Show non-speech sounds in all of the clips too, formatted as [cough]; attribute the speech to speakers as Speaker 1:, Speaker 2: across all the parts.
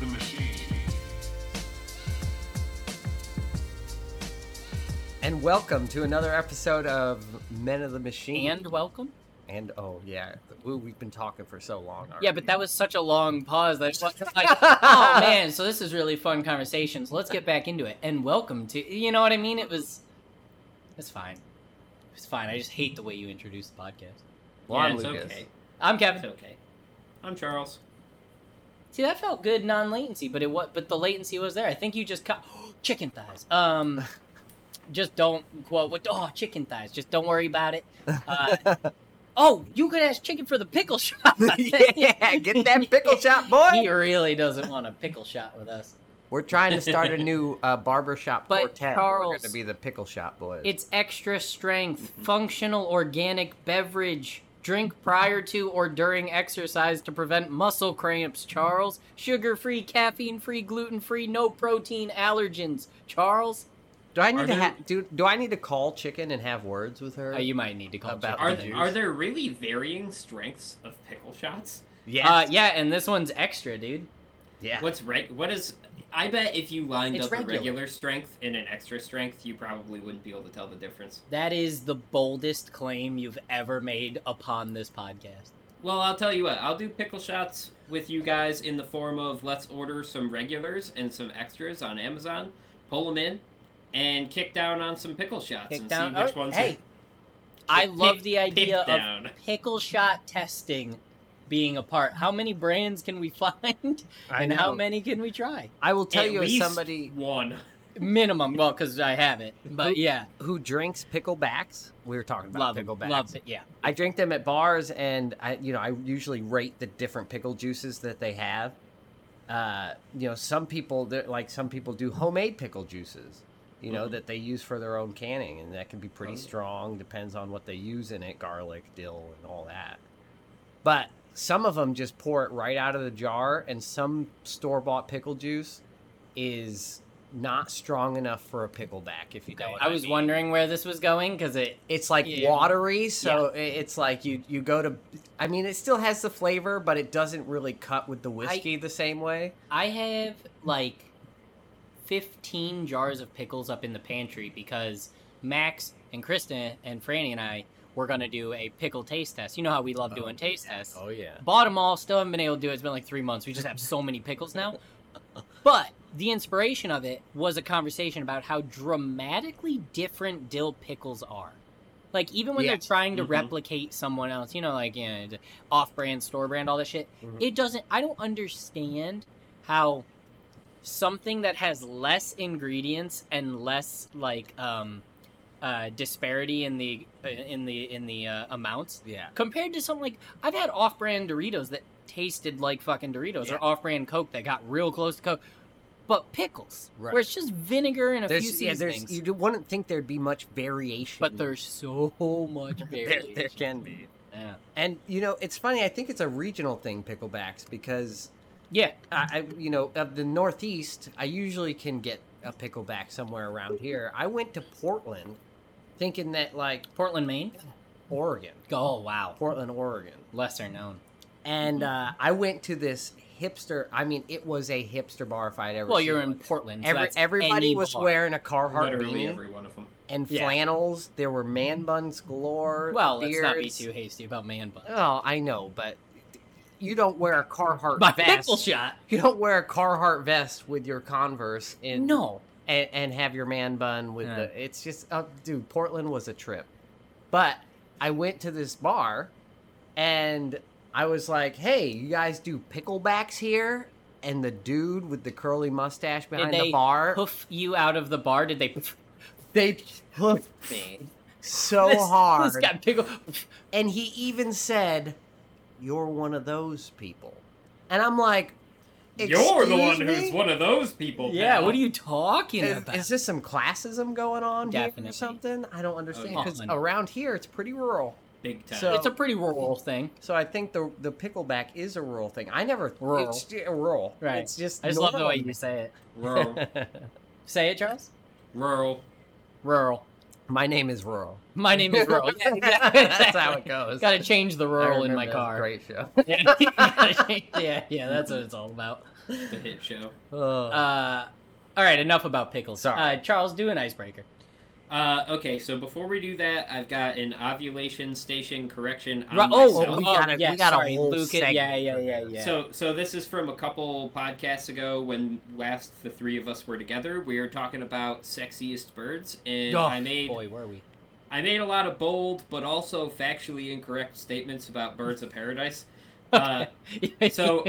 Speaker 1: the machine.
Speaker 2: And welcome to another episode of Men of the Machine.
Speaker 3: And welcome.
Speaker 2: And, oh yeah, the- ooh, we've been talking for so long. Already.
Speaker 3: Yeah, but that was such a long pause that I was just like, oh man, so this is really fun conversations. Let's get back into it. And welcome to, you know what I mean? It was, it's fine. It's fine. I just hate the way you introduce the podcast.
Speaker 2: Well, I'm
Speaker 3: it's
Speaker 2: Lucas.
Speaker 3: okay. I'm Kevin.
Speaker 4: It's okay. I'm Charles.
Speaker 3: See, that felt good non-latency, but it what? But the latency was there. I think you just cut [gasps] chicken thighs. Um, [laughs] just don't quote what. Oh, chicken thighs. Just don't worry about it. Uh, [laughs] oh, you could ask chicken for the pickle [laughs] shot.
Speaker 2: yeah, get that pickle shop, boy.
Speaker 3: He really doesn't want a pickle shot with us.
Speaker 2: We're trying to start
Speaker 3: [laughs]
Speaker 2: a new uh, barbershop
Speaker 3: But
Speaker 2: quartet. We're
Speaker 3: Charles-
Speaker 2: going to be the pickle shop boys.
Speaker 3: It's extra strength, functional organic beverage. Drink prior to or during exercise to prevent muscle cramps, Charles. Sugar free, caffeine free, gluten free, no protein allergens, Charles.
Speaker 2: do I need
Speaker 4: are
Speaker 2: to
Speaker 4: there-
Speaker 2: ha- do? Do I need to call Chicken and have words with her?
Speaker 3: Uh, you might need to call E.
Speaker 2: About
Speaker 3: Chicken
Speaker 4: Are,
Speaker 2: the
Speaker 3: Thighs.
Speaker 2: juice.
Speaker 4: are there really varying strengths of pickle shots?
Speaker 2: yes.
Speaker 3: Uh, yeah, and this one's extra, dude.
Speaker 2: yeah.
Speaker 4: What's reg- What is? I bet if you lined
Speaker 3: It's
Speaker 4: up
Speaker 3: regular.
Speaker 4: a regular strength and an extra strength, you probably wouldn't be able to tell the difference.
Speaker 3: That is the boldest claim you've ever made upon this podcast.
Speaker 4: Well, I'll tell you what. I'll do pickle shots with you guys in the form of let's order some regulars and some extras on Amazon, pull them in, and kick down on some pickle shots
Speaker 3: Kick
Speaker 4: and
Speaker 3: down.
Speaker 4: see which
Speaker 3: oh,
Speaker 4: ones. are-
Speaker 3: hey, I
Speaker 4: Pick-
Speaker 3: love the
Speaker 4: pick
Speaker 3: idea of
Speaker 4: down.
Speaker 3: pickle shot testing being a part. How many brands can we [laughs] find,
Speaker 2: I
Speaker 3: and how
Speaker 2: know.
Speaker 3: many can we try?
Speaker 2: I will tell
Speaker 4: At
Speaker 2: you, as
Speaker 4: least
Speaker 2: somebody
Speaker 4: one.
Speaker 3: Minimum, well, because I have it, but yeah,
Speaker 2: who drinks picklebacks, we were talking about
Speaker 3: love it,
Speaker 2: picklebacks.
Speaker 3: love it, yeah.
Speaker 2: I drink them at bars, and I, you know, I usually rate the different pickle juices that they have. Uh, you know, some people that like some people do homemade pickle juices. You know
Speaker 4: Mhm.
Speaker 2: that they use for their own canning, and that can be pretty
Speaker 4: Oh, yeah.
Speaker 2: strong. Depends on what they use in it, garlic, dill, and all that. But some of them just pour it right out of the jar, and some store bought pickle juice is not strong enough for a pickleback. If you know, what
Speaker 3: I was
Speaker 2: mean
Speaker 3: wondering where this was going because it
Speaker 2: it's like
Speaker 3: Yeah.
Speaker 2: watery so i it's like you you go to i mean it still has the flavor but it doesn't really cut with the whiskey the same way
Speaker 3: I have like 15 jars of pickles up in the pantry because Max and Kristen and Franny and I were going to do a pickle taste test. You know how we love doing taste tests.
Speaker 2: oh yeah
Speaker 3: Bought them all, still haven't been able to do it. It's been like three months. We just have so many
Speaker 2: [laughs]
Speaker 3: pickles now. But the inspiration of it was a conversation about how dramatically different dill pickles are. Like, even when
Speaker 2: Yeah. Mm-hmm.
Speaker 3: they're trying to
Speaker 4: Mhm.
Speaker 3: replicate someone else, you know, like you know, off brand, store brand, all that shit,
Speaker 2: Mhm.
Speaker 3: it doesn't, I don't understand how something that has less ingredients and less like um uh disparity in the uh, in the in the uh, amounts
Speaker 2: yeah
Speaker 3: compared to something like I've had off-brand Doritos that tasted like fucking Doritos
Speaker 2: Yeah.
Speaker 3: or off-brand Coke that got real close to Coke, but pickles
Speaker 2: Right.
Speaker 3: where it's just vinegar and a few
Speaker 2: there's, yeah,
Speaker 3: seasonings.
Speaker 2: there's you wouldn't think there'd be much variation
Speaker 3: But there's so much
Speaker 2: [laughs] there,
Speaker 3: variation.
Speaker 2: there can be
Speaker 3: Yeah.
Speaker 2: and you know it's funny i think it's a regional thing picklebacks because
Speaker 3: yeah,
Speaker 2: I, I you know of the Northeast, I usually can get a pickleback somewhere around here. I went to Portland, thinking that like
Speaker 3: Portland, Maine.
Speaker 2: Oregon,
Speaker 3: Oh wow,
Speaker 2: Portland, Oregon,
Speaker 3: lesser known.
Speaker 2: and
Speaker 3: Mm-hmm.
Speaker 2: uh, I went to this hipster. I mean, it was a hipster bar if I'd ever.
Speaker 3: Well,
Speaker 2: seen
Speaker 3: you're
Speaker 2: one.
Speaker 3: in Portland. so
Speaker 2: Every,
Speaker 3: that's
Speaker 2: everybody
Speaker 3: any
Speaker 2: was
Speaker 3: bar.
Speaker 2: wearing a Carhartt
Speaker 4: Literally
Speaker 2: beanie
Speaker 4: every one of them.
Speaker 2: and
Speaker 3: Yeah.
Speaker 2: flannels. There were man buns galore.
Speaker 3: Well, let's not be
Speaker 2: beards.
Speaker 3: too hasty about man bun.
Speaker 2: [laughs]
Speaker 3: [laughs]
Speaker 2: Oh, I know, but you don't wear a Carhartt
Speaker 3: My
Speaker 2: vest.
Speaker 3: pickle shot.
Speaker 2: You don't wear a Carhartt vest with your Converse in
Speaker 3: No,
Speaker 2: and, and have your man bun with
Speaker 3: Yeah.
Speaker 2: the. It's just, oh, dude, Portland was a trip. But I went to this bar and I was like, hey, you guys do picklebacks here? And the dude with the curly mustache behind the
Speaker 3: they
Speaker 2: bar,
Speaker 3: hoof you out of the
Speaker 2: [laughs]
Speaker 3: bar. Did they? [laughs]
Speaker 2: they hoofed me so
Speaker 3: this,
Speaker 2: hard.
Speaker 3: This
Speaker 2: [laughs]
Speaker 3: got pickle.
Speaker 2: And he even said, you're one of those people. And I'm like,
Speaker 4: You're the
Speaker 2: "Excuse
Speaker 4: one who's
Speaker 2: me?
Speaker 4: one of those people.
Speaker 3: Yeah,
Speaker 4: pal.
Speaker 3: what are you talking
Speaker 2: Is,
Speaker 3: about?
Speaker 2: is this some classism going on here
Speaker 3: Definitely. Oh,
Speaker 2: or something? I don't understand
Speaker 4: yeah.
Speaker 2: because
Speaker 3: Common.
Speaker 2: around here it's pretty rural,
Speaker 4: Big time.
Speaker 2: So-
Speaker 3: it's a pretty rural thing.
Speaker 2: so I think the the pickleback is a rural thing. I never
Speaker 3: Rural.
Speaker 2: it's ju- rural.
Speaker 3: Right.
Speaker 2: It's just
Speaker 3: I just love the way
Speaker 2: normal. [laughs]
Speaker 3: [laughs] you say it.
Speaker 4: rural,
Speaker 3: Say it, Charles.
Speaker 4: rural.
Speaker 3: Rural.
Speaker 2: My name is
Speaker 3: [laughs]
Speaker 2: Rural.
Speaker 3: My name is
Speaker 2: [laughs]
Speaker 3: Rural. Yeah, exactly.
Speaker 2: That's how it
Speaker 3: [laughs]
Speaker 2: goes.
Speaker 3: Got to change the
Speaker 2: I
Speaker 3: rural in my
Speaker 2: remember, that was a
Speaker 3: car.
Speaker 2: Great show.
Speaker 3: [laughs]
Speaker 2: [laughs]
Speaker 3: yeah, yeah, that's what it's all about.
Speaker 4: the hit show.
Speaker 2: Oh.
Speaker 3: Uh, all right, enough about pickles.
Speaker 2: Sorry.
Speaker 3: Uh, Charles, do an icebreaker.
Speaker 4: Uh, okay, so before we do that, I've got an ovulation station correction on
Speaker 3: Ru- oh,
Speaker 4: myself.
Speaker 2: we
Speaker 3: oh,
Speaker 2: got a-
Speaker 3: yeah,
Speaker 2: we got a
Speaker 3: sorry,
Speaker 2: whole
Speaker 3: Luke,
Speaker 2: segment
Speaker 3: Yeah, yeah,
Speaker 2: for
Speaker 3: yeah,
Speaker 2: this.
Speaker 3: yeah.
Speaker 4: So, so this is from a couple podcasts ago when last the three of us were together. We were talking about sexiest birds, and
Speaker 3: Oh,
Speaker 4: I made
Speaker 3: boy, were we?
Speaker 4: I made a lot of bold but also factually incorrect statements about birds of paradise.
Speaker 3: [laughs]
Speaker 4: Uh,
Speaker 2: [laughs]
Speaker 4: so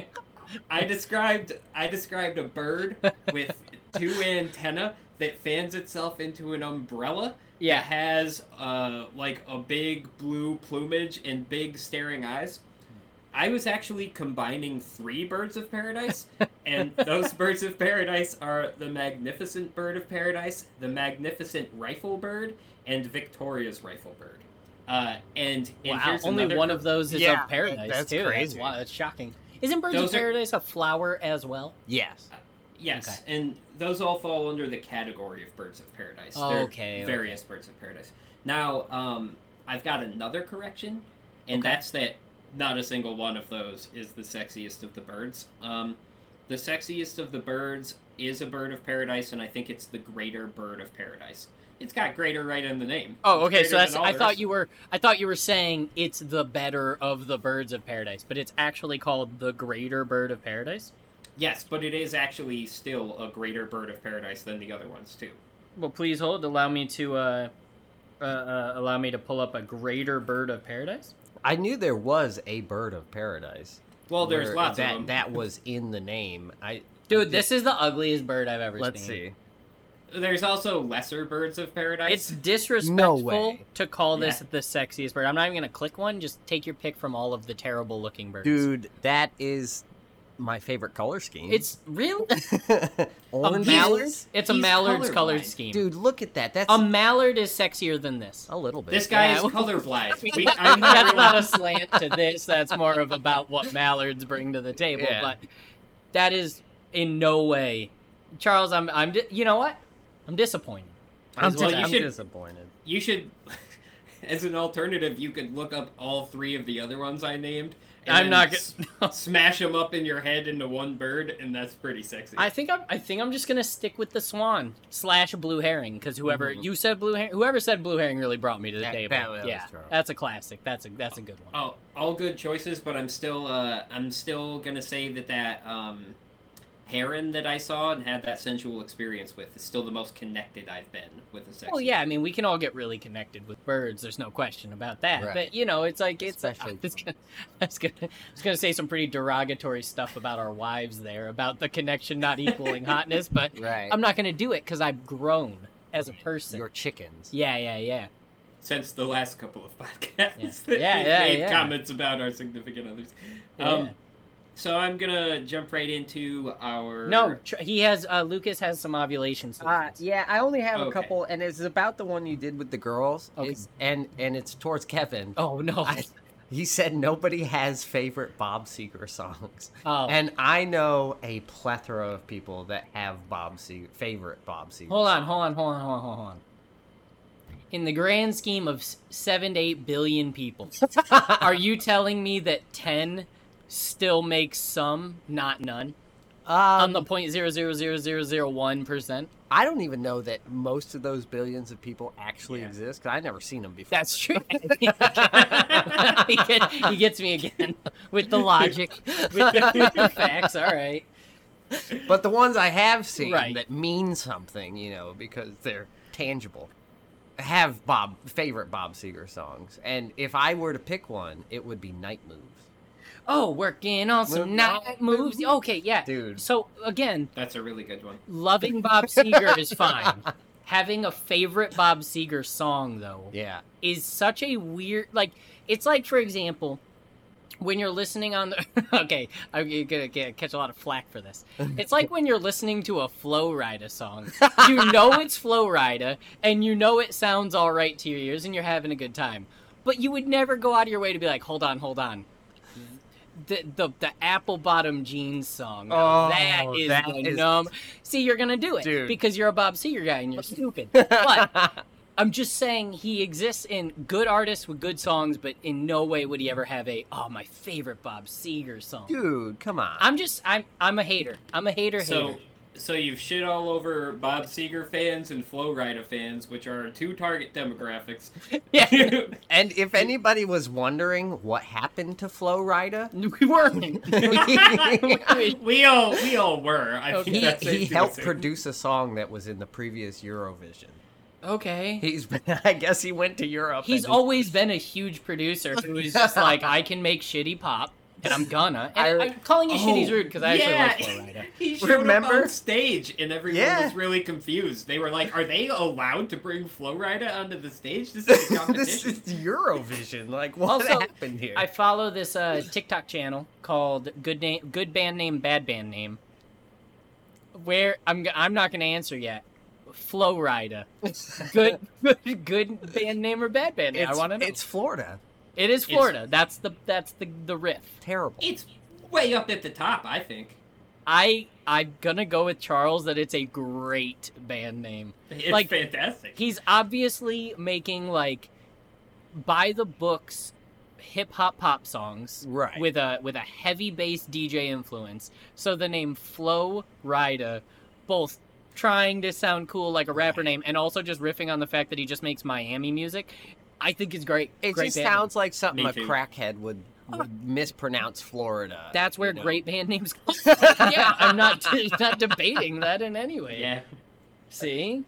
Speaker 4: I described I described a bird with two antennae that fans itself into an umbrella that
Speaker 3: yeah,
Speaker 4: has uh, like a big blue plumage and big staring eyes. I was actually combining three birds of paradise,
Speaker 3: [laughs]
Speaker 4: and those birds of paradise are the magnificent bird of paradise, the magnificent rifle bird, and Victoria's rifle bird. Uh, and,
Speaker 3: [laughs]
Speaker 4: and
Speaker 3: wow.
Speaker 4: here's
Speaker 3: Only
Speaker 4: another-
Speaker 3: one of those is
Speaker 2: Yeah,
Speaker 3: of paradise
Speaker 2: that's
Speaker 3: too.
Speaker 2: crazy.
Speaker 3: That's, wow, that's shocking. Isn't Birds
Speaker 4: Those
Speaker 3: of
Speaker 4: are-
Speaker 3: Paradise a flower as well?
Speaker 2: yes.
Speaker 4: Yes, and those all fall under the category of birds of paradise. They're
Speaker 3: Okay, okay.
Speaker 4: various birds of paradise. Now, um, I've got another correction, and
Speaker 3: Okay.
Speaker 4: that's that not a single one of those is the sexiest of the birds. Um, the sexiest of the birds is a bird of paradise, and I think it's the greater bird of paradise. It's got greater right in the name.
Speaker 3: Oh,
Speaker 4: It's
Speaker 3: okay. So
Speaker 4: greater
Speaker 3: that's.
Speaker 4: than
Speaker 3: I
Speaker 4: others.
Speaker 3: thought you were. I thought you were saying it's the better of the birds of paradise, but it's actually called the greater bird of paradise.
Speaker 4: Yes, but it is actually still a greater bird of paradise than the other ones too.
Speaker 3: Well, please hold. Allow me to. Uh, uh, uh, allow me to pull up a greater bird of paradise.
Speaker 2: I knew there was a bird of paradise.
Speaker 4: Well, there's
Speaker 2: where
Speaker 4: lots
Speaker 2: that,
Speaker 4: of them.
Speaker 2: That was in the name. I
Speaker 3: Dude, this is the ugliest bird I've ever
Speaker 2: let's
Speaker 3: seen.
Speaker 2: see.
Speaker 4: There's also lesser birds of paradise.
Speaker 3: It's disrespectful
Speaker 2: way.
Speaker 3: to call this
Speaker 4: Yeah.
Speaker 3: the sexiest bird. I'm not even gonna click one. Just take your pick from all of the terrible looking birds.
Speaker 2: Dude, that is my favorite color scheme.
Speaker 3: it's real. a
Speaker 2: [laughs] Orange
Speaker 3: mallard.
Speaker 2: is-
Speaker 3: It's a
Speaker 4: he's
Speaker 3: mallard's colored
Speaker 4: colorblind.
Speaker 3: scheme.
Speaker 2: Dude, look at that. That's
Speaker 3: a mallard is sexier than this.
Speaker 2: a little bit.
Speaker 4: This guy
Speaker 3: [laughs]
Speaker 4: is
Speaker 3: Yeah.
Speaker 4: colorblind. We, I'm not
Speaker 3: that's
Speaker 4: really-
Speaker 3: not a slant to this. That's more of about what mallards bring to the table.
Speaker 2: Yeah.
Speaker 3: But that is in no way, Charles. I'm. I'm. Di- you know what? I'm disappointed.
Speaker 2: I'm,
Speaker 3: Well,
Speaker 2: dis-
Speaker 4: you
Speaker 2: I'm
Speaker 4: should-
Speaker 2: disappointed.
Speaker 4: You should, [laughs] as an alternative, you could look up all three of the other ones I named.
Speaker 3: I'm
Speaker 4: then
Speaker 3: not
Speaker 4: s-
Speaker 3: [laughs]
Speaker 4: smash them up in your head into one bird, and that's pretty sexy.
Speaker 3: I think I'm. I think I'm just gonna stick with the swan slash blue herring because whoever
Speaker 2: Mhm.
Speaker 3: you said blue herring, whoever said blue herring really brought me to the
Speaker 2: That-
Speaker 3: table.
Speaker 2: that was
Speaker 3: yeah,
Speaker 2: Charles.
Speaker 3: that's a classic. That's a that's a good one.
Speaker 4: Oh, all good choices, but I'm still, uh, I'm still gonna say that that um, heron that I saw and had that sensual experience with is still the most connected I've been with a sex.
Speaker 3: Well, yeah, I mean, we can all get really connected with birds. There's no question about that.
Speaker 2: Right.
Speaker 3: But you know, it's like it's.
Speaker 2: Especially-
Speaker 3: I was gonna, [laughs] I was gonna, I was gonna say some pretty derogatory stuff about our wives there about the connection
Speaker 2: [laughs]
Speaker 3: not equaling hotness, but
Speaker 2: Right.
Speaker 3: I'm not gonna do it because I've grown as a person.
Speaker 2: Your chickens.
Speaker 3: Yeah, yeah, yeah.
Speaker 4: Since the last couple of [laughs] podcasts,
Speaker 3: Yeah.
Speaker 4: that
Speaker 3: Yeah,
Speaker 4: we've
Speaker 3: yeah,
Speaker 4: made
Speaker 3: yeah.
Speaker 4: comments about our significant others. Um,
Speaker 3: Yeah.
Speaker 4: So I'm gonna jump right into our
Speaker 3: No, tr- he has. Uh, Lucas has some ovulation.
Speaker 2: Uh,
Speaker 3: solutions.
Speaker 2: yeah, I only have a
Speaker 4: Okay.
Speaker 2: couple, and it's about the one you did with the girls.
Speaker 3: Okay.
Speaker 2: It's- and and it's towards Kevin.
Speaker 3: Oh no.
Speaker 2: I- He said nobody has favorite Bob Seger songs,
Speaker 3: oh.
Speaker 2: and I know a plethora of people that have Bob Seger favorite Bob Seger.
Speaker 3: Hold on, hold on, hold on, hold on, hold on. In the grand scheme of s- seven to eight billion
Speaker 2: [laughs]
Speaker 3: people, are you telling me that ten still makes some, not none, on
Speaker 2: Um,
Speaker 3: the point zero zero zero zero zero one percent?
Speaker 2: I don't even know that most of those billions of people actually
Speaker 4: Yeah.
Speaker 2: exist because I've never seen them before.
Speaker 3: That's [laughs] true. he, get- he gets me again [laughs] with the logic,
Speaker 2: [laughs]
Speaker 3: with the facts. All right.
Speaker 2: But the ones I have seen
Speaker 3: Right.
Speaker 2: that mean something, you know, because they're tangible, have Bob favorite Bob Seger songs. And if I were to pick one, it would be Night Moves,
Speaker 3: Oh, working on
Speaker 2: Move
Speaker 3: some night
Speaker 2: night
Speaker 3: moves. Okay, yeah.
Speaker 2: dude.
Speaker 3: So again,
Speaker 4: That's a really good one.
Speaker 3: loving Bob Seger is fine. Having a favorite Bob Seger song though
Speaker 2: Yeah,
Speaker 3: is such a weird like it's like for example when you're listening on the [laughs] okay i'm g- gonna get, catch a lot of flack for this it's like when you're listening to a flow rida song you know it's flow rida and you know it sounds all right to your ears and you're having a good time but you would never go out of your way to be like hold on hold on the the, the apple bottom jeans song now,
Speaker 2: Oh,
Speaker 3: that is
Speaker 2: that
Speaker 3: the
Speaker 2: is-
Speaker 3: numb see you're gonna do it
Speaker 2: Dude. [laughs]
Speaker 3: because you're a bob seger guy and you're stupid but I'm just saying he exists in good artists with good songs, but in no way would he ever have a oh my favorite Bob Seger song.
Speaker 2: Dude, come on.
Speaker 3: I'm just I'm I'm a hater. I'm a hater
Speaker 4: So, [laughs]
Speaker 3: hater.
Speaker 4: so you've shit all over Bob Seger fans and Flow Rida fans, which are two
Speaker 3: [laughs]
Speaker 4: target demographics. [laughs]
Speaker 3: Yeah,
Speaker 2: and if anybody was wondering what happened to Flo
Speaker 3: [laughs]
Speaker 2: Rida, [laughs]
Speaker 3: we weren't.
Speaker 4: we all we all were. I
Speaker 3: Okay.
Speaker 4: think
Speaker 2: he,
Speaker 4: that's safe
Speaker 2: he
Speaker 4: to
Speaker 2: helped
Speaker 4: assume.
Speaker 2: produce a song that was in the previous Eurovision.
Speaker 3: Okay.
Speaker 2: He's been, [laughs] I guess he went to Europe.
Speaker 3: He's
Speaker 2: and-
Speaker 3: always been a huge producer who is just like, I can make shitty pop, and I'm gonna. And
Speaker 2: I-
Speaker 3: I, am calling you shitty's
Speaker 4: Oh,
Speaker 3: rude because I actually
Speaker 4: yeah.
Speaker 3: like Flo Rida.
Speaker 4: [laughs] He showed Remember? up
Speaker 2: Remember?
Speaker 4: on stage, and everyone
Speaker 2: Yeah.
Speaker 4: was really confused. They were like, "Are they allowed to bring Flow Rida onto the stage?
Speaker 3: [laughs]
Speaker 4: This is a
Speaker 2: [laughs] this
Speaker 4: competition."
Speaker 2: is Eurovision. Like, what
Speaker 3: Also,
Speaker 2: happened here?
Speaker 3: I follow this uh, TikTok channel called Good Name, Good Band Name, Bad Band Name. Where I'm, g- I'm not gonna answer yet. Flow Rida,
Speaker 2: [laughs]
Speaker 3: good, good, good band name or bad band name?
Speaker 2: it's,
Speaker 3: I want to know.
Speaker 2: it's Florida.
Speaker 3: it is Florida. That's the that's the the riff.
Speaker 2: Terrible.
Speaker 4: It's way up at the top, I think.
Speaker 3: I I'm gonna go with Charles that it's a great band name.
Speaker 4: It's
Speaker 3: Like,
Speaker 4: fantastic.
Speaker 3: He's obviously making like by the books hip hop pop songs
Speaker 2: right.
Speaker 3: with a with a heavy bass DJ influence. So the name Flow Rida, both trying to sound cool like a rapper name and also just riffing on the fact that he just makes Miami music, I think is great.
Speaker 2: it
Speaker 3: great Uh.
Speaker 2: just
Speaker 3: band name.
Speaker 2: sounds like something
Speaker 4: Me
Speaker 2: a
Speaker 4: too.
Speaker 2: crackhead would, would mispronounce Florida.
Speaker 3: That's where
Speaker 2: you know?
Speaker 3: great
Speaker 2: [laughs]
Speaker 3: band names come. from. yeah, I'm not [laughs] not debating that in any way.
Speaker 4: yeah.
Speaker 3: See?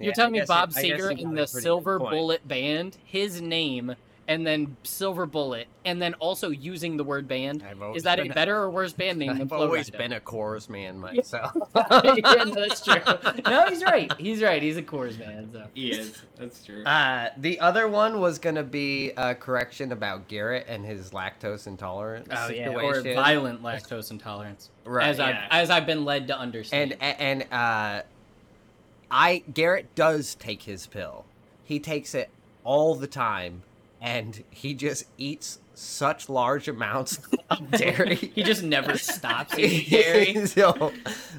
Speaker 2: Yeah,
Speaker 3: You're telling
Speaker 2: I
Speaker 3: me
Speaker 2: guess
Speaker 3: Bob
Speaker 2: it- I guess
Speaker 3: Seger
Speaker 2: you got
Speaker 3: in
Speaker 2: a
Speaker 3: the
Speaker 2: pretty good
Speaker 3: Silver
Speaker 2: point.
Speaker 3: Bullet Band, his name, and then Silver Bullet, and then also using the word band.
Speaker 2: I've always
Speaker 3: Is that a
Speaker 2: been
Speaker 3: better or worse band name
Speaker 2: [laughs]
Speaker 3: than
Speaker 2: I've
Speaker 3: Flo
Speaker 2: always
Speaker 3: Rida?
Speaker 2: been a chorus man myself.
Speaker 3: [laughs] yeah, no, that's true. No, he's right. He's right. He's a Coors man. So.
Speaker 4: He is.
Speaker 3: [laughs]
Speaker 4: That's true.
Speaker 2: Uh, the other one was gonna be a correction about Garrett and his lactose intolerance
Speaker 3: Oh, or
Speaker 2: situation,
Speaker 3: violent lactose intolerance,
Speaker 2: right?
Speaker 3: as
Speaker 4: yeah.
Speaker 3: I've as I've been led to understand.
Speaker 2: and and uh, I Garrett does take his pill. He takes it all the time, and he just eats such large amounts
Speaker 3: [laughs]
Speaker 2: of dairy.
Speaker 3: he just never [laughs]
Speaker 2: [laughs]
Speaker 3: stops eating dairy.
Speaker 2: so,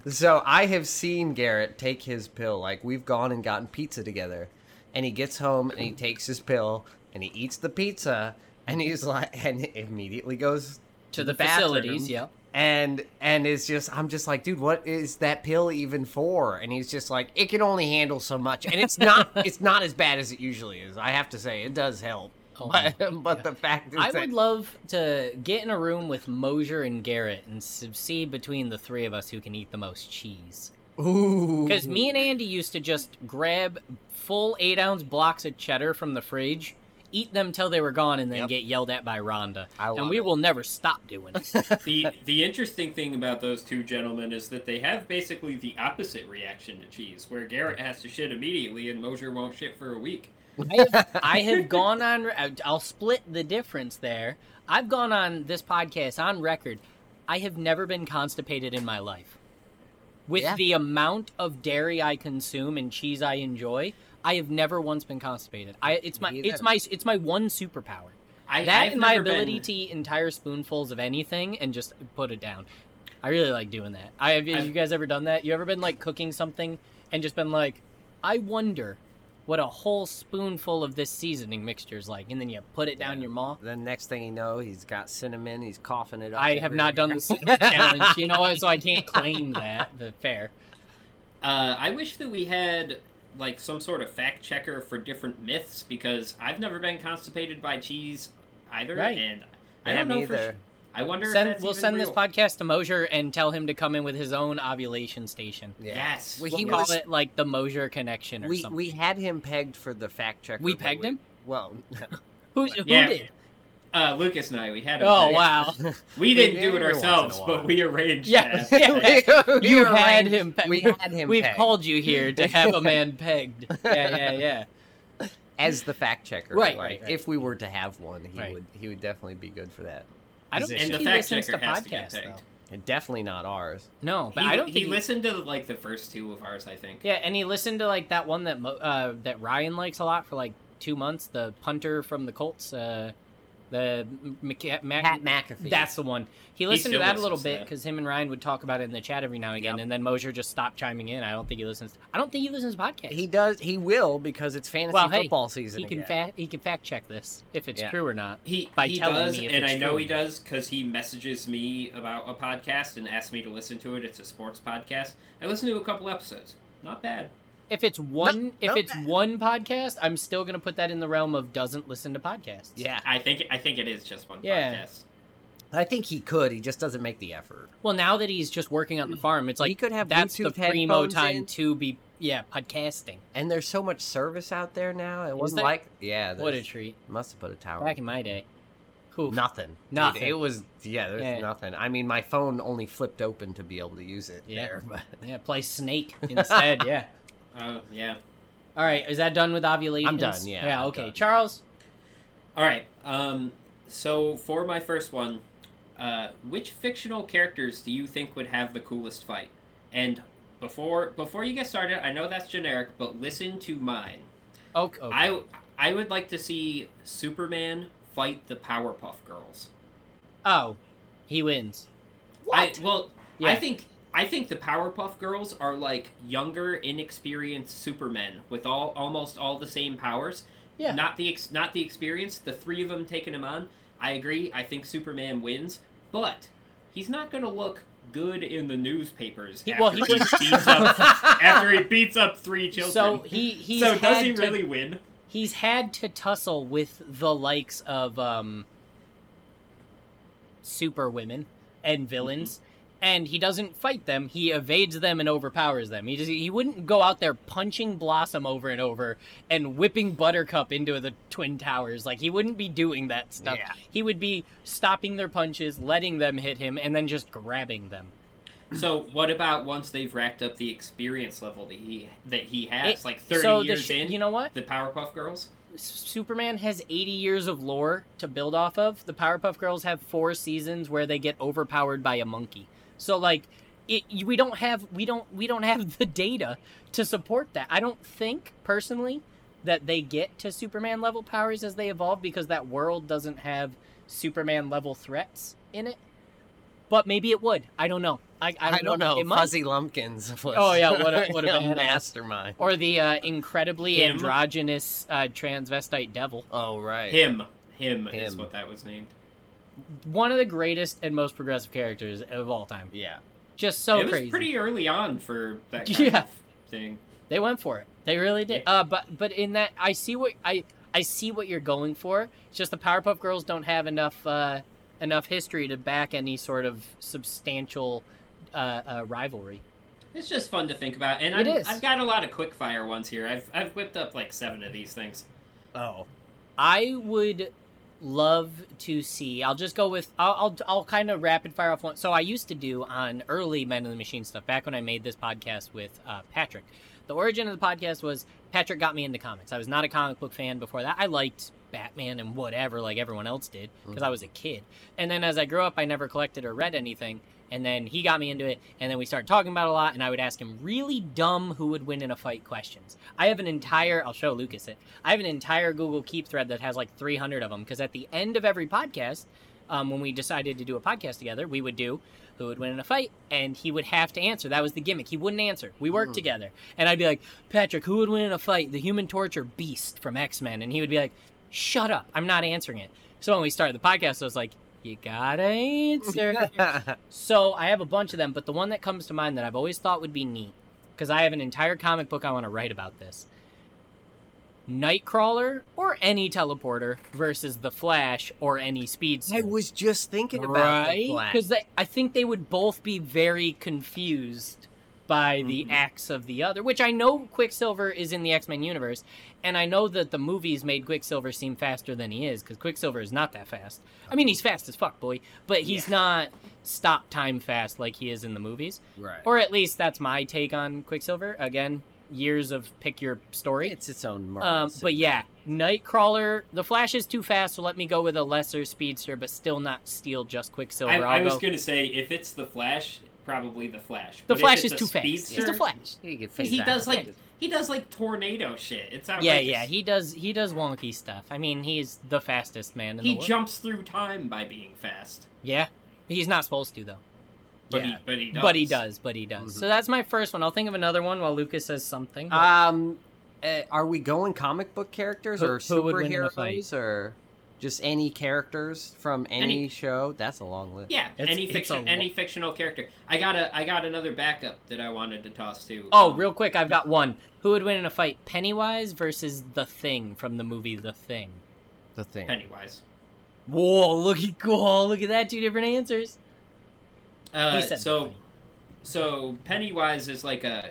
Speaker 2: so I have seen Garrett take his pill. Like we've gone and gotten pizza together, and he gets home and he takes his pill and he eats the pizza and he's like, and immediately goes
Speaker 3: To the,
Speaker 2: bathroom
Speaker 3: facilities, yeah.
Speaker 2: and and is just I'm just like, dude, what is that pill even for? And he's just like, it can only handle so much, and it's
Speaker 3: [laughs]
Speaker 2: not it's not as bad as it usually is. I have to say, it does help.
Speaker 3: Oh my
Speaker 2: But, [laughs] but the fact is
Speaker 3: I
Speaker 2: that
Speaker 3: would love to get in a room with Mosier and Garrett and s- see between the three of us who can eat the most cheese.
Speaker 2: ooh,
Speaker 3: Because me and Andy used to just grab full eight ounce blocks of cheddar from the fridge, eat them till they were gone, and then
Speaker 2: Yep.
Speaker 3: get yelled at by Rhonda.
Speaker 2: I
Speaker 3: And
Speaker 2: love
Speaker 3: we
Speaker 2: it.
Speaker 3: will never stop doing it.
Speaker 4: the the interesting thing about those two gentlemen is that they have basically the opposite reaction to cheese, where Garrett has to shit immediately and Mosier won't shit for a week.
Speaker 3: I have,
Speaker 2: [laughs]
Speaker 3: I have gone on. uh, I'll split the difference there. I've gone on this podcast on record. I have never been constipated in my life. With
Speaker 2: Yeah.
Speaker 3: the amount of dairy I consume and cheese I enjoy, I have never once been constipated. I it's my
Speaker 2: Me
Speaker 3: it's
Speaker 2: either.
Speaker 3: my it's my one superpower.
Speaker 4: I,
Speaker 3: that
Speaker 4: I've
Speaker 3: and my
Speaker 4: never
Speaker 3: ability
Speaker 4: been-
Speaker 3: to eat entire spoonfuls of anything and just put it down. I really like doing that. I have
Speaker 4: I've-
Speaker 3: you guys ever done that? You ever been like cooking something and just been like, I wonder what a whole spoonful of this seasoning mixture is like, and then you put it down
Speaker 2: Yeah.
Speaker 3: your maw.
Speaker 2: The next thing you know, he's got cinnamon. He's coughing it up.
Speaker 3: I have not done the
Speaker 4: [laughs]
Speaker 3: cinnamon challenge, you know, what, so I can't claim that. The fair.
Speaker 4: Uh, I wish that we had like some sort of fact checker for different myths because I've never been constipated by cheese either,
Speaker 3: Right.
Speaker 4: and
Speaker 2: I
Speaker 4: I don't
Speaker 2: have
Speaker 4: know for
Speaker 2: either.
Speaker 4: [laughs] sure. I wonder.
Speaker 3: Send-
Speaker 4: if that's
Speaker 3: we'll
Speaker 4: even
Speaker 3: send
Speaker 4: real.
Speaker 3: this podcast to Mosier and tell him to come in with his own ovulation station.
Speaker 4: Yes.
Speaker 2: We-
Speaker 3: We'll
Speaker 2: He
Speaker 3: call
Speaker 2: was-
Speaker 3: it like the Mosier connection or
Speaker 2: We
Speaker 3: something.
Speaker 2: we had him pegged for the fact check.
Speaker 3: We pegged him?
Speaker 2: Well,
Speaker 3: Who's, who
Speaker 4: Yeah.
Speaker 3: did?
Speaker 4: uh, Lucas and I, we had. a
Speaker 3: Oh
Speaker 4: thing.
Speaker 3: wow!
Speaker 4: We didn't do it
Speaker 2: Every once in a
Speaker 4: ourselves,
Speaker 2: while.
Speaker 4: but we
Speaker 3: [laughs]
Speaker 4: arranged.
Speaker 3: [laughs]
Speaker 2: [laughs]
Speaker 3: Yeah.
Speaker 4: that.
Speaker 3: Yeah. You had him pe-
Speaker 2: We had him.
Speaker 3: We've
Speaker 2: pegged
Speaker 3: called you here [laughs] to have a man pegged. Yeah, yeah, yeah.
Speaker 2: as the fact checker.
Speaker 3: Right,
Speaker 2: like,
Speaker 3: right, right.
Speaker 2: If we were to have one, he
Speaker 3: Right.
Speaker 2: would he would definitely be good for that.
Speaker 3: [laughs] I don't
Speaker 2: And
Speaker 4: and
Speaker 3: think
Speaker 4: the
Speaker 3: he
Speaker 4: fact
Speaker 3: listens
Speaker 4: checker
Speaker 3: to
Speaker 4: has to get
Speaker 3: podcasts
Speaker 4: pegged.
Speaker 3: though.
Speaker 2: And definitely not ours.
Speaker 3: No, but
Speaker 4: he,
Speaker 3: I don't
Speaker 4: he
Speaker 3: think he
Speaker 4: listened to like the first two of ours, I think.
Speaker 3: Yeah, and he listened to like that one that Mo- uh, that Ryan likes a lot for like two months. The punter from the Colts. Uh, The Mc- Mac-
Speaker 1: Pat McAfee.
Speaker 3: That's the one. He
Speaker 4: He
Speaker 3: listened to
Speaker 4: still
Speaker 3: that a little
Speaker 4: listens to
Speaker 3: bit
Speaker 4: that.
Speaker 3: because him and Ryan would talk about it in the chat every now and again, and then Mosier just stopped chiming in. I don't think he listens. I don't think he listens to podcasts.
Speaker 2: He does. He will because it's fantasy
Speaker 3: Well, hey,
Speaker 2: football season.
Speaker 3: he can
Speaker 2: again.
Speaker 3: fa- he can fact check this if it's
Speaker 2: Yeah.
Speaker 3: true or not.
Speaker 4: He
Speaker 3: By
Speaker 4: he
Speaker 3: telling
Speaker 4: does,
Speaker 3: me if
Speaker 4: and
Speaker 3: it's
Speaker 4: I know
Speaker 3: true.
Speaker 4: he does because he messages me about a podcast and asks me to listen to it. It's a sports podcast. I listened to a couple episodes. Not bad.
Speaker 3: If it's one, if
Speaker 2: no
Speaker 3: it's
Speaker 2: bad.
Speaker 3: one podcast, I'm still gonna put that in the realm of doesn't listen to podcasts.
Speaker 2: yeah,
Speaker 4: I think I think it is just one
Speaker 3: Yeah.
Speaker 4: podcast.
Speaker 2: I think he could. He just doesn't make the effort.
Speaker 3: Well, now that he's just working on the farm, it's
Speaker 2: he
Speaker 3: like
Speaker 2: could Mm-hmm. have
Speaker 3: that's the
Speaker 2: Bluetooth
Speaker 3: primo
Speaker 2: headphones
Speaker 3: time
Speaker 2: in,
Speaker 3: to be yeah podcasting.
Speaker 2: and there's so much service out there now. It wasn't
Speaker 3: there?
Speaker 2: like yeah.
Speaker 3: What a
Speaker 2: there's-
Speaker 3: treat!
Speaker 2: Must have put a tower.
Speaker 3: Back in my day, cool.
Speaker 2: Nothing. Dude,
Speaker 3: Nothing.
Speaker 2: it was yeah. There's
Speaker 3: Yeah.
Speaker 2: nothing. I mean, my phone only flipped open to be able to use it.
Speaker 3: Yeah.
Speaker 2: There, but
Speaker 3: Yeah, play Snake instead.
Speaker 2: [laughs]
Speaker 3: yeah.
Speaker 4: Oh yeah.
Speaker 3: All right, is that done with ovulations?
Speaker 2: I'm done, yeah,
Speaker 3: Yeah.
Speaker 2: I'm
Speaker 3: Okay,
Speaker 2: done.
Speaker 3: Charles.
Speaker 4: All right. Um. So for my first one, uh, which fictional characters do you think would have the coolest fight? And before before you get started, I know that's generic, but listen to mine. Oh,
Speaker 3: Okay. okay.
Speaker 4: I I would like to see Superman fight the Powerpuff Girls.
Speaker 3: oh, he
Speaker 4: [laughs]
Speaker 3: wins.
Speaker 4: I, well,
Speaker 3: Yeah.
Speaker 4: I think I think the Powerpuff Girls are like younger, inexperienced Supermen with all almost all the same powers.
Speaker 3: Yeah.
Speaker 4: Not the ex, not the experience. The three of them taking him on. I agree. I think Superman wins, but he's not gonna look good in the newspapers
Speaker 3: He-
Speaker 4: after,
Speaker 3: well, he [laughs]
Speaker 4: he beats up, after he beats up three children.
Speaker 3: so he he's
Speaker 4: So does
Speaker 3: had
Speaker 4: he
Speaker 3: to-
Speaker 4: really win?
Speaker 3: he's had to tussle with the likes of um super women
Speaker 4: Mm-hmm.
Speaker 3: and villains and he doesn't fight them he evades them and overpowers them he just he wouldn't go out there punching blossom over and over and whipping buttercup into the twin towers like he wouldn't be doing that stuff
Speaker 2: Yeah.
Speaker 3: he would be stopping their punches letting them hit him and then just grabbing them
Speaker 4: So what about once they've racked up the experience level that he that he has,
Speaker 3: It-
Speaker 4: like thirty
Speaker 3: so the
Speaker 4: years
Speaker 3: sh-
Speaker 4: in?
Speaker 3: you know what
Speaker 4: the Powerpuff Girls.
Speaker 3: S- Superman has 80 years of lore to build off of. The Powerpuff Girls have four seasons where they get overpowered by a monkey. So like it you- we don't have we don't we don't have [laughs] the data to support that. I don't think personally that they get to Superman level powers as they evolve because that world doesn't have Superman level threats in it. But maybe it would. I don't know. I, [laughs] I, don't, know. It might.
Speaker 2: Fuzzy Lumpkins. [laughs] Was
Speaker 3: Oh, yeah, what a- what
Speaker 2: [laughs]
Speaker 3: a badass.
Speaker 2: mastermind.
Speaker 3: Or the uh, incredibly
Speaker 4: Him.
Speaker 3: androgynous uh, transvestite devil.
Speaker 2: Oh right.
Speaker 4: Him, him, is
Speaker 2: Him.
Speaker 4: what that was named.
Speaker 3: one of the greatest and most progressive characters of all time.
Speaker 2: Yeah.
Speaker 3: Just so
Speaker 4: it was
Speaker 3: crazy.
Speaker 4: pretty early on for
Speaker 3: [laughs]
Speaker 4: that kind
Speaker 3: Yeah.
Speaker 4: of thing.
Speaker 3: They went for it. They really did. Uh, but but in that, I see what I I see what you're going for. It's just the Powerpuff Girls don't have enough uh, enough history to back any sort of substantial uh, uh, rivalry.
Speaker 4: It's just fun to think about, and
Speaker 3: It
Speaker 4: I've,
Speaker 3: is.
Speaker 4: I've got a lot of quick fire ones here. I've I've whipped up like seven of these things.
Speaker 2: Oh.
Speaker 3: I would love to see. I'll just go with. I'll I'll, I'll kind of rapid fire off one. So I used to do on early Men in the Machine stuff back when I made this podcast with uh, Patrick. The origin of the podcast was Patrick got me into comics. I was not a comic book fan before that. I liked Batman and whatever, like everyone else did, because I was a kid. And then as I grew up, I never collected or read anything. And then he got me into it, and then we started talking about it a lot. And I would ask him really dumb who would win in a fight questions. I have an entire, I'll show Lucas it. I have an entire Google Keep thread that has like 300 of them because at the end of every podcast, um, when we decided to do a podcast together, we would do who would win in a fight, and he would have to answer. That was the gimmick. He wouldn't answer. We worked
Speaker 2: Mm.
Speaker 3: together, and I'd be like, Patrick, who would win in a fight? The Human Torture Beast from X Men, and he would be like, Shut up, I'm not answering it. So when we started the podcast, I was like, You gotta answer. [laughs] So I have a bunch of them, but the one that comes to mind that I've always thought would be neat, because I have an entire comic book I want to write about this. Nightcrawler or any teleporter versus the Flash or any
Speaker 2: [laughs]
Speaker 3: speedster.
Speaker 2: I was just thinking about the
Speaker 3: right?
Speaker 2: Flash.
Speaker 3: Because I think they would both be very confused by the
Speaker 2: Mm-hmm.
Speaker 4: Mhm.
Speaker 3: acts of the other, which I know Quicksilver is in the X Men universe, and I know that the movies made Quicksilver seem faster than he is because Quicksilver is not that fast. I mean, he's fast as fuck, boy, but he's not stop time fast like he is in the movies.
Speaker 2: Right.
Speaker 3: Or at least that's my take on Quicksilver. Again, years of pick your story.
Speaker 2: it's its own market.
Speaker 3: Um, but yeah, Nightcrawler. The Flash is too fast, so let me go with a lesser speedster, but still not steal just Quicksilver.
Speaker 4: I,
Speaker 3: will
Speaker 4: I was
Speaker 3: go.
Speaker 4: gonna say if it's the Flash, probably the Flash.
Speaker 3: The
Speaker 4: But if
Speaker 3: Flash
Speaker 4: it's
Speaker 3: is
Speaker 4: a
Speaker 3: too fast. He's
Speaker 4: speedster-
Speaker 3: the Flash.
Speaker 2: he, could
Speaker 4: He
Speaker 2: phase out.
Speaker 4: does like He does like tornado shit. It's outrageous.
Speaker 3: Yeah, yeah, he does. He does wonky stuff. I mean, he's the fastest man in
Speaker 4: he
Speaker 3: the world.
Speaker 4: jumps through time by being fast.
Speaker 3: yeah, he's not supposed to though.
Speaker 4: But
Speaker 2: Yeah.
Speaker 4: he but he does. Mm-hmm.
Speaker 3: But he does. But he does. So that's my first one. I'll think of another one while Lucas says something.
Speaker 2: Um, eh, are we going comic book characters
Speaker 3: Who-
Speaker 2: or
Speaker 3: who would win in a fight?
Speaker 2: superheroes or just any characters from any,
Speaker 4: Any-
Speaker 2: show? That's a long list.
Speaker 4: Yeah,
Speaker 3: It's-
Speaker 4: any
Speaker 3: it's a
Speaker 4: fiction
Speaker 3: lo-
Speaker 4: any fictional character. I got a I got another backup that I wanted to toss to.
Speaker 3: oh,
Speaker 4: um,
Speaker 3: real quick, I've got one. Who would win in a fight, Pennywise versus the Thing from the movie The Thing?
Speaker 2: The thing.
Speaker 4: Pennywise.
Speaker 3: [laughs] Whoa! Look at cool. Look at that. Two different answers.
Speaker 4: Uh,
Speaker 3: said
Speaker 4: so
Speaker 3: The Thing.
Speaker 4: so Pennywise is like a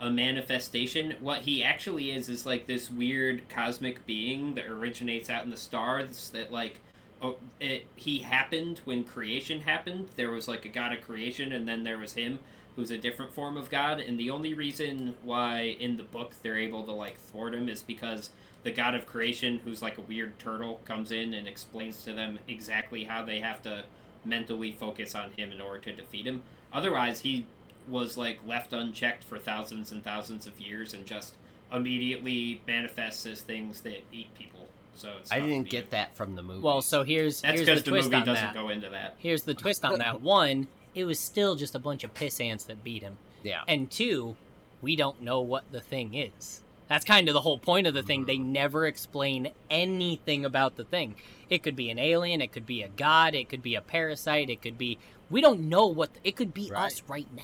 Speaker 4: a manifestation. What he actually is is like this weird cosmic being that originates out in the stars. That like, oh, it he happened when creation happened. There was like a god of creation, and then there was him, who's a different form of god. And the only reason why in the book they're able to like thwart him is because the god of creation, who's like a weird turtle, comes in and explains to them exactly how they have to mentally focus on him in order to defeat him. Otherwise, he was like left unchecked for thousands and thousands of years and just immediately manifests as things that eat people. So it's
Speaker 2: I
Speaker 4: not
Speaker 2: didn't
Speaker 4: the-
Speaker 2: get that from the movie.
Speaker 3: Well, so here's
Speaker 4: That's
Speaker 3: here's
Speaker 4: because
Speaker 3: the
Speaker 4: the,
Speaker 3: twist
Speaker 4: movie
Speaker 3: on
Speaker 4: doesn't
Speaker 3: that.
Speaker 4: go into that.
Speaker 3: Here's the twist on
Speaker 4: [laughs]
Speaker 3: that. One, it was still just a bunch of piss ants that beat him.
Speaker 2: yeah.
Speaker 3: And two, we don't know what the thing is. That's kind of the whole point of the thing. They never explain anything about the thing. It could be an alien, it could be a god, it could be a parasite, it could be. We don't know what. The, it could be
Speaker 2: Right.
Speaker 3: us right now.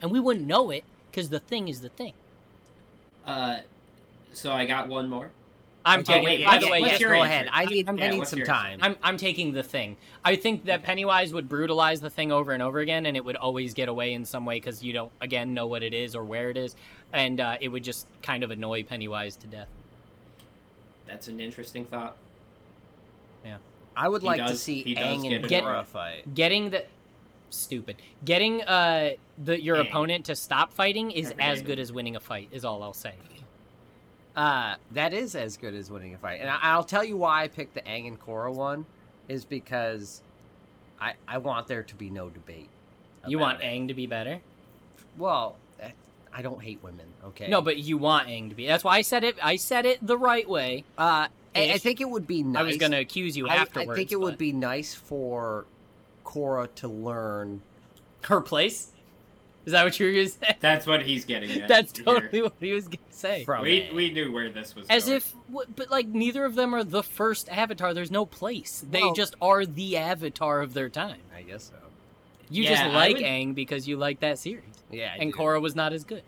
Speaker 3: And we wouldn't know it because the thing is the thing.
Speaker 4: Uh, so I got one more.
Speaker 3: I'm
Speaker 4: Okay,
Speaker 3: taking.
Speaker 4: wait,
Speaker 3: by
Speaker 4: what's-
Speaker 3: the way,
Speaker 4: what's
Speaker 3: yes,
Speaker 4: your
Speaker 3: go
Speaker 4: answer?
Speaker 3: ahead. I need.
Speaker 2: I
Speaker 4: Yeah,
Speaker 2: need
Speaker 4: what's
Speaker 2: some
Speaker 4: yours?
Speaker 2: time.
Speaker 3: I'm, I'm taking the thing. I think that Pennywise would brutalize the thing over and over again, and it would always get away in some way because you don't, again, know what it is or where it is, and uh, it would just kind of annoy Pennywise to death.
Speaker 4: That's an interesting thought.
Speaker 2: I would
Speaker 4: He
Speaker 2: like to
Speaker 4: does-
Speaker 2: see
Speaker 4: he does
Speaker 2: Aang and
Speaker 3: it
Speaker 4: get
Speaker 2: Dora
Speaker 4: right.
Speaker 2: fight.
Speaker 3: Getting the stupid, getting uh the your
Speaker 4: Dang.
Speaker 3: opponent to stop fighting is
Speaker 4: Every
Speaker 3: as
Speaker 4: day.
Speaker 3: good as winning a fight. Is all I'll say.
Speaker 2: Uh, that is as good as winning a fight, and I, I'll tell you why I picked the Aang and Korra one, is because I I want there to be no debate.
Speaker 3: You want
Speaker 2: Aang?
Speaker 3: Aang to be better?
Speaker 2: Well, that- I don't hate women. Okay.
Speaker 3: No, but you want Aang to be. That's why I said it. I said it the right way.
Speaker 2: Uh, I, I
Speaker 3: Ish.
Speaker 2: think it would be nice.
Speaker 3: I was gonna accuse you
Speaker 2: I-
Speaker 3: afterwards.
Speaker 2: I think it would
Speaker 3: but-
Speaker 2: be nice for Cora to learn.
Speaker 3: her place. Is that what you were gonna say?
Speaker 4: That's what he's getting at.
Speaker 3: [laughs] That's
Speaker 4: here.
Speaker 3: totally what he was gonna say.
Speaker 2: From
Speaker 4: We
Speaker 2: it.
Speaker 4: we knew where this was.
Speaker 3: As
Speaker 4: going.
Speaker 3: if, w- but like neither of them are the first Avatar. There's no place. They
Speaker 2: Well-
Speaker 3: just are the Avatar of their time.
Speaker 2: I guess so.
Speaker 3: You
Speaker 4: Yeah,
Speaker 3: just
Speaker 4: I
Speaker 3: like
Speaker 4: would-
Speaker 3: Aang because you like that series,
Speaker 2: Yeah. I
Speaker 3: and
Speaker 2: do.
Speaker 3: Korra was not as good.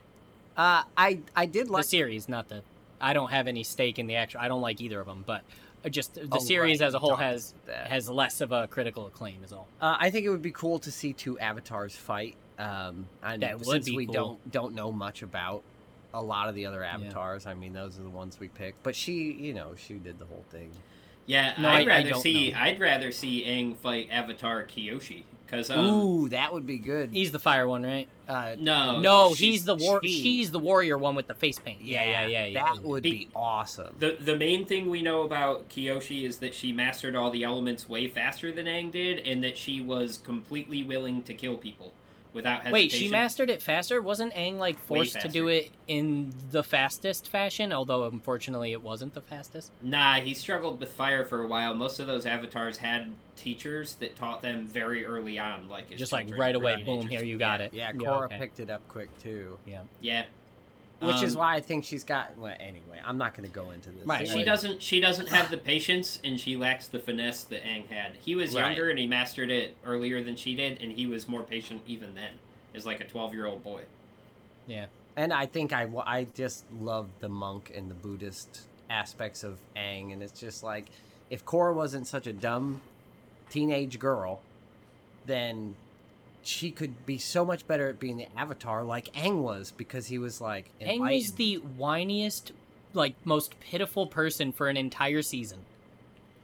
Speaker 2: Uh, I I did
Speaker 3: The
Speaker 2: like.
Speaker 3: series, not the. I don't have any stake in the actual. I don't like either of them, but uh, just the
Speaker 2: Oh,
Speaker 3: series
Speaker 2: right,
Speaker 3: as
Speaker 2: we
Speaker 3: a whole
Speaker 2: talked
Speaker 3: has
Speaker 2: about that.
Speaker 3: has less of a critical acclaim. Is all.
Speaker 2: Uh, I think it would be cool to see two avatars fight. Um, and
Speaker 3: That would
Speaker 2: since
Speaker 3: be
Speaker 2: we
Speaker 3: cool.
Speaker 2: don't don't know much about a lot of the other avatars, I mean, those are the ones we picked. But she, you know, she did the whole thing.
Speaker 4: yeah,
Speaker 3: No, I- I
Speaker 4: I'd rather
Speaker 3: don't
Speaker 4: see
Speaker 3: know.
Speaker 4: I'd rather see Aang fight Avatar Kyoshi because um,
Speaker 2: Ooh, that would be good.
Speaker 3: He's the fire one, right?
Speaker 2: Uh,
Speaker 4: no
Speaker 3: no,
Speaker 4: she's-
Speaker 3: he's the war.
Speaker 2: she-
Speaker 3: She's the warrior one with the face paint. Yeah, yeah, yeah. yeah,
Speaker 2: that
Speaker 3: yeah.
Speaker 2: would
Speaker 4: Be-
Speaker 2: be awesome.
Speaker 4: The the main thing we know about Kiyoshi is that she mastered all the elements way faster than Aang did, and that she was completely willing to kill people without hesitation.
Speaker 3: Wait, she mastered it faster? Wasn't Aang like
Speaker 4: Way
Speaker 3: forced to do it
Speaker 4: faster.
Speaker 3: in the fastest fashion? Although unfortunately it wasn't the fastest.
Speaker 4: Nah, he struggled with fire for a while. Most of those avatars had teachers that taught them very early on, like as
Speaker 3: Just like
Speaker 4: children,
Speaker 3: right away,
Speaker 4: around
Speaker 3: boom,
Speaker 4: ages.
Speaker 3: here you got it.
Speaker 2: yeah, Cora
Speaker 3: okay.
Speaker 2: picked it up quick too,
Speaker 4: Yeah,
Speaker 2: which is
Speaker 4: Um,
Speaker 2: why I think she's got. Well, anyway, I'm not going to go into this.
Speaker 3: Right,
Speaker 4: She
Speaker 3: Like-
Speaker 4: doesn't. She doesn't have the patience, and she lacks the finesse that Aang had. He was
Speaker 2: Right.
Speaker 4: younger, and he mastered it earlier than she did, and he was more patient even then, as like a twelve-year-old boy.
Speaker 2: And I think I, wa- I just love the monk and the Buddhist aspects of Aang. And it's just like, if Korra wasn't such a dumb teenage girl, then she could be so much better at being the avatar like Aang was because he was like,
Speaker 3: Aang was
Speaker 2: enlightened.
Speaker 3: the whiniest, like most pitiful person for an entire season.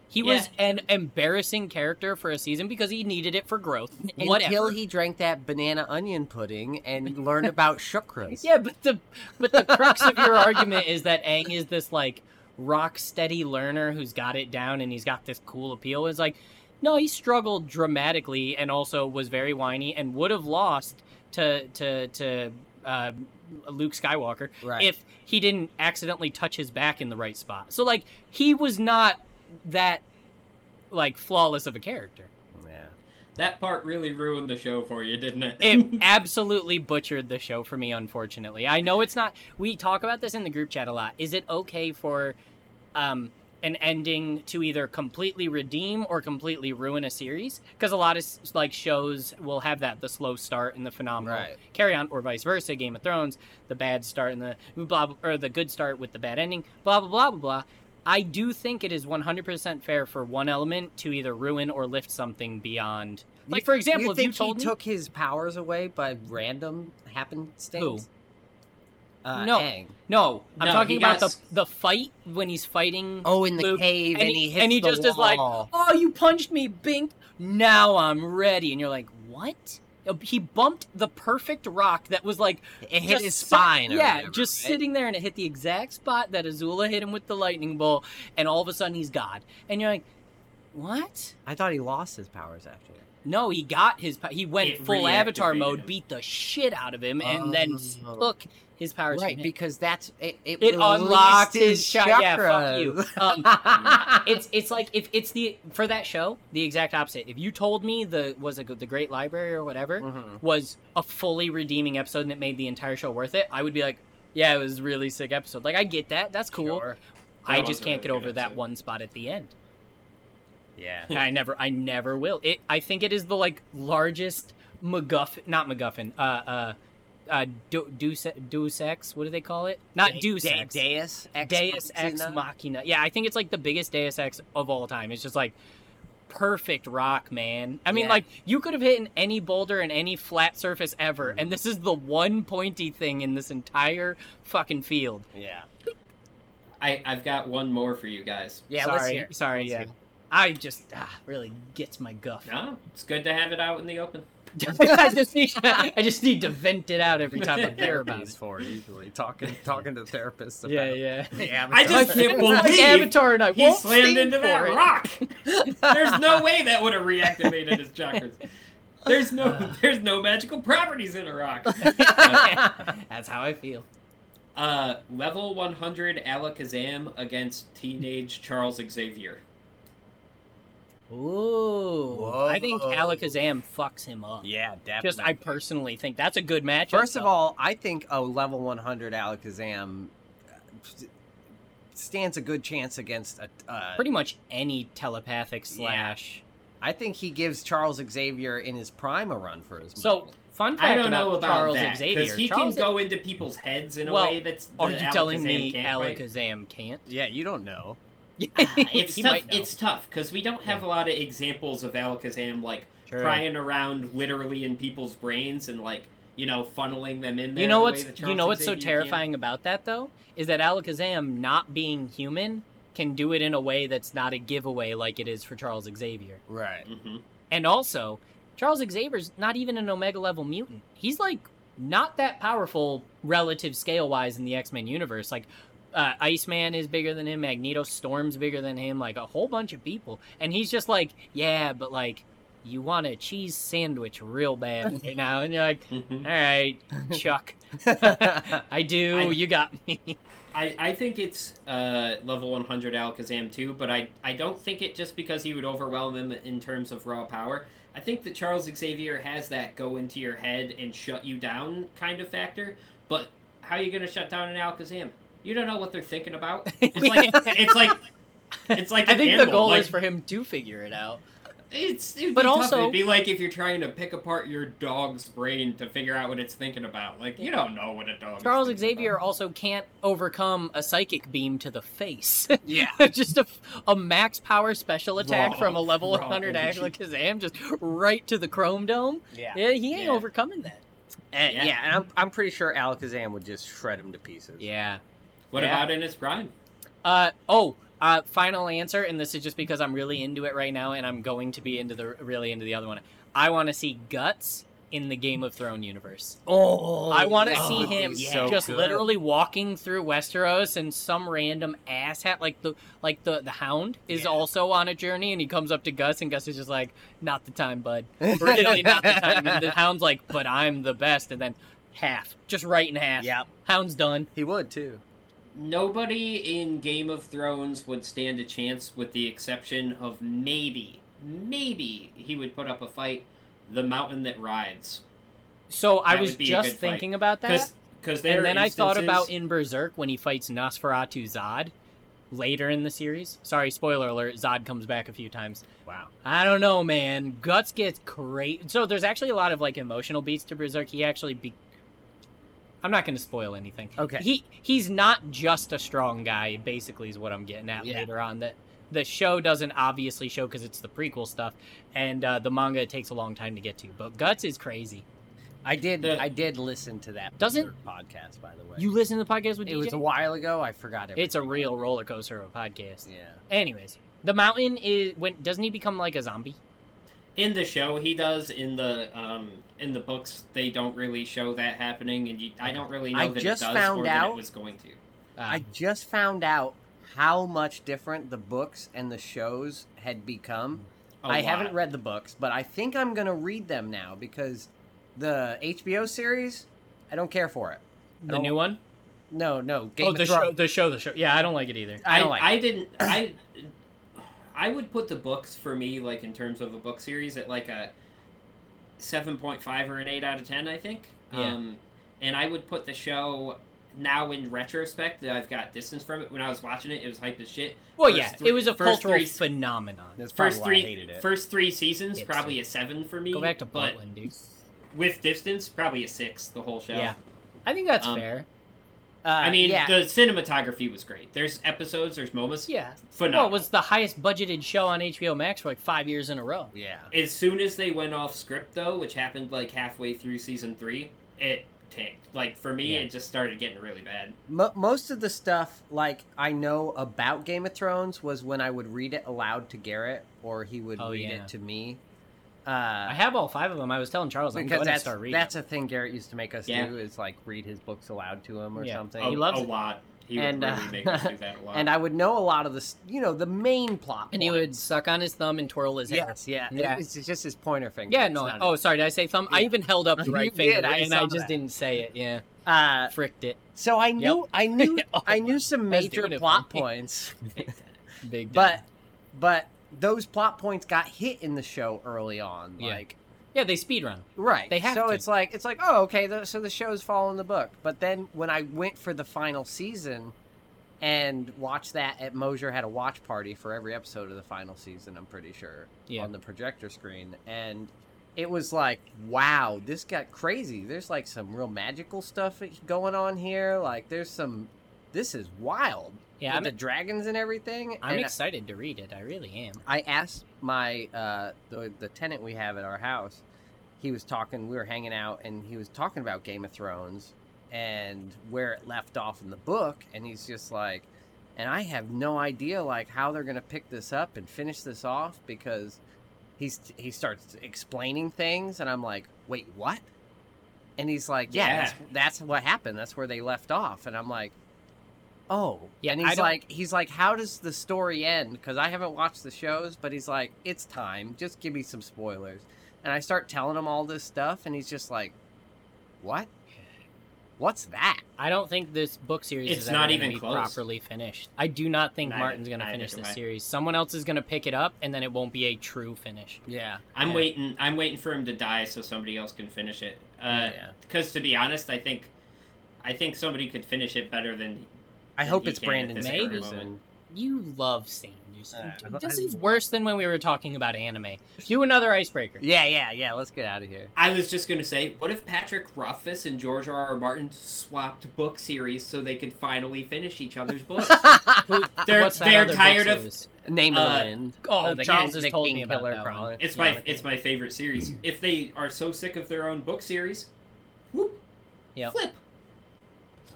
Speaker 3: He was an embarrassing character for a season because he needed it for growth.
Speaker 2: until
Speaker 3: Whatever.
Speaker 2: he drank that banana onion pudding and
Speaker 3: [laughs]
Speaker 2: learned about chakras.
Speaker 3: Yeah, but the but the crux of your argument is that Aang is this like rock steady learner who's got it down and he's got this cool appeal. It's like, no, he struggled dramatically and also was very whiny and would have lost to to to uh, Luke Skywalker
Speaker 2: Right.
Speaker 3: if he didn't accidentally touch his back in the right spot. So like he was not that like flawless of a character.
Speaker 2: yeah.
Speaker 4: That part really ruined the show for you, didn't it?
Speaker 2: [laughs]
Speaker 3: It absolutely butchered the show for me, unfortunately. I know it's not. We talk about this in the group chat a lot. Is it okay for um, an ending to either completely redeem or completely ruin a series? Because a lot of s- like shows will have that the slow start and the phenomenal
Speaker 2: Right.
Speaker 3: carry on, or vice versa. Game of Thrones, the bad start and the blah, blah or the good start with the bad ending. Blah blah blah blah blah. I do think it is 100% fair for one element to either ruin or lift something beyond. Like, for example,
Speaker 2: you
Speaker 3: if you
Speaker 2: think
Speaker 3: told
Speaker 2: he
Speaker 3: me,
Speaker 2: took his powers away by random happenstance? Uh,
Speaker 3: No.
Speaker 2: Aang.
Speaker 3: No, I'm
Speaker 4: No,
Speaker 3: talking
Speaker 4: he
Speaker 3: about
Speaker 4: got
Speaker 3: the
Speaker 4: s-
Speaker 3: the fight when he's fighting.
Speaker 2: Oh, in the
Speaker 3: Luke,
Speaker 2: cave, and, he, hits
Speaker 3: and he
Speaker 2: the
Speaker 3: just is like,
Speaker 2: wall.
Speaker 3: "Oh, you punched me, Bink. Now I'm ready." And you're like, "What?" Uh, He bumped the perfect rock that was like
Speaker 2: it hit
Speaker 3: just
Speaker 2: his
Speaker 3: sit-
Speaker 2: spine. or
Speaker 3: yeah,
Speaker 2: whatever,
Speaker 3: just
Speaker 2: right?
Speaker 3: sitting there, and it hit the exact spot that Azula hit him with the lightning bolt, and all of a sudden he's God. And you're like, "What?"
Speaker 2: I thought he lost his powers after that.
Speaker 3: No, he got his. po- He went
Speaker 4: It
Speaker 3: full Avatar
Speaker 4: reactivated
Speaker 3: mode,
Speaker 4: him.
Speaker 3: beat the shit out of him, and then
Speaker 2: Oh.
Speaker 3: took his powers. from
Speaker 2: Right,
Speaker 3: him.
Speaker 2: because that's it. It,
Speaker 3: It
Speaker 2: released
Speaker 3: unlocked his shot. Yeah, fuck
Speaker 2: [laughs]
Speaker 3: you. [laughs]
Speaker 2: chakras.
Speaker 3: Um, it's it's like if it's the for that show the exact opposite. If you told me the was it the Great Library or whatever
Speaker 2: Mhm.
Speaker 3: was a fully redeeming episode and it made the entire show worth it, I would be like, yeah, it was a really sick episode. Like I get that, that's cool.
Speaker 2: Sure.
Speaker 3: I
Speaker 4: That was
Speaker 3: just
Speaker 4: a
Speaker 3: can't get
Speaker 4: really good
Speaker 3: over that
Speaker 4: episode.
Speaker 3: one spot at the end.
Speaker 2: Yeah.
Speaker 3: [laughs] I never I never will. It I think it is the like largest MacGuffin, not MacGuffin, uh uh. Uh, do, do, do sex? What do they call it? Not
Speaker 2: De-
Speaker 3: do
Speaker 2: De-
Speaker 3: sex.
Speaker 2: Deus Ex
Speaker 3: Deus Ex
Speaker 2: Machina?
Speaker 3: Machina. Yeah, I think it's like the biggest Deus Ex of all time. It's just like perfect rock, man. I mean,
Speaker 2: Yeah.
Speaker 3: like you could have hit in any boulder and any flat surface ever,
Speaker 2: Mm-hmm.
Speaker 3: and this is the one pointy thing in this entire fucking field.
Speaker 2: Yeah.
Speaker 4: I, I've got one more for you guys.
Speaker 2: Yeah.
Speaker 3: sorry,
Speaker 2: Let's hear. it.
Speaker 3: sorry,
Speaker 2: Let's
Speaker 3: yeah.
Speaker 2: hear it.
Speaker 3: I just ah, really gets my guff.
Speaker 4: No, it's good to have it out in the open.
Speaker 3: [laughs] I just need I just need to vent it out
Speaker 2: [laughs]
Speaker 3: every time I hear about
Speaker 2: He's
Speaker 3: it.
Speaker 2: for usually [laughs] talking talking to therapists. About
Speaker 3: Yeah, yeah.
Speaker 2: Yeah,
Speaker 4: I just can't
Speaker 3: Like
Speaker 4: believe
Speaker 3: Avatar and I
Speaker 4: he
Speaker 3: won't
Speaker 4: slammed
Speaker 3: sing
Speaker 4: into that
Speaker 3: for it.
Speaker 4: rock. There's no way that would have reactivated his chakras. There's no there's no magical properties in a
Speaker 2: [laughs]
Speaker 4: rock.
Speaker 3: That's how I feel.
Speaker 4: Uh, level 100 Alakazam against teenage Charles Xavier.
Speaker 3: Ooh, I think
Speaker 2: Whoa.
Speaker 3: Alakazam fucks him up.
Speaker 2: [laughs] yeah, definitely.
Speaker 3: Just, I personally think that's a good match.
Speaker 2: First of all, I think a level 100 Alakazam uh, st- stands a good chance against a. Uh,
Speaker 3: pretty much any telepathic slash.
Speaker 2: I think he gives Charles Xavier in his prime a run for his.
Speaker 3: So, fun fact
Speaker 4: I don't
Speaker 3: about,
Speaker 4: know about
Speaker 3: Charles
Speaker 4: that
Speaker 3: Xavier.
Speaker 4: because he
Speaker 3: Charles,
Speaker 4: can go into people's heads in a
Speaker 3: Well,
Speaker 4: way that's.
Speaker 3: are
Speaker 4: the
Speaker 3: you telling
Speaker 4: Alakazam
Speaker 3: me
Speaker 4: can't quite.
Speaker 3: Alakazam can't?
Speaker 2: yeah, you don't know.
Speaker 4: [laughs] It's
Speaker 3: he
Speaker 4: tough.
Speaker 3: might know.
Speaker 4: It's tough because we don't have a lot of examples of Alakazam like
Speaker 3: Sure.
Speaker 4: prying around literally in people's brains and like you know funneling them in there.
Speaker 3: You know
Speaker 4: the way
Speaker 3: what's
Speaker 4: that
Speaker 3: you know
Speaker 4: Charles
Speaker 3: what's so
Speaker 4: Xavier can.
Speaker 3: terrifying about that though is that Alakazam not being human can do it in a way that's not a giveaway like it is for Charles Xavier.
Speaker 2: Right.
Speaker 4: Mhm.
Speaker 3: And also, Charles Xavier's not even an Omega level mutant. He's like not that powerful relative scale wise in the X Men universe. Like, uh, Iceman is bigger than him, Magneto Storm's bigger than him, like a whole bunch of people. And he's just like, yeah, but like, you want a cheese sandwich real bad right now. And you're like,
Speaker 4: Mhm.
Speaker 3: all right, Chuck, [laughs] I do.
Speaker 4: I-
Speaker 3: you got me.
Speaker 4: I, I think it's uh, level 100 Alakazam too, but I, I don't think it just because he would overwhelm him in terms of raw power. I think that Charles Xavier has that go into your head and shut you down kind of factor, but how are you going to shut down an Alakazam? You don't know what they're thinking
Speaker 3: [laughs]
Speaker 4: about. It's like it's like it's like
Speaker 3: I
Speaker 4: an
Speaker 3: think the
Speaker 4: animal,
Speaker 3: goal
Speaker 4: like,
Speaker 3: is for him to figure it out.
Speaker 4: it's it'd
Speaker 3: But
Speaker 4: be tough.
Speaker 3: also-
Speaker 4: it'd be like if you're trying to pick apart your dog's brain to figure out what it's thinking about. Like you don't know what a dog. is
Speaker 3: Charles
Speaker 4: thinking
Speaker 3: Xavier
Speaker 4: about.
Speaker 3: also can't overcome a psychic beam to the face.
Speaker 2: [laughs] Yeah.
Speaker 3: [laughs] just a, a max power special attack
Speaker 4: Raw,
Speaker 3: from a level
Speaker 4: raw
Speaker 3: 100
Speaker 4: energy.
Speaker 3: Alakazam just right to the Chrome Dome.
Speaker 2: Yeah.
Speaker 3: Yeah, he ain't
Speaker 4: Yeah.
Speaker 3: overcoming that.
Speaker 2: And, yeah.
Speaker 4: Yeah.
Speaker 2: and I'm, I'm pretty sure Alakazam would just shred him to pieces.
Speaker 3: Yeah.
Speaker 4: What
Speaker 3: Yeah.
Speaker 4: about in his prime?
Speaker 3: Uh oh. Uh, final answer, and this is just because I'm really into it right now, and I'm going to be into the really into the other one. I want to see guts in the Game of Thrones universe.
Speaker 2: Oh,
Speaker 3: I want to
Speaker 2: that
Speaker 3: see
Speaker 2: would be
Speaker 3: him
Speaker 2: so
Speaker 3: just
Speaker 2: good.
Speaker 3: literally walking through Westeros and some random asshat like the like the the Hound is
Speaker 2: Yeah.
Speaker 3: also on a journey and he comes up to Gus and Gus is just
Speaker 4: [laughs]
Speaker 3: like, "Not the time, bud. Really, not the time." And the Hound's like, "But I'm the best." And then half, just right in half.
Speaker 2: Yeah,
Speaker 3: Hound's done.
Speaker 2: he would too.
Speaker 4: Nobody in Game of Thrones would stand a chance with the exception of maybe, maybe he would put up a fight, the mountain that rides.
Speaker 3: So I
Speaker 4: That
Speaker 3: was
Speaker 4: would be a
Speaker 3: just
Speaker 4: good fight.
Speaker 3: thinking about that,
Speaker 4: Because there
Speaker 3: and
Speaker 4: are
Speaker 3: then I thought about
Speaker 4: instances-
Speaker 3: in Berserk when he fights Nosferatu Zod later in the series. Sorry, spoiler alert. Zod comes back a few times.
Speaker 2: Wow.
Speaker 3: I don't know, man. Guts gets great. So there's actually a lot of like emotional beats to Berserk. He actually be. I'm not going to spoil anything.
Speaker 2: Okay.
Speaker 3: He he's not just a strong guy. Basically, is what I'm getting at
Speaker 2: Yeah.
Speaker 3: later on. That the show doesn't obviously show because it's the prequel stuff, and uh, the manga it takes a long time to get to. But Guts is crazy.
Speaker 2: I did.
Speaker 4: The-
Speaker 2: I did listen to that.
Speaker 3: Doesn't-
Speaker 2: Berserk podcast, by the way.
Speaker 3: You listen to the podcast with
Speaker 2: It
Speaker 3: DJ?
Speaker 2: was a while ago. I forgot it.
Speaker 3: it's a real roller coaster of a podcast.
Speaker 2: Yeah.
Speaker 3: Anyways, the mountain is when doesn't he become like a zombie?
Speaker 4: in the show he does in the um in the books they don't really show that happening and you, i don't really know
Speaker 2: I
Speaker 4: that
Speaker 2: just
Speaker 4: it does
Speaker 2: found
Speaker 4: or that
Speaker 2: out-
Speaker 4: it was going to
Speaker 3: Uh,
Speaker 2: I just found out how much different the books and the shows had become.
Speaker 4: I
Speaker 2: I haven't read the books, but I think I'm gonna read them now because the HBO series, I don't care for it.
Speaker 3: the new one.
Speaker 2: No, no, Game
Speaker 3: oh,
Speaker 2: of
Speaker 3: the
Speaker 2: Thrones.
Speaker 3: show, the show, the show. Yeah, I don't like it either.
Speaker 2: I don't like.
Speaker 4: I
Speaker 2: it.
Speaker 4: didn't i i would put the books for me like in terms of a book series at like a 7.5 or an 8 out of 10 i think
Speaker 3: Yeah.
Speaker 4: um and i would put the show now in retrospect that i've got distance from it when i was watching it it was hyped as shit
Speaker 3: Well,
Speaker 4: First
Speaker 3: yeah,
Speaker 4: three-
Speaker 3: it was a
Speaker 4: first
Speaker 3: cultural
Speaker 4: three-
Speaker 3: phenomenon.
Speaker 2: That's probably
Speaker 4: first
Speaker 2: why
Speaker 4: three
Speaker 2: I hated it.
Speaker 4: first three seasons
Speaker 3: It's-
Speaker 4: probably a 7 for me
Speaker 3: Go back to
Speaker 4: but
Speaker 3: Portland, dude.
Speaker 4: with distance, probably a six the whole show.
Speaker 3: Yeah. I think that's
Speaker 4: Um,
Speaker 3: fair.
Speaker 2: Uh,
Speaker 4: I mean,
Speaker 2: yeah,
Speaker 4: the cinematography was great. There's episodes, there's moments.
Speaker 3: Yeah. Well,
Speaker 4: Phenomenal.
Speaker 3: it was the highest budgeted show on HBO Max for like five years in a row.
Speaker 2: yeah.
Speaker 4: As soon as they went off script, though, which happened like halfway through season three, it tanked. Like for me,
Speaker 3: Yeah.
Speaker 4: it just started getting really bad.
Speaker 2: Mo- most of the stuff like I know about Game of Thrones was when I would read it aloud to Garrett, or he would
Speaker 3: Oh,
Speaker 2: read
Speaker 3: yeah.
Speaker 2: it to me.
Speaker 3: I
Speaker 2: Uh,
Speaker 3: have all five of them. I was telling Charles I'm
Speaker 2: because
Speaker 3: going to
Speaker 2: that's
Speaker 3: start reading.
Speaker 2: that's a thing Garrett used to make us
Speaker 4: Yeah.
Speaker 2: do is like read his books aloud to him or
Speaker 3: Yeah.
Speaker 2: something.
Speaker 4: A,
Speaker 3: He loves
Speaker 4: a
Speaker 3: it.
Speaker 4: lot. He
Speaker 2: And,
Speaker 4: would
Speaker 2: uh,
Speaker 4: really make us
Speaker 3: [laughs]
Speaker 4: do that a lot.
Speaker 2: and I would know a lot of the s- you know the main plot.
Speaker 3: and he
Speaker 2: points.
Speaker 3: would suck on his thumb and twirl his head.
Speaker 2: Yes, yeah,
Speaker 3: Yeah.
Speaker 2: yeah. It's just his pointer finger.
Speaker 3: Yeah,
Speaker 2: it's
Speaker 3: no.
Speaker 2: not
Speaker 3: Oh, sorry. Did I say thumb? I
Speaker 2: Yeah.
Speaker 3: even held up
Speaker 2: [laughs]
Speaker 3: the
Speaker 2: You
Speaker 3: right
Speaker 2: did,
Speaker 3: finger,
Speaker 2: I
Speaker 3: and I
Speaker 2: saw
Speaker 3: just
Speaker 2: that.
Speaker 3: didn't say it. Yeah,
Speaker 2: Uh,
Speaker 3: fricked it.
Speaker 2: so I knew,
Speaker 3: [laughs]
Speaker 2: I knew,
Speaker 3: Oh,
Speaker 2: I knew some
Speaker 3: that's
Speaker 2: major
Speaker 3: doing it for
Speaker 2: plot
Speaker 3: me. [laughs]
Speaker 2: points,
Speaker 3: Big.
Speaker 2: but,
Speaker 3: time.
Speaker 2: but those plot points got hit in the show early on.
Speaker 3: Yeah.
Speaker 2: Like,
Speaker 3: yeah, they speed run.
Speaker 2: right.
Speaker 3: They have
Speaker 2: so
Speaker 3: to.
Speaker 2: it's like, it's like, oh, okay. The, so the show's following the book. But then when I went for the final season and watched that at Mosier had a watch party for every episode of the final season, I'm pretty sure
Speaker 3: Yeah.
Speaker 2: on the projector screen. And it was like, wow, this got crazy. There's like some real magical stuff going on here. Like, there's some, this is wild.
Speaker 3: Yeah,
Speaker 2: with
Speaker 3: I'm,
Speaker 2: the dragons and everything.
Speaker 3: I'm
Speaker 2: and
Speaker 3: excited to read it. I really am.
Speaker 2: I asked my uh, the the tenant we have at our house. He was talking. We were hanging out, and he was talking about Game of Thrones and where it left off in the book. And he's just like, and I have no idea like how they're gonna pick this up and finish this off because he's he starts explaining things, and I'm like, wait, what? And he's like, yeah,
Speaker 4: Yeah.
Speaker 2: That's, that's what happened. That's where they left off. And I'm like, oh,
Speaker 3: Yeah,
Speaker 2: And
Speaker 3: I
Speaker 2: he's
Speaker 3: don't-
Speaker 2: like, he's like, how does the story end? Because I haven't watched the shows, but he's like, it's time. Just give me some spoilers. And I start telling him all this stuff, and he's just like, what? What's that?
Speaker 3: I don't think this book series
Speaker 4: It's
Speaker 3: is ever
Speaker 4: not
Speaker 3: gonna
Speaker 4: even
Speaker 3: be
Speaker 4: close.
Speaker 3: properly finished. I do not think
Speaker 4: Neither-
Speaker 3: Martin's going to
Speaker 4: neither
Speaker 3: finish
Speaker 4: do
Speaker 3: this
Speaker 4: I.
Speaker 3: series. Someone else is going to pick it up, and then it won't be a true finish.
Speaker 2: Yeah.
Speaker 4: I'm
Speaker 3: yeah.
Speaker 4: waiting. I'm waiting for him to die so somebody else can finish it. Uh,
Speaker 2: yeah.
Speaker 4: Because to be honest, I think, I think somebody could finish it better than.
Speaker 2: I
Speaker 4: Yeah,
Speaker 2: hope
Speaker 4: he
Speaker 2: it's
Speaker 4: can at
Speaker 2: Brandon
Speaker 4: this
Speaker 3: current
Speaker 2: Sanderson.
Speaker 3: You love Sanderson.
Speaker 2: Uh,
Speaker 3: Dude,
Speaker 2: I-
Speaker 3: this
Speaker 2: I
Speaker 3: is
Speaker 2: love-
Speaker 3: worse than when we were talking about anime. Do another icebreaker.
Speaker 2: Yeah, yeah, yeah. Let's get out of here.
Speaker 4: I was just gonna say, what if Patrick Rothfuss and George R. R. Martin swapped book series so they could finally finish each other's
Speaker 3: [laughs]
Speaker 4: books?
Speaker 3: Who-
Speaker 4: They're-
Speaker 3: what's that
Speaker 4: they're
Speaker 3: other book
Speaker 4: tired of-
Speaker 3: series?
Speaker 2: Name of the
Speaker 4: Uh,
Speaker 2: Wind.
Speaker 3: Oh,
Speaker 2: the
Speaker 3: Charles
Speaker 2: King-
Speaker 3: has
Speaker 2: the
Speaker 3: told
Speaker 2: King
Speaker 3: me about
Speaker 2: Killer
Speaker 3: that one.
Speaker 2: Chronicles.
Speaker 4: It's
Speaker 3: Yeah,
Speaker 4: my
Speaker 3: okay.
Speaker 4: it's my favorite series. If they are so sick of their own book series, whoop,
Speaker 3: Yep.
Speaker 4: flip.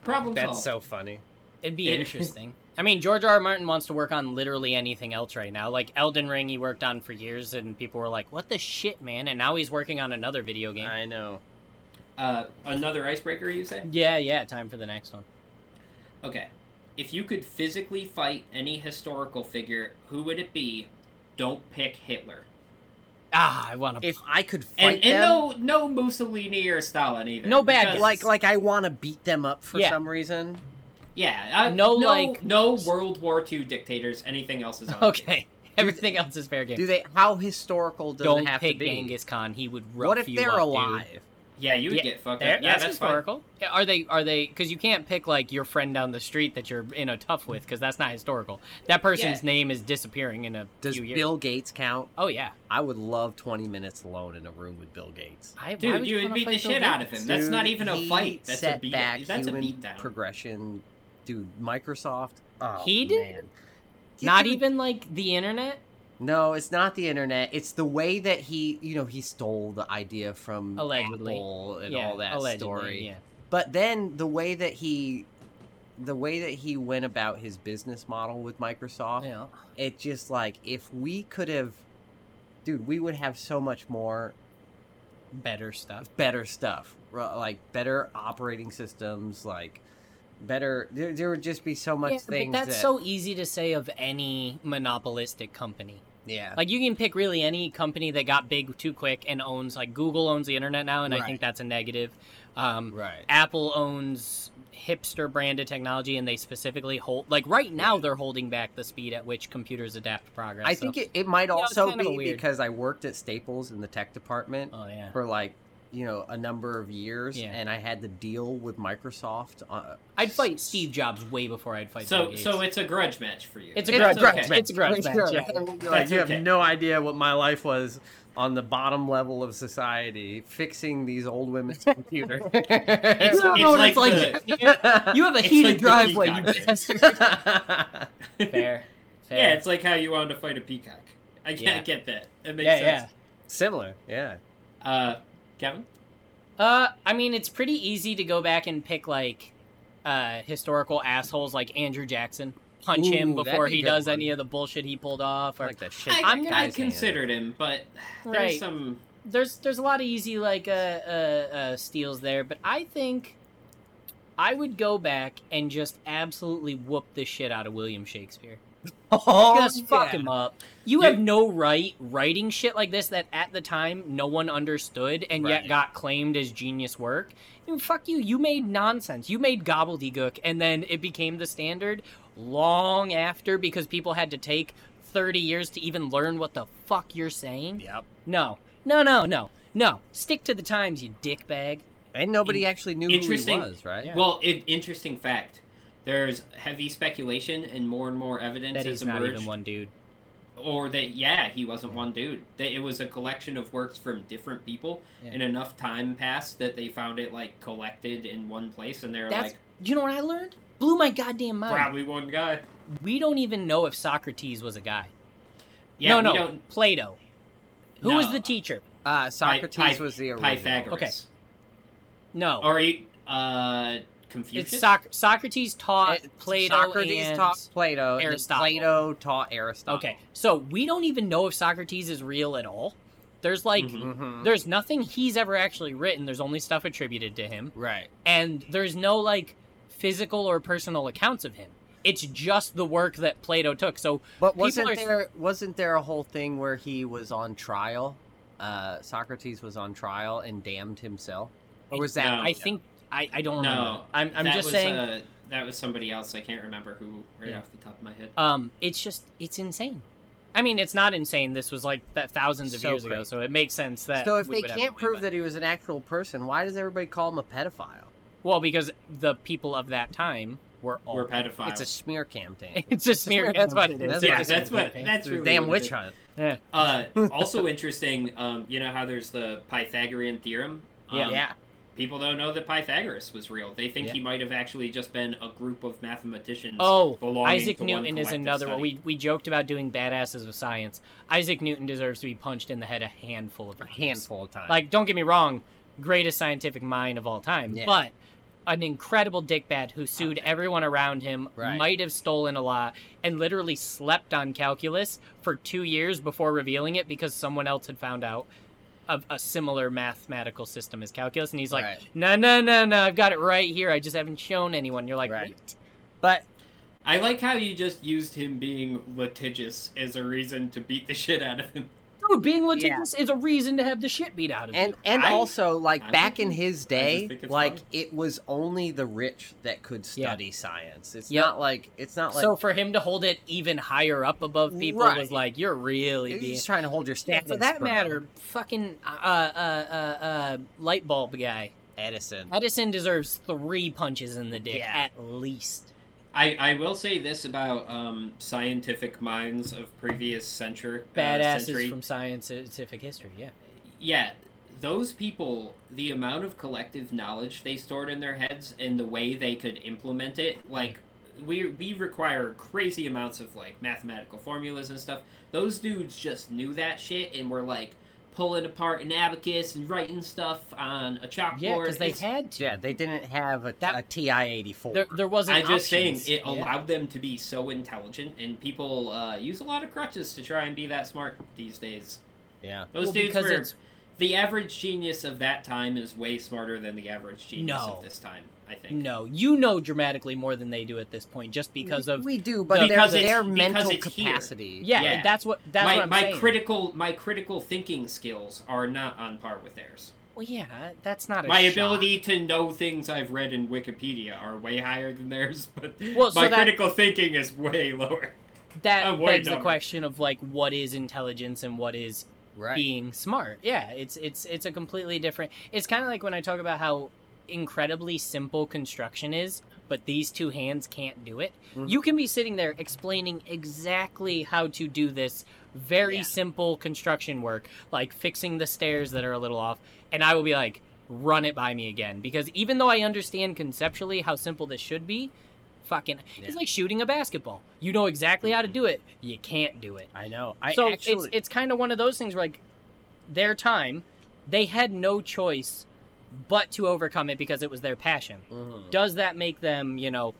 Speaker 4: Problem
Speaker 2: That's
Speaker 4: solved.
Speaker 2: so funny.
Speaker 3: It'd be
Speaker 4: It-
Speaker 3: interesting. I mean, George R. R. Martin wants to work on literally anything else right now. Like Elden Ring, he worked on for years, and people were like, "What the shit, man?" And now he's working on another video game.
Speaker 2: I know.
Speaker 4: uh, another icebreaker, you say?
Speaker 3: Yeah, yeah. Time for the next one.
Speaker 4: Okay. If you could physically fight any historical figure, who would it be? Don't pick Hitler.
Speaker 3: Ah, I
Speaker 4: Um,
Speaker 3: want to.
Speaker 2: If I could
Speaker 4: And,
Speaker 2: fight
Speaker 4: and
Speaker 2: them,
Speaker 4: no no Mussolini or Stalin either.
Speaker 3: No bad
Speaker 4: because-
Speaker 3: guys.
Speaker 2: like like I want to beat them up for
Speaker 3: Yeah.
Speaker 2: some reason.
Speaker 4: yeah, I,
Speaker 3: no,
Speaker 4: no,
Speaker 3: like-
Speaker 4: like no World War II dictators. Anything else is on.
Speaker 3: Okay, everything else is fair game.
Speaker 2: Do they? How historical does
Speaker 3: Don't
Speaker 2: it have
Speaker 3: take
Speaker 2: to be?
Speaker 3: Genghis Khan. He would rough
Speaker 2: what if
Speaker 3: you
Speaker 2: they're
Speaker 3: up, dude.
Speaker 2: alive?
Speaker 4: Yeah, you would
Speaker 3: Yeah,
Speaker 4: get fucked
Speaker 3: There-
Speaker 4: up. Yeah,
Speaker 3: that's,
Speaker 4: that's fine.
Speaker 3: historical. Yeah, Are they? Are they? Because you can't pick like your friend down the street that you're in a tough with, because that's not historical. That person's
Speaker 4: Yeah.
Speaker 3: name is disappearing in a
Speaker 2: Does
Speaker 3: few years.
Speaker 2: Bill Gates count?
Speaker 3: oh yeah,
Speaker 2: I would love 20 minutes alone in a room with Bill Gates.
Speaker 3: I, why
Speaker 4: Dude,
Speaker 3: would
Speaker 4: you would
Speaker 3: wanna
Speaker 4: beat the
Speaker 3: fight Bill
Speaker 4: shit out of
Speaker 3: Gates?
Speaker 4: him. That's not
Speaker 2: Dude,
Speaker 4: even a
Speaker 2: he
Speaker 4: fight. That's a
Speaker 2: set
Speaker 4: beat-
Speaker 2: back
Speaker 4: that's a
Speaker 2: human
Speaker 4: beatdown.
Speaker 2: progression. Dude, Microsoft. Oh,
Speaker 3: He did?
Speaker 2: man.
Speaker 3: Not
Speaker 2: Dude,
Speaker 3: even like the internet.
Speaker 2: No, it's not the internet. It's the way that he, you know, he stole the idea from
Speaker 3: Allegedly.
Speaker 2: Apple and
Speaker 3: yeah,
Speaker 2: all that
Speaker 3: allegedly,
Speaker 2: story.
Speaker 3: Yeah.
Speaker 2: But then the way that he, the way that he went about his business model with Microsoft,
Speaker 3: yeah.
Speaker 2: it just like if we could have, dude, we would have so much more
Speaker 3: Better stuff.
Speaker 2: better stuff, ro- like better operating systems, like better. There, there would just be so much
Speaker 3: Yeah, but
Speaker 2: things.
Speaker 3: that's
Speaker 2: that,
Speaker 3: so easy to say of any monopolistic company.
Speaker 2: yeah.
Speaker 3: Like you can pick really any company that got big too quick and owns like Google owns the internet now, and I
Speaker 2: Right.
Speaker 3: think that's a negative. Um,
Speaker 2: right.
Speaker 3: Apple owns hipster branded technology, and they specifically hold like right now they're holding back the speed at which computers adapt to progress.
Speaker 2: I
Speaker 3: so-
Speaker 2: think it, it might
Speaker 3: know, it's
Speaker 2: also
Speaker 3: kind of a
Speaker 2: be
Speaker 3: weird-
Speaker 2: because I worked at Staples in the tech department
Speaker 3: Oh yeah.
Speaker 2: for like you know a number of years,
Speaker 3: Yeah.
Speaker 2: and I had to deal with Microsoft. Uh,
Speaker 3: I'd fight Steve Jobs way before I'd fight. Bill
Speaker 4: So
Speaker 3: Gates.
Speaker 4: so it's a grudge match for you.
Speaker 3: It's a grudge
Speaker 4: okay.
Speaker 3: match. It's a grudge match, yeah.
Speaker 2: Like, you
Speaker 4: okay.
Speaker 2: have no idea what my life was on the bottom level of society, fixing these old
Speaker 3: [laughs]
Speaker 2: women's computers.
Speaker 4: It's,
Speaker 2: You
Speaker 4: it's
Speaker 3: no,
Speaker 4: like,
Speaker 3: it's like-
Speaker 4: the-
Speaker 2: Uh,
Speaker 3: you have a
Speaker 4: It's
Speaker 3: heated
Speaker 4: like the
Speaker 3: driveway. You
Speaker 4: peacock. [laughs]
Speaker 3: bastard. [laughs] fair. Fair.
Speaker 4: yeah, it's like how you wanted to fight a peacock. I can't
Speaker 3: Yeah.
Speaker 4: get that. That makes
Speaker 3: yeah, yeah.
Speaker 4: sense.
Speaker 2: [laughs] Similar, yeah.
Speaker 4: Uh, Kevin.
Speaker 3: Uh, I mean, it's pretty easy to go back and pick like uh, historical assholes like Andrew Jackson, punch him
Speaker 2: Ooh, that'd
Speaker 3: before
Speaker 2: be a
Speaker 3: he
Speaker 2: good
Speaker 3: does
Speaker 2: one.
Speaker 3: any of the bullshit he pulled off.
Speaker 2: I
Speaker 3: Or
Speaker 2: like that shit.
Speaker 4: I,
Speaker 3: I'm
Speaker 4: I
Speaker 3: gonna
Speaker 2: guy's hand.
Speaker 4: considered him, but there's
Speaker 3: Right.
Speaker 4: some.
Speaker 3: there's there's a lot of easy like uh, uh, uh, steals there, but I think I would go back and just absolutely whoop the shit out of William Shakespeare.
Speaker 2: [laughs] Oh,
Speaker 3: just fuck
Speaker 2: yeah.
Speaker 3: him up. You
Speaker 4: You-
Speaker 3: have no right writing shit like this that at the time no one understood and yet
Speaker 2: Right.
Speaker 3: got claimed as genius work. And fuck you, you made nonsense. You made gobbledygook and then it became the standard long after because people had to take 30 years to even learn what the fuck you're saying.
Speaker 2: Yep.
Speaker 3: No. No, no, no. No. Stick to the times, you dickbag.
Speaker 2: And nobody actually knew who he
Speaker 4: Interesting-
Speaker 2: was, right?
Speaker 3: Yeah.
Speaker 4: Well, it, interesting fact. There's heavy speculation and more and more evidence
Speaker 3: That
Speaker 4: has
Speaker 3: he's not
Speaker 4: emerged,
Speaker 3: even one dude.
Speaker 4: or that yeah, he wasn't one dude. That it was a collection of works from different people,
Speaker 3: Yeah.
Speaker 4: and enough time passed that they found it like collected in one place, and they're
Speaker 3: That's
Speaker 4: like
Speaker 3: you know what I learned? Blew my goddamn mind.
Speaker 4: probably one guy.
Speaker 3: We don't even know if Socrates was a guy.
Speaker 4: Yeah,
Speaker 3: no,
Speaker 4: we
Speaker 3: no,
Speaker 4: don't.
Speaker 3: Plato. Who was
Speaker 4: No.
Speaker 3: the teacher?
Speaker 2: Uh, Socrates
Speaker 4: Pyth-
Speaker 2: was the original.
Speaker 4: Pythagoras.
Speaker 3: No,
Speaker 2: Oh,
Speaker 4: Or he- uh, Confucius.
Speaker 3: it's Soc- Socrates taught
Speaker 2: It-
Speaker 3: Plato
Speaker 2: Socrates
Speaker 3: and
Speaker 2: taught Plato. and then
Speaker 3: Aristotle.
Speaker 2: Plato taught Aristotle.
Speaker 3: Okay, so we don't even know if Socrates is real at all. There's like,
Speaker 4: Mhm.
Speaker 2: Mhm.
Speaker 3: there's nothing he's ever actually written. There's only stuff attributed to him,
Speaker 2: Right.
Speaker 3: and there's no like physical or personal accounts of him. It's just the work that Plato took. So
Speaker 2: But
Speaker 3: People
Speaker 2: wasn't
Speaker 3: are-
Speaker 2: there wasn't there a whole thing where he was on trial? Uh, Socrates was on trial and damned himself. Or was that
Speaker 4: No.
Speaker 3: I think I, I don't remember.
Speaker 4: No,
Speaker 3: I'm I'm
Speaker 4: That
Speaker 3: just
Speaker 4: was,
Speaker 3: saying.
Speaker 4: uh, that was somebody else. I can't remember who right
Speaker 3: Yeah.
Speaker 4: off the top of my head.
Speaker 3: Um, it's just it's insane. I mean, it's not insane. This was like that thousands of
Speaker 2: So
Speaker 3: years ago,
Speaker 2: crazy.
Speaker 3: so it makes sense that.
Speaker 2: so if
Speaker 3: we
Speaker 2: they
Speaker 3: would have
Speaker 2: can't
Speaker 3: to
Speaker 2: prove
Speaker 3: believe it.
Speaker 2: that he was an actual person, why does everybody call him a pedophile?
Speaker 3: well, because the people of that time were all.
Speaker 4: We're pedophiles.
Speaker 2: It's a smear [laughs] campaign.
Speaker 3: [laughs] It's a smear. That's what it is.
Speaker 2: That's
Speaker 3: It's
Speaker 4: yeah,
Speaker 3: a
Speaker 2: what-
Speaker 4: that's
Speaker 3: smear
Speaker 4: what.
Speaker 3: campaign.
Speaker 4: That's
Speaker 2: It's a
Speaker 4: really
Speaker 2: damn
Speaker 4: what it
Speaker 2: witch
Speaker 4: is.
Speaker 2: hunt.
Speaker 3: Yeah.
Speaker 4: Uh, also interesting. Um, you know how there's the Pythagorean theorem. Um,
Speaker 3: Yeah.
Speaker 2: yeah.
Speaker 4: People don't know that Pythagoras was real. They think
Speaker 2: Yeah.
Speaker 4: he might have actually just been a group of mathematicians.
Speaker 3: Oh,
Speaker 4: belonging
Speaker 3: Isaac
Speaker 4: to one
Speaker 3: Newton is
Speaker 4: Um, collective
Speaker 3: another one.
Speaker 4: study.
Speaker 3: We we joked about doing badasses with science. Isaac Newton deserves to be punched in the head a handful of
Speaker 2: A
Speaker 3: times.
Speaker 2: handful of times.
Speaker 3: Like, don't get me wrong, greatest scientific mind of all time,
Speaker 2: Yeah.
Speaker 3: but an incredible dickbad who sued everyone around him,
Speaker 2: Right.
Speaker 3: might have stolen a lot, and literally slept on calculus for two years before revealing it because someone else had found out of a similar mathematical system as calculus, and he's like,
Speaker 2: Right.
Speaker 3: "No, no, no, no, I've got it right here. I just haven't shown anyone." You're like,
Speaker 2: Right.
Speaker 3: "What?"
Speaker 2: but
Speaker 4: I like how you just used him being litigious as a reason to beat the [laughs] shit out of him.
Speaker 3: Dude, being litigious is a reason to have the shit beat out of
Speaker 2: and
Speaker 3: you.
Speaker 2: and
Speaker 4: I-
Speaker 2: also like
Speaker 4: I
Speaker 2: back
Speaker 4: think
Speaker 2: in
Speaker 4: it-
Speaker 2: his
Speaker 4: I
Speaker 2: day
Speaker 4: just think it's
Speaker 2: like
Speaker 4: funny.
Speaker 2: it was only the rich that could
Speaker 3: Yeah.
Speaker 2: study science it's
Speaker 3: Yep.
Speaker 2: not like it's not like
Speaker 3: so for him to hold it even higher up above people
Speaker 2: Right.
Speaker 3: was like, you're really
Speaker 2: you're
Speaker 3: being.
Speaker 2: just trying to hold your
Speaker 3: Yeah,
Speaker 2: status
Speaker 3: for that
Speaker 2: bro.
Speaker 3: matter, fucking uh, uh, uh, uh, light bulb guy
Speaker 2: edison
Speaker 3: Edison deserves three punches in the dick
Speaker 2: Yeah.
Speaker 3: at least.
Speaker 4: I, I will say this about um, scientific minds of previous century. uh,
Speaker 3: Badasses
Speaker 4: century.
Speaker 3: from scientific history, yeah.
Speaker 4: Yeah, those people, the amount of collective knowledge they stored in their heads and the way they could implement it, like we we require crazy amounts of like mathematical formulas and stuff. Those dudes just knew that shit and were like pulling apart an abacus and writing stuff on a chalkboard.
Speaker 3: Yeah, because they
Speaker 4: It's-
Speaker 3: had to.
Speaker 2: yeah they didn't have a,
Speaker 3: That-
Speaker 2: a ti-84
Speaker 3: There, there wasn't.
Speaker 4: Oh, I'm just saying
Speaker 3: options.
Speaker 4: it
Speaker 3: Yeah.
Speaker 4: allowed them to be so intelligent, and people uh, use a lot of crutches to try and be that smart these days.
Speaker 2: yeah
Speaker 4: Those
Speaker 3: Well,
Speaker 4: dudes
Speaker 3: because
Speaker 4: were
Speaker 3: it's-
Speaker 4: the average genius of that time is way smarter than the average genius
Speaker 3: No.
Speaker 4: of this time. I think
Speaker 3: No, you know dramatically more than they do at this point, just because of.
Speaker 2: we do but
Speaker 3: the-
Speaker 2: their,
Speaker 4: Because
Speaker 2: their
Speaker 4: it's- because
Speaker 2: mental
Speaker 4: it's here.
Speaker 2: capacity
Speaker 3: Yeah,
Speaker 4: Yeah.
Speaker 3: that's what. That's
Speaker 4: my
Speaker 3: what I'm
Speaker 4: my
Speaker 3: saying.
Speaker 4: critical my critical thinking skills are not on par with theirs.
Speaker 3: Well, yeah, that's not a
Speaker 4: My
Speaker 3: shock.
Speaker 4: ability to know things I've read in Wikipedia are way higher than theirs, [laughs] but
Speaker 3: Well, so
Speaker 4: my Oh,
Speaker 3: that-
Speaker 4: critical thinking is way lower.
Speaker 3: that
Speaker 4: I'm way
Speaker 3: begs the
Speaker 4: dumber.
Speaker 3: question of like what is intelligence and what is
Speaker 2: right
Speaker 3: being smart. Yeah, it's it's it's a completely different. It's kind of like when I talk about how incredibly simple construction is, but these two hands can't do it.
Speaker 2: Mhm.
Speaker 3: You can be sitting there explaining exactly how to do this very
Speaker 4: Yeah.
Speaker 3: simple construction work, like fixing the stairs that are a little off, and I will be like, "Run it by me again," because even though I understand conceptually how simple this should be, fucking,
Speaker 2: Yeah. Mm-hmm.
Speaker 3: it's like shooting a basketball. You know exactly how to do it, you can't do it
Speaker 2: i know i
Speaker 3: so it's
Speaker 2: actually
Speaker 3: it's kind of one of those things where like their time, they had no choice but to overcome it because it was their passion.
Speaker 2: Mhm.
Speaker 3: Does that make them, you know,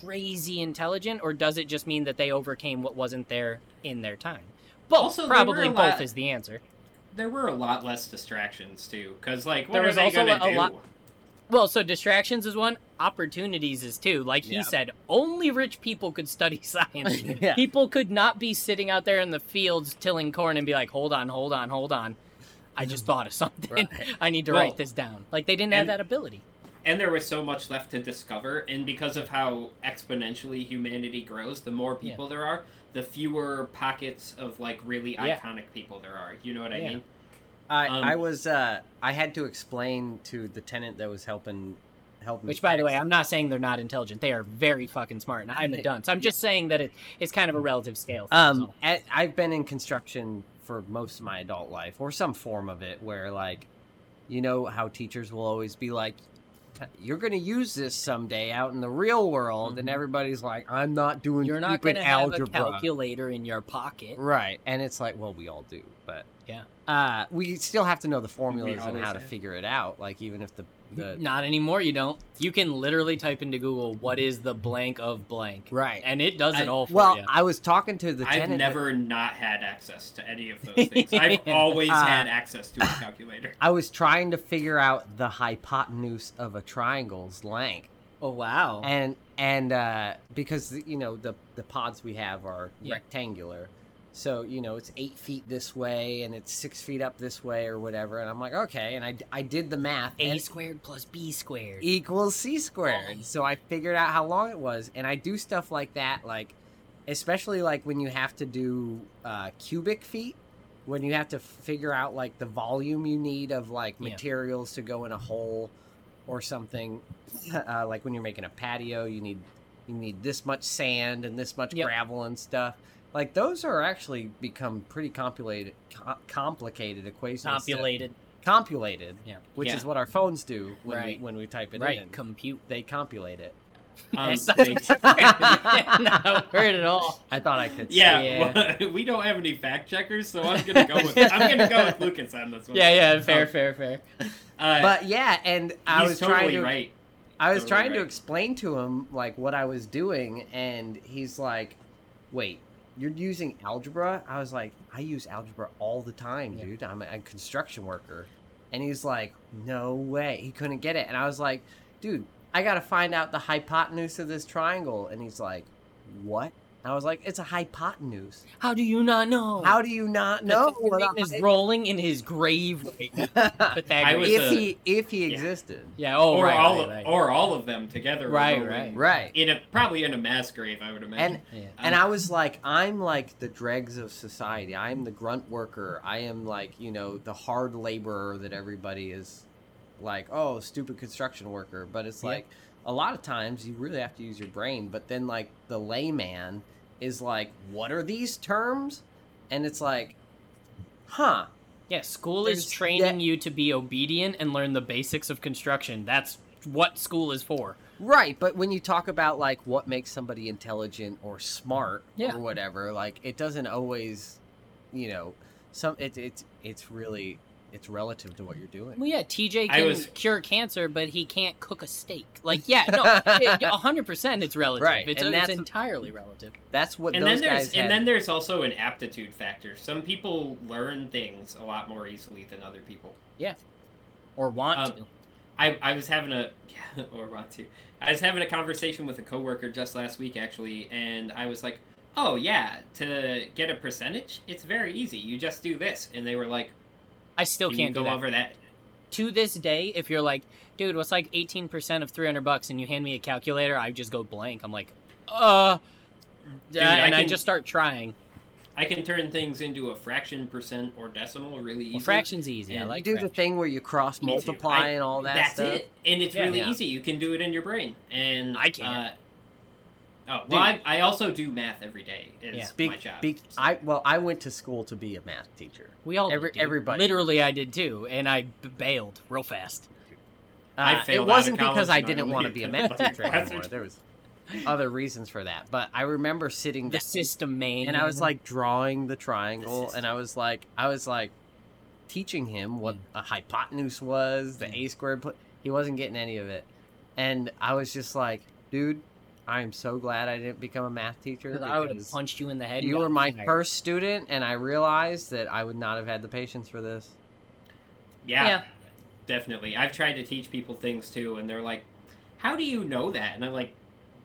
Speaker 3: crazy intelligent, or does it just mean that they overcame what wasn't there in their time? Both,
Speaker 4: Also, they were
Speaker 3: probably
Speaker 4: a
Speaker 3: both
Speaker 4: lot-
Speaker 3: is the answer.
Speaker 4: There were a lot less distractions too, because like what
Speaker 3: There
Speaker 4: are
Speaker 3: was
Speaker 4: they
Speaker 3: also
Speaker 4: gonna
Speaker 3: a
Speaker 4: do?
Speaker 3: lot- Well, so distractions is one, opportunities is two. Like he
Speaker 2: Yeah.
Speaker 3: said, only rich people could study [laughs] science.
Speaker 2: [laughs] Yeah.
Speaker 3: People could not be sitting out there in the fields tilling corn and be like, hold on, hold on, hold on. I just thought of [laughs] something.
Speaker 2: Mm-hmm. Right.
Speaker 3: I need to
Speaker 4: Well,
Speaker 3: write this down. Like they didn't have
Speaker 4: and-
Speaker 3: that ability.
Speaker 4: and there was so much left to discover and because of how exponentially humanity grows the more
Speaker 3: Yeah.
Speaker 4: people there are the fewer pockets of like really
Speaker 3: Yeah.
Speaker 4: iconic people there are you know what i
Speaker 3: Yeah.
Speaker 4: mean
Speaker 2: I,
Speaker 4: Um,
Speaker 2: I was uh I had to explain to the tenant that was helping help me.
Speaker 3: Which, by the way,
Speaker 2: fix-
Speaker 3: I'm not saying they're not intelligent. They are very fucking smart, and I'm a
Speaker 2: [laughs]
Speaker 3: dunce. I'm just saying that it, it's kind of a relative scale. thing,
Speaker 2: um
Speaker 3: so.
Speaker 2: at, I've been in construction for most of my adult life or some form of it where like you know how teachers will always be like you're going to use this someday out in the real world and
Speaker 3: Mhm.
Speaker 2: everybody's like I'm not doing
Speaker 3: you're not
Speaker 2: stupid
Speaker 3: going to have a
Speaker 2: algebra.
Speaker 3: calculator in your pocket.
Speaker 2: Right. And it's like, well, we all do, but
Speaker 3: Yeah.
Speaker 2: Uh, we still have to know the formulas and
Speaker 4: always
Speaker 2: how to
Speaker 4: have.
Speaker 2: figure it out. Like even if the the
Speaker 3: Not anymore. You don't. You can literally type into Google what is the blank of blank,
Speaker 2: right.
Speaker 3: and it does it
Speaker 4: I-
Speaker 3: all for
Speaker 2: well,
Speaker 3: you.
Speaker 2: I was talking to the
Speaker 4: i've
Speaker 2: tenant that-
Speaker 4: never not had access to any of
Speaker 3: [laughs]
Speaker 4: those things i've always
Speaker 3: Ah.
Speaker 2: Uh,
Speaker 4: had access to a calculator
Speaker 2: I was trying to figure out the hypotenuse of a triangle's length,
Speaker 3: Oh wow.
Speaker 2: and and uh, because you know the the pods we have are
Speaker 3: Yeah.
Speaker 2: rectangular, so you know it's eight feet this way and it's six feet up this way or whatever. And I'm like, okay, and I, I did the math.
Speaker 3: A
Speaker 2: and
Speaker 3: squared plus B squared.
Speaker 2: equals c squared. So I figured out how long it was, and I do stuff like that, like especially like when you have to do uh, cubic feet, when you have to figure out like the volume you need of like
Speaker 3: Yeah.
Speaker 2: materials to go in a hole or something. [laughs] uh, like when you're making a patio, you need you need this much sand and this much
Speaker 3: Yep.
Speaker 2: gravel and stuff. Like those are actually become pretty complicated, co- complicated equations. that-
Speaker 3: Populated.
Speaker 2: compulated,
Speaker 3: Yeah.
Speaker 2: which
Speaker 4: Yeah.
Speaker 2: is what our phones do when
Speaker 3: Right.
Speaker 2: we when we type it in.
Speaker 3: Right. [laughs] Compute.
Speaker 2: They compulate
Speaker 4: [laughs]
Speaker 2: it.
Speaker 4: um,
Speaker 3: Yes.
Speaker 4: they-
Speaker 3: [laughs] Not word at all.
Speaker 2: I thought I could.
Speaker 4: yeah,
Speaker 3: Yeah.
Speaker 4: well, [laughs] we don't have any fact checkers so i'm gonna go with i'm gonna go with lucas on this one
Speaker 3: [laughs] Yeah, yeah, fair,
Speaker 4: fair,
Speaker 3: fair, fair.
Speaker 4: uh,
Speaker 2: But yeah, and I
Speaker 4: he's
Speaker 2: was
Speaker 4: totally
Speaker 2: trying to
Speaker 4: right
Speaker 2: I was
Speaker 4: Totally
Speaker 2: trying to
Speaker 4: right.
Speaker 2: explain to him like what I was doing, and he's like, "Wait, you're using algebra?" I was like, "I use algebra all the time,
Speaker 3: Yeah.
Speaker 2: dude. I'm a, a construction worker," and he's like, "No way." He couldn't get it, and I was like, "Dude, I gotta find out the hypotenuse of this triangle," and he's like, "What?" I was like, it's a hypotenuse.
Speaker 3: How do you not know?
Speaker 2: How do you not know? what a
Speaker 3: Pythagorean is
Speaker 2: hy-
Speaker 3: rolling in his [laughs] grave right now.
Speaker 4: I
Speaker 3: Pythagoras.
Speaker 4: was
Speaker 2: if
Speaker 4: a-
Speaker 2: he if he
Speaker 4: yeah.
Speaker 2: existed.
Speaker 3: yeah. Oh,
Speaker 4: or
Speaker 3: right,
Speaker 4: all
Speaker 3: right,
Speaker 4: of,
Speaker 3: right.
Speaker 4: or all of them together. were
Speaker 3: Right, right.
Speaker 4: rolling.
Speaker 2: Right.
Speaker 4: In a probably in a mass grave, I would imagine.
Speaker 2: And
Speaker 3: Yeah.
Speaker 2: and
Speaker 4: Um,
Speaker 2: I was like, I'm like the dregs of society. I am the grunt worker. I am like, you know, the hard laborer that everybody is like, oh, stupid construction worker. But it's
Speaker 3: Yeah.
Speaker 2: like a lot of times you really have to use your brain. But then like the layman is like, what are these terms? And it's like, huh.
Speaker 3: Yeah, school
Speaker 2: There's-
Speaker 3: is training
Speaker 2: yeah.
Speaker 3: you to be obedient and learn the basics of construction. That's what school is for.
Speaker 2: Right, but when you talk about like what makes somebody intelligent or smart
Speaker 3: Yeah.
Speaker 2: or whatever, like it doesn't always, you know, some it's it's it's really it's relative to what you're doing. [laughs]
Speaker 3: Well, yeah, TJ
Speaker 4: I
Speaker 3: can
Speaker 4: was-
Speaker 3: cure cancer, but he can't cook a steak. [laughs] Like, yeah, no, it- a hundred percent, it's relative.
Speaker 2: Right,
Speaker 3: It's,
Speaker 2: and
Speaker 3: it's
Speaker 2: that's-
Speaker 3: entirely relative.
Speaker 2: [laughs] That's what
Speaker 4: and
Speaker 2: those
Speaker 4: then there's
Speaker 2: guys
Speaker 4: and
Speaker 2: had.
Speaker 4: then there's also an aptitude factor. Some people learn things a lot more easily than other people.
Speaker 3: Or want
Speaker 4: Um,
Speaker 3: to.
Speaker 4: I, I was having a [laughs] yeah, or want to. I was having a conversation with a coworker just last week actually, and I was like, "Oh yeah, to get a percentage, it's very easy. You just do this." And they were like,
Speaker 3: I still
Speaker 4: "Can you
Speaker 3: can't
Speaker 4: go
Speaker 3: do that.
Speaker 4: over that?"
Speaker 3: To this day, if you're like, dude, what's like eighteen percent of three hundred bucks, and you hand me a calculator, I just go blank. I'm like, uh,
Speaker 4: Dude, I
Speaker 3: and I,
Speaker 4: can-
Speaker 3: just start trying.
Speaker 4: I can turn things into a fraction, percent, or decimal really easily.
Speaker 3: Well, fractions easy. I
Speaker 4: And
Speaker 3: like
Speaker 2: you do the
Speaker 3: fractions.
Speaker 2: thing where you cross
Speaker 4: Me too.
Speaker 2: multiply
Speaker 4: I-
Speaker 2: and all that
Speaker 4: That's
Speaker 2: stuff.
Speaker 4: it, and it's
Speaker 3: Yeah.
Speaker 4: really
Speaker 2: Yeah.
Speaker 4: easy. You can do it in your brain, and
Speaker 3: I can't.
Speaker 4: Uh, oh
Speaker 2: Dude.
Speaker 4: well, I, I also do math every day. It's
Speaker 3: Yeah.
Speaker 2: Be-
Speaker 4: my job.
Speaker 2: be- I well, I went to school to be a math teacher.
Speaker 3: We all did,
Speaker 2: Every-
Speaker 3: dude.
Speaker 2: everybody.
Speaker 3: Literally, I did too, and I b- bailed real fast.
Speaker 4: I
Speaker 2: Uh,
Speaker 4: failed out
Speaker 2: it
Speaker 4: of
Speaker 2: wasn't because
Speaker 4: college
Speaker 2: I
Speaker 4: and I
Speaker 2: didn't want to
Speaker 4: leave.
Speaker 2: be a math teacher
Speaker 4: [laughs] That's
Speaker 2: anymore.
Speaker 4: what-
Speaker 2: There was other reasons for that, but I remember sitting
Speaker 3: The
Speaker 2: down
Speaker 3: system man.
Speaker 2: and I was like drawing the triangle, and
Speaker 4: system.
Speaker 2: I was like, I was like teaching him what a hypotenuse was, the
Speaker 3: Yeah.
Speaker 2: a squared. Pl- he wasn't getting any of it, and I was just like, dude, I am so glad I didn't become a math teacher
Speaker 3: I would have
Speaker 2: because
Speaker 3: punched you in the head.
Speaker 2: you
Speaker 3: got
Speaker 2: were my
Speaker 3: fired.
Speaker 2: first student, and I realized that I would not have had the patience for this. [laughs]
Speaker 4: Yeah,
Speaker 3: Yeah.
Speaker 4: definitely. I've tried to teach people things too, and they're like, "How do you know that?" And I'm like,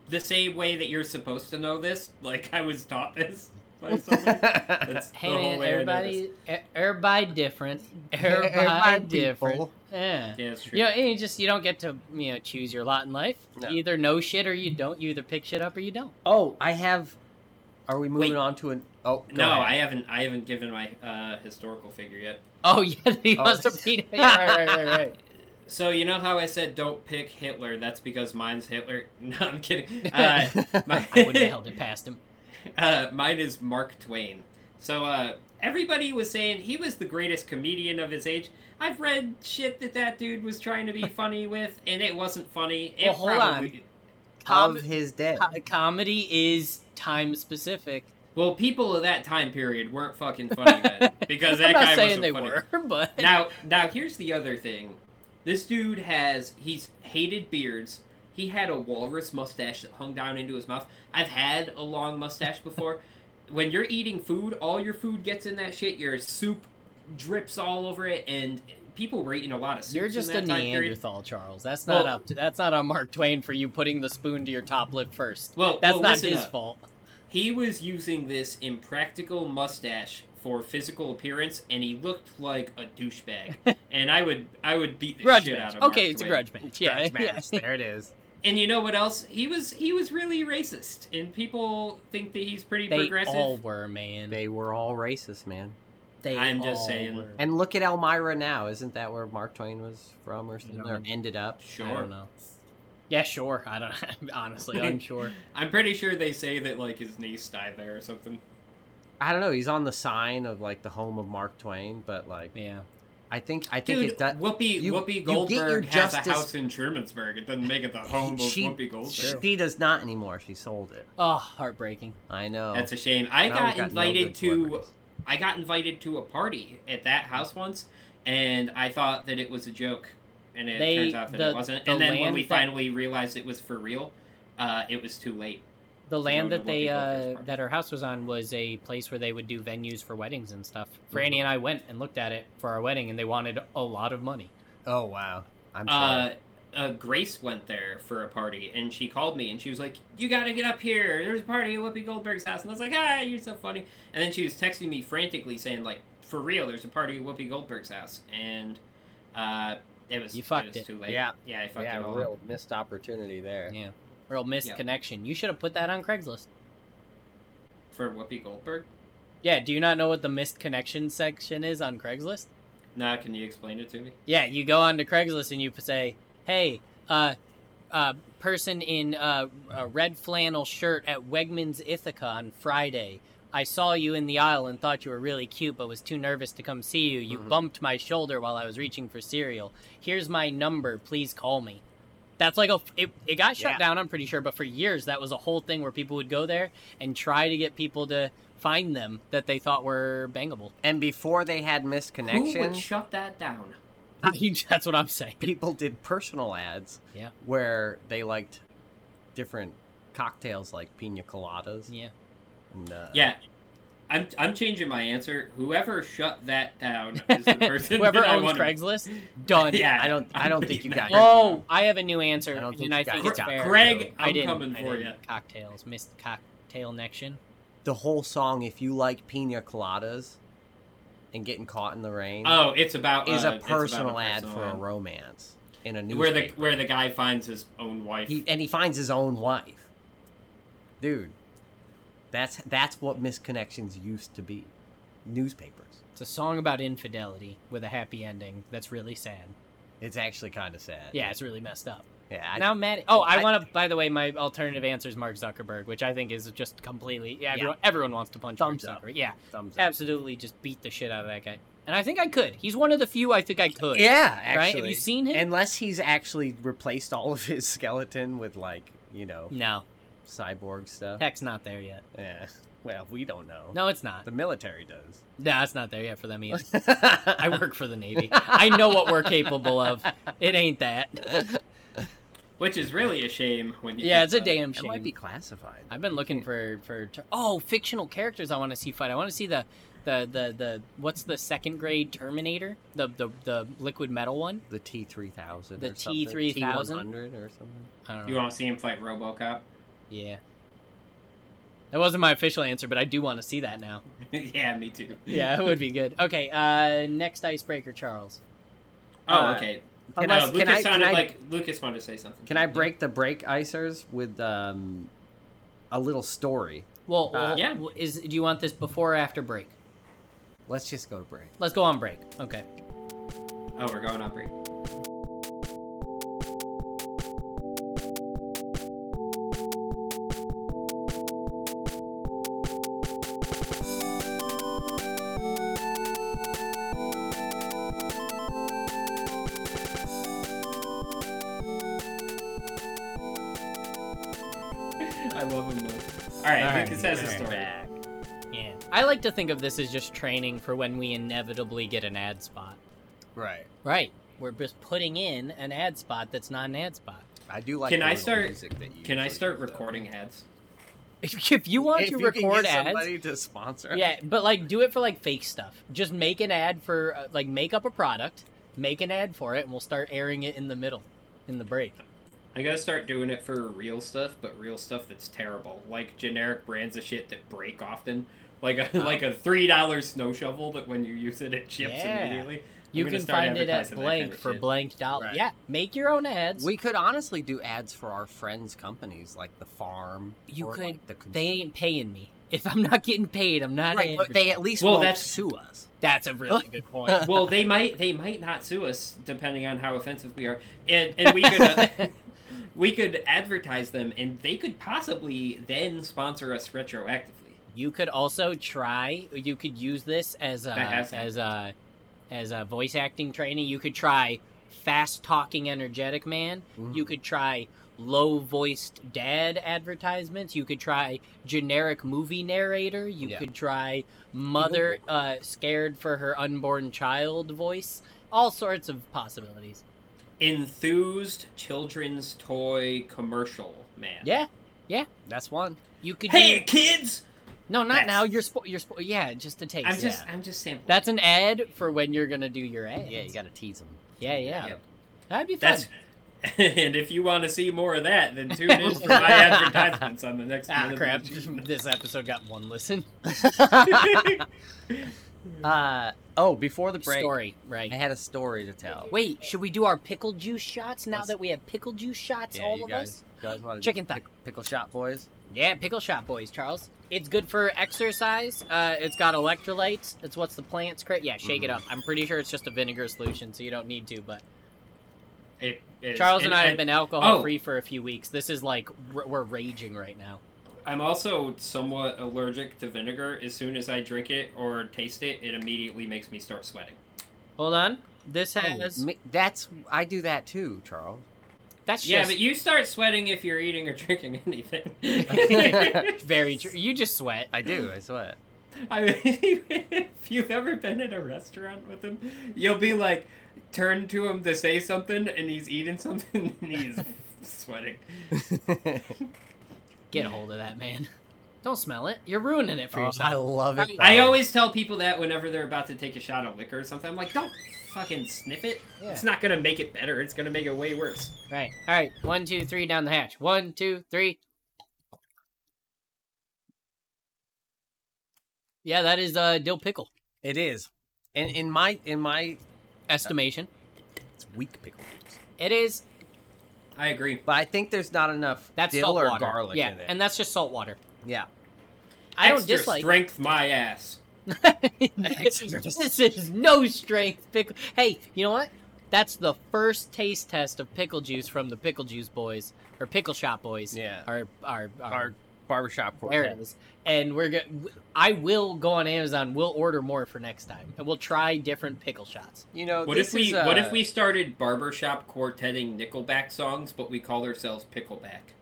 Speaker 4: "The same way that you're supposed to know this. Like I was taught [laughs] this
Speaker 3: [laughs]
Speaker 4: by someone." That's
Speaker 3: Hey
Speaker 4: the whole
Speaker 3: man,
Speaker 4: way I know
Speaker 3: everybody, e- everybody different. Everybody,
Speaker 2: [laughs] Everybody
Speaker 3: different.
Speaker 2: people.
Speaker 3: Yeah.
Speaker 4: this. Yeah, it's true.
Speaker 3: You know, and you just you don't get to you know choose your lot in life.
Speaker 2: No.
Speaker 3: You either know shit or you don't. You either pick shit up or you don't.
Speaker 2: Oh, I have. Are we moving
Speaker 4: Wait.
Speaker 2: on to an? Oh go
Speaker 4: no, I
Speaker 2: ahead.
Speaker 4: haven't. I haven't given my uh, historical figure yet.
Speaker 3: Oh [laughs] yeah, he
Speaker 2: Oh.
Speaker 3: must have beat [laughs]
Speaker 4: [laughs]
Speaker 3: it. Yeah, right, right, right, right.
Speaker 4: So you know how I said don't pick Hitler? That's because mine's Hitler. [laughs] No,
Speaker 3: [laughs]
Speaker 4: I'm kidding. Uh,
Speaker 2: [laughs]
Speaker 4: my-
Speaker 3: I wouldn't have held it past him.
Speaker 4: [laughs] Uh, mine is Mark Twain. So uh, everybody was saying he was the greatest comedian of his age. I've read shit that that dude was trying to
Speaker 3: [laughs]
Speaker 4: be funny with, and it wasn't funny. It
Speaker 3: Well, hold on.
Speaker 4: probably-
Speaker 3: Com-
Speaker 2: of his day.
Speaker 3: co- comedy is time specific.
Speaker 4: Well, people of that time period weren't fucking funny
Speaker 3: [laughs]
Speaker 4: then, because that
Speaker 3: I'm not
Speaker 4: guy
Speaker 3: saying
Speaker 4: wasn't
Speaker 3: they
Speaker 4: funny.
Speaker 3: were, [laughs] but
Speaker 4: Now, now here's the other thing. This dude has he's hated beards. He had a walrus mustache that hung down into his mouth. I've had a
Speaker 3: [laughs]
Speaker 4: long mustache before. when you're eating food, all your food gets in that shit. Your soup drips all over it, and people were eating a lot of soup.
Speaker 3: You're just a
Speaker 4: in that time period.
Speaker 3: Neanderthal, Charles. That's not
Speaker 4: Well-
Speaker 3: up. To, that's not on Mark Twain for you putting the spoon to your top lip first.
Speaker 4: Well,
Speaker 3: That's
Speaker 4: well,
Speaker 3: not
Speaker 4: listen
Speaker 3: his
Speaker 4: up.
Speaker 3: fault.
Speaker 4: He was using this impractical mustache for physical appearance, and he looked like a
Speaker 3: [laughs]
Speaker 4: douchebag. and I would, I would beat the
Speaker 3: Grudge
Speaker 4: shit
Speaker 3: match.
Speaker 4: out of
Speaker 3: Okay,
Speaker 4: Mark
Speaker 3: it's a
Speaker 4: Twain.
Speaker 3: grudge match. Yeah,
Speaker 2: Grudge
Speaker 3: [laughs] yeah.
Speaker 4: [laughs]
Speaker 2: match. There it is.
Speaker 4: And you know what else? He was he was really racist, and people think that he's pretty
Speaker 3: They
Speaker 4: progressive.
Speaker 3: all were, man.
Speaker 2: They were all racist, man.
Speaker 3: They
Speaker 4: I'm just
Speaker 3: all
Speaker 4: saying.
Speaker 3: were.
Speaker 2: And look at Elmira now. Isn't that where Mark Twain was from or something? Or
Speaker 3: No.
Speaker 2: ended up?
Speaker 3: I
Speaker 4: Sure,
Speaker 3: don't know. Yeah, sure. I don't. [laughs] Honestly, I'm sure.
Speaker 4: I'm pretty sure they say that like his niece died there or something.
Speaker 2: I don't know. He's on the sign of like the home of Mark Twain, but like
Speaker 3: Yeah.
Speaker 2: I think I think
Speaker 4: Dude,
Speaker 2: it does.
Speaker 4: Whoopi
Speaker 2: you- you
Speaker 4: Whoopi
Speaker 2: get your
Speaker 4: Goldberg has
Speaker 2: justice-
Speaker 4: a house in Shermansburg. It doesn't make it the home
Speaker 2: She-
Speaker 4: of Whoopi Goldberg.
Speaker 3: Sure.
Speaker 2: She does not anymore. She sold it.
Speaker 3: Oh, heartbreaking.
Speaker 2: I know.
Speaker 4: That's a shame. I
Speaker 2: Now
Speaker 4: got,
Speaker 2: we've no
Speaker 4: invited
Speaker 2: good
Speaker 4: to
Speaker 2: celebrities.
Speaker 4: I got invited to a party at that house once, and I thought that it was a joke, and it
Speaker 3: They-
Speaker 4: turns out that
Speaker 3: the-
Speaker 4: it wasn't.
Speaker 3: the
Speaker 4: And then when
Speaker 3: land
Speaker 4: we
Speaker 3: that-
Speaker 4: finally realized it was for real, uh, it was too late.
Speaker 3: The land
Speaker 4: know
Speaker 3: that
Speaker 4: what
Speaker 3: they
Speaker 4: people think is
Speaker 3: uh,
Speaker 4: part-
Speaker 3: that her house was on was a place where they would do venues for weddings and stuff.
Speaker 2: Mhm.
Speaker 3: Franny and I went and looked at it for our wedding, and they wanted a lot of money.
Speaker 2: Oh wow. I'm sorry.
Speaker 4: Uh, uh, Grace went there for a party, and she called me, and she was like, "You gotta get up here. There's a party at Whoopi Goldberg's house." And I was like, "Ah, you're so funny." And then she was texting me frantically, saying like, "For real, there's a party at Whoopi Goldberg's house." And uh, it was
Speaker 3: You fucked
Speaker 4: it. Was
Speaker 3: it.
Speaker 4: Too late.
Speaker 2: Yeah.
Speaker 4: yeah, I fucked
Speaker 2: yeah,
Speaker 4: it all. up.
Speaker 2: real missed opportunity there.
Speaker 3: Yeah. Real missed
Speaker 4: Yeah.
Speaker 3: connection. You should have put that on Craigslist.
Speaker 4: For Whoopi Goldberg?
Speaker 3: Yeah, do you not know what the missed connection section is on Craigslist?
Speaker 4: Nah, can you explain it to me?
Speaker 3: Yeah, you go onto Craigslist and you say, "Hey, uh, uh, person in uh, a red flannel shirt at Wegmans Ithaca on Friday. I saw you in the aisle and thought you were really cute, but was too nervous to come see you. You
Speaker 2: Mhm.
Speaker 3: bumped my shoulder while I was reaching for cereal. Here's my number. Please call me." That's like a it, it got shut
Speaker 2: Yeah.
Speaker 3: down. I'm pretty sure, but for years that was a whole thing where people would go there and try to get people to find them that they thought were bangable.
Speaker 2: And before they had missed
Speaker 4: Who
Speaker 2: connection,
Speaker 4: would shut that down?
Speaker 3: [laughs] That's what I'm saying.
Speaker 2: people did personal ads.
Speaker 3: Yeah.
Speaker 2: Where they liked different cocktails like pina coladas.
Speaker 3: Yeah.
Speaker 2: And, uh,
Speaker 4: Yeah. I'm, I'm changing my answer. Whoever shut that down is
Speaker 3: [laughs]
Speaker 4: the person
Speaker 3: Whoever
Speaker 4: that I
Speaker 3: owns
Speaker 4: want to
Speaker 3: Craigslist, done.
Speaker 4: [laughs] Yeah,
Speaker 2: I don't. I
Speaker 4: I'm
Speaker 2: don't think you
Speaker 4: pretty
Speaker 2: got.
Speaker 4: mad.
Speaker 3: Oh, I have a new answer,
Speaker 2: I don't think
Speaker 3: and I
Speaker 2: you got
Speaker 3: think
Speaker 2: it.
Speaker 3: it's
Speaker 2: Gre-
Speaker 3: fair.
Speaker 4: Greg,
Speaker 3: I
Speaker 4: I'm
Speaker 3: didn't-
Speaker 4: coming
Speaker 3: I
Speaker 4: for
Speaker 3: didn't.
Speaker 4: ya.
Speaker 3: Cocktails, missed cocktail connection.
Speaker 2: the whole song. If you like pina coladas, and getting caught in the rain,
Speaker 4: Oh, it's about
Speaker 2: is
Speaker 4: uh,
Speaker 2: a
Speaker 4: it's about
Speaker 2: personal ad
Speaker 4: personal
Speaker 2: for a romance in a newspaper.
Speaker 4: where the where the guy finds his own wife.
Speaker 2: He and he finds his own wife. Dude, that's that's what misconnections used to be. Newspapers.
Speaker 3: It's a song about infidelity with a happy ending. That's really sad.
Speaker 2: It's actually kind of sad.
Speaker 3: Yeah, it's really messed up.
Speaker 2: Yeah. I,
Speaker 3: now, Matt. Oh, I,
Speaker 2: I-
Speaker 3: want to. By the way, my alternative answer is Mark Zuckerberg, which I think is just completely. Yeah, everyone, everyone wants to punch
Speaker 2: Thumbs
Speaker 3: Mark
Speaker 2: up.
Speaker 3: Zuckerberg. Yeah,
Speaker 2: thumbs up.
Speaker 3: absolutely. Just beat the shit out of that guy. And I think I could. He's one of the few I think I could.
Speaker 2: Yeah,
Speaker 3: Right?
Speaker 2: actually.
Speaker 3: Have you seen him?
Speaker 2: Unless he's actually replaced all of his [laughs] skeleton with like, you know,
Speaker 3: no,
Speaker 2: cyborg stuff.
Speaker 3: tech's not there yet.
Speaker 2: Yeah. Well, we don't know.
Speaker 3: No, it's not.
Speaker 2: The military
Speaker 3: [laughs]
Speaker 2: does.
Speaker 3: No, it's not there yet for
Speaker 2: [laughs]
Speaker 3: them either. I
Speaker 2: I
Speaker 3: work for the Navy. I know what we're capable of. It ain't that.
Speaker 4: Which is really a shame when you
Speaker 3: Yeah,
Speaker 4: think
Speaker 3: it's a
Speaker 4: about it.
Speaker 3: damn
Speaker 2: It
Speaker 3: shame.
Speaker 2: might be classified.
Speaker 3: I've been looking for for tur- oh fictional characters I want to see fight. I want to see the the the the what's the second grade Terminator the the the liquid metal one.
Speaker 2: The T three thousand.
Speaker 3: The T3000?
Speaker 2: T one hundred or something.
Speaker 3: I don't know.
Speaker 4: You want to see him fight RoboCop? [laughs]
Speaker 3: yeah. That wasn't my official answer, but I do want to see
Speaker 2: [laughs]
Speaker 3: that now.
Speaker 4: yeah, me too.
Speaker 3: Yeah, it would be good. Okay, uh, next icebreaker, Charles.
Speaker 4: Oh,
Speaker 2: Uh,
Speaker 4: okay.
Speaker 2: Can
Speaker 4: no,
Speaker 2: I-
Speaker 4: Lucas
Speaker 2: can I-
Speaker 4: sounded
Speaker 2: can I-
Speaker 4: like Lucas wanted to say something.
Speaker 2: Can I break the break icers with um, a little story?
Speaker 3: Well,
Speaker 2: Uh,
Speaker 3: well,
Speaker 4: yeah.
Speaker 3: w- is do you want this before or after break?
Speaker 2: Let's just go to break.
Speaker 3: Let's go on break. Okay.
Speaker 4: Oh, we're going on break. I love him. though. All right,
Speaker 3: All right,
Speaker 4: Lucas has a
Speaker 3: we're
Speaker 4: story.
Speaker 3: Yeah. I like to think of this as just training for when we inevitably get an ad spot.
Speaker 2: Right.
Speaker 3: Right. We're just putting in an ad spot that's not an ad spot. [laughs]
Speaker 2: I do like.
Speaker 4: Can
Speaker 2: the
Speaker 4: I
Speaker 2: little
Speaker 4: start-
Speaker 2: Music that you
Speaker 4: Can I
Speaker 2: usually
Speaker 4: start
Speaker 2: do, though.
Speaker 4: recording ads?
Speaker 3: If you want
Speaker 2: If
Speaker 3: to
Speaker 2: you can
Speaker 3: record
Speaker 2: get
Speaker 3: ads,
Speaker 2: somebody to sponsor.
Speaker 3: yeah, but like do it for like fake stuff. Just make an ad for uh, like make up a product, make an ad for it, and we'll start airing it in the middle, in the break.
Speaker 4: I gotta start doing it for real stuff, but real stuff that's terrible, like generic brands of shit that break often, like a like a three dollar snow shovel that when you use it it chips
Speaker 3: Yeah.
Speaker 4: immediately.
Speaker 3: You
Speaker 4: gonna
Speaker 3: can
Speaker 4: start
Speaker 3: find it at
Speaker 4: advertising that kind
Speaker 3: blank
Speaker 4: of
Speaker 3: for
Speaker 4: shit.
Speaker 3: blank dollar.
Speaker 2: Right.
Speaker 3: Yeah, make your own ads.
Speaker 2: We could honestly do ads for our friends' companies, like the farm.
Speaker 3: You
Speaker 2: or,
Speaker 3: could-
Speaker 2: like, the cons-
Speaker 3: they ain't paying me. If I'm not getting paid, I'm not.
Speaker 2: Right, but
Speaker 3: adver-
Speaker 2: they at least
Speaker 4: Well,
Speaker 2: won't
Speaker 4: that's-
Speaker 2: sue us.
Speaker 3: That's a really good
Speaker 2: [laughs]
Speaker 3: point.
Speaker 4: Well, they might they might not sue us depending on how offensive we are, and and we could uh,
Speaker 3: [laughs]
Speaker 4: we could advertise them, and they could possibly then sponsor us retroactively.
Speaker 3: You could also try. You could use this as a
Speaker 4: That has-
Speaker 3: as a as a voice acting training. You could try fast talking energetic man. You
Speaker 4: Mm.
Speaker 3: could try low voiced dad advertisements. You could try generic movie narrator. You
Speaker 2: Yeah.
Speaker 3: could try mother uh, scared for her unborn child voice. All sorts of possibilities.
Speaker 4: Enthused children's toy commercial man.
Speaker 3: Yeah,
Speaker 2: That's one.
Speaker 3: you could.
Speaker 4: Hey
Speaker 3: do-
Speaker 4: kids!
Speaker 3: no, not
Speaker 4: that's-
Speaker 3: now. You're spo- you're spo- yeah, just a taste.
Speaker 4: I'm just
Speaker 2: Yeah.
Speaker 4: I'm just sampling.
Speaker 3: That's an ad for when you're gonna do your ad.
Speaker 2: Yeah, you got to tease them.
Speaker 3: Yeah, yeah.
Speaker 4: Yep.
Speaker 3: That'd be fun.
Speaker 4: That's [laughs] and if you want to see more of that, then tune in for [laughs] my advertisements on the next
Speaker 3: Ah,
Speaker 4: Minute of [laughs]
Speaker 3: crap. [laughs]
Speaker 4: Motion.
Speaker 3: this episode got one listen. [laughs]
Speaker 2: Uh, oh, before the break,
Speaker 3: Story, right?
Speaker 2: I had a story to tell.
Speaker 3: Wait, should we do our pickle juice shots now
Speaker 2: Let's-
Speaker 3: that we have pickle juice shots,
Speaker 2: Yeah,
Speaker 3: all
Speaker 2: you
Speaker 3: of
Speaker 2: guys, you guys want
Speaker 3: us? Chicken thigh.
Speaker 2: pickle shot, boys?
Speaker 3: Yeah, pickle shot, boys, Charles. It's good for exercise. Uh, it's got electrolytes. It's what's the plants create. Yeah, shake it
Speaker 2: Mhm.
Speaker 3: up. I'm pretty sure it's just a vinegar solution, so you don't need to. But
Speaker 4: It is-
Speaker 3: Charles and I have been alcohol free for a few weeks. This is like r- we're raging right now.
Speaker 4: I'm also somewhat allergic to vinegar. As soon as I drink it or taste it, it immediately makes me start sweating.
Speaker 3: Hold on. This
Speaker 2: Oh,
Speaker 3: has
Speaker 2: me- that's I do that too, Charles.
Speaker 3: that's
Speaker 4: Yeah,
Speaker 3: just
Speaker 4: but you start sweating if you're eating or drinking anything.
Speaker 3: very true. You just sweat.
Speaker 2: I do. I sweat.
Speaker 4: [laughs] I mean, if you've ever been in a restaurant with him, you'll be like, turn to him to say something, and he's eating something, [laughs] and he's sweating.
Speaker 3: Get a hold of that man. [laughs] Don't smell it. You're ruining it for yourself.
Speaker 2: I love it.
Speaker 4: I
Speaker 2: though.
Speaker 4: always tell people that whenever they're about to take a shot of liquor or something, I'm like, don't fucking sniff it. It's not gonna make it better. It's gonna make it way worse.
Speaker 3: Right. All right. One, two, three down the hatch. One, two, three. Yeah, that is uh, dill pickle
Speaker 2: It is. And in my in my
Speaker 3: estimation.
Speaker 2: it's weak pickle juice.
Speaker 3: It is.
Speaker 4: I agree.
Speaker 2: But I think there's not enough
Speaker 3: That's
Speaker 2: dill
Speaker 3: salt
Speaker 2: or
Speaker 3: water.
Speaker 2: garlic
Speaker 3: yeah,
Speaker 2: in it.
Speaker 3: and that's just salt water.
Speaker 2: yeah.
Speaker 3: I don't
Speaker 4: Extra
Speaker 3: dislike.
Speaker 4: strength my ass.
Speaker 3: this this is no strength pickle. Hey, you know what? That's the first taste test of pickle juice from the pickle juice boys or pickle shop boys.
Speaker 2: Yeah.
Speaker 3: Our our our,
Speaker 2: Our barbershop
Speaker 3: there it is. And we're going I will go on Amazon. We'll order more for next time, and we'll try different pickle shots.
Speaker 2: You know,
Speaker 4: What
Speaker 2: this
Speaker 4: if we
Speaker 2: is, uh,
Speaker 4: What if we started barbershop quartetting Nickelback songs, but we called ourselves Pickleback?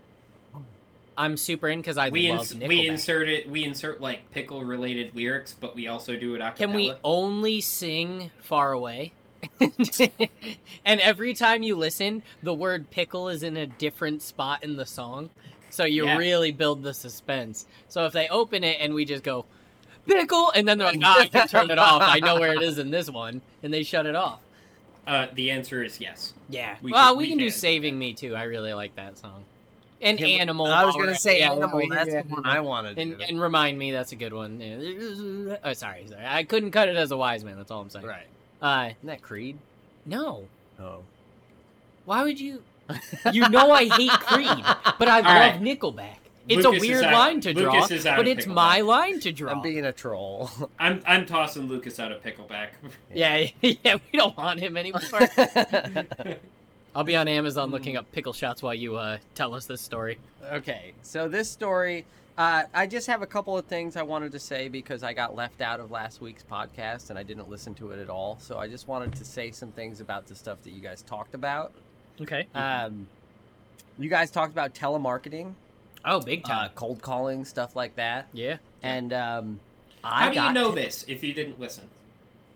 Speaker 3: I'm super in because I
Speaker 4: we
Speaker 3: love
Speaker 4: ins-
Speaker 3: Nickelback.
Speaker 4: we insert it. We insert like pickle related lyrics, but we also do it acapella.
Speaker 3: Can we only sing far
Speaker 2: [laughs]
Speaker 3: away? and every time you listen, the word pickle is in a different spot in the song. So you
Speaker 4: Yeah.
Speaker 3: really build the suspense. So if they open it and we just go, pickle, and then they're like, ah, I can turn it off. I know where it is in this one. And they shut it off.
Speaker 4: Uh, the answer is yes.
Speaker 3: Yeah.
Speaker 4: We
Speaker 3: well,
Speaker 4: can-
Speaker 3: we,
Speaker 4: we
Speaker 3: can, do
Speaker 4: can.
Speaker 3: Saving Me Too. I really like that song. And
Speaker 2: Yeah, but-
Speaker 3: Animal.
Speaker 2: I was
Speaker 3: while we're
Speaker 2: gonna
Speaker 3: at-
Speaker 2: say
Speaker 3: yeah, while
Speaker 2: animal.
Speaker 3: we're-
Speaker 2: That's
Speaker 3: yeah.
Speaker 2: the one I wanted.
Speaker 3: And, and remind me, that's a good one. Yeah. Oh, sorry, sorry. I couldn't cut it as a wise man. That's all I'm saying.
Speaker 2: right.
Speaker 3: Uh,
Speaker 2: Isn't that Creed?
Speaker 3: no.
Speaker 2: Oh.
Speaker 3: Why would you? You know I hate Creed, but
Speaker 4: [laughs]
Speaker 3: I love
Speaker 4: right.
Speaker 3: Nickelback. It's
Speaker 4: Lucas
Speaker 3: a
Speaker 4: is
Speaker 3: weird
Speaker 4: out-
Speaker 3: line to draw,
Speaker 4: Lucas is out
Speaker 3: but
Speaker 4: of
Speaker 3: it's my
Speaker 4: Nickelback.
Speaker 3: line to draw.
Speaker 2: I'm being a troll. [laughs]
Speaker 4: I'm I'm tossing Lucas out of Pickleback.
Speaker 3: [laughs]
Speaker 4: [laughs]
Speaker 3: Yeah, yeah, we don't want him [laughs] anymore. I'll be on Amazon
Speaker 4: Mm.
Speaker 3: looking up pickle shots while you uh, tell us this story.
Speaker 2: okay, so this story, uh, I just have a couple of things I wanted to say because I got left out of last week's podcast and I didn't listen to it at all. So I just wanted to say some things about the stuff that you guys talked about.
Speaker 3: Okay.
Speaker 2: Um, you guys talked about telemarketing,
Speaker 3: Oh, big time.
Speaker 2: uh, cold calling, stuff like
Speaker 4: Uh,
Speaker 2: that.
Speaker 3: yeah.
Speaker 2: And um, I
Speaker 4: How do
Speaker 2: got
Speaker 4: you know
Speaker 2: to-
Speaker 4: this if you didn't listen?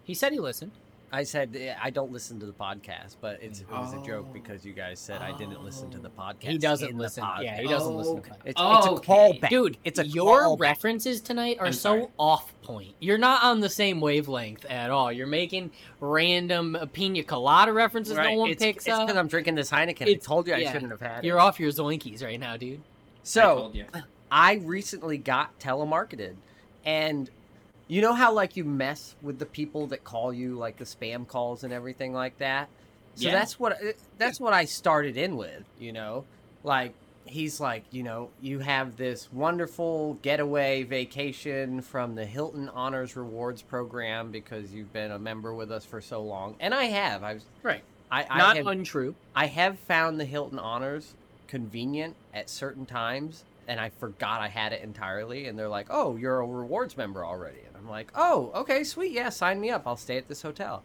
Speaker 3: He said he listened.
Speaker 2: I said eh, I don't listen to the podcast, but it's, it was a
Speaker 4: Oh.
Speaker 2: joke because you guys said I didn't listen to the
Speaker 4: Oh.
Speaker 2: podcast.
Speaker 3: He doesn't
Speaker 2: in the
Speaker 3: listen.
Speaker 2: pod-
Speaker 3: Yeah, he doesn't listen. To
Speaker 4: Okay.
Speaker 3: podcasts.
Speaker 2: It's,
Speaker 4: Oh,
Speaker 2: it's a
Speaker 4: okay.
Speaker 2: callback.
Speaker 3: Dude,
Speaker 2: It's a
Speaker 3: your
Speaker 2: callback.
Speaker 3: references tonight are
Speaker 4: I'm
Speaker 3: so
Speaker 4: sorry.
Speaker 3: off point. You're not on the same wavelength at all. You're making random uh, pina colada references no one
Speaker 2: it's,
Speaker 3: picks
Speaker 2: because
Speaker 3: up.
Speaker 2: I'm drinking this Heineken. I
Speaker 3: It's-
Speaker 2: told you I
Speaker 3: yeah.
Speaker 2: shouldn't have had it.
Speaker 3: You're off your zoinkies right now, dude.
Speaker 4: I
Speaker 2: So
Speaker 4: told you.
Speaker 2: I recently got telemarketed, and you know how like you mess with the people that call you, like the spam calls and everything like that. So
Speaker 4: Yeah.
Speaker 2: that's what eh, that's what I started in with. You know, like he's like, you know, you have this wonderful getaway vacation from the Hilton Honors Rewards Program because you've been a member with us for so long, and I have. I've
Speaker 3: Right.
Speaker 2: I, I
Speaker 3: Not
Speaker 2: have,
Speaker 3: untrue.
Speaker 2: I have found the Hilton Honors convenient at certain times, and I forgot I had it entirely. And they're like, "Oh, you're a rewards member already," and I'm like, "Oh, okay, sweet, yeah, sign me up. I'll stay at this hotel."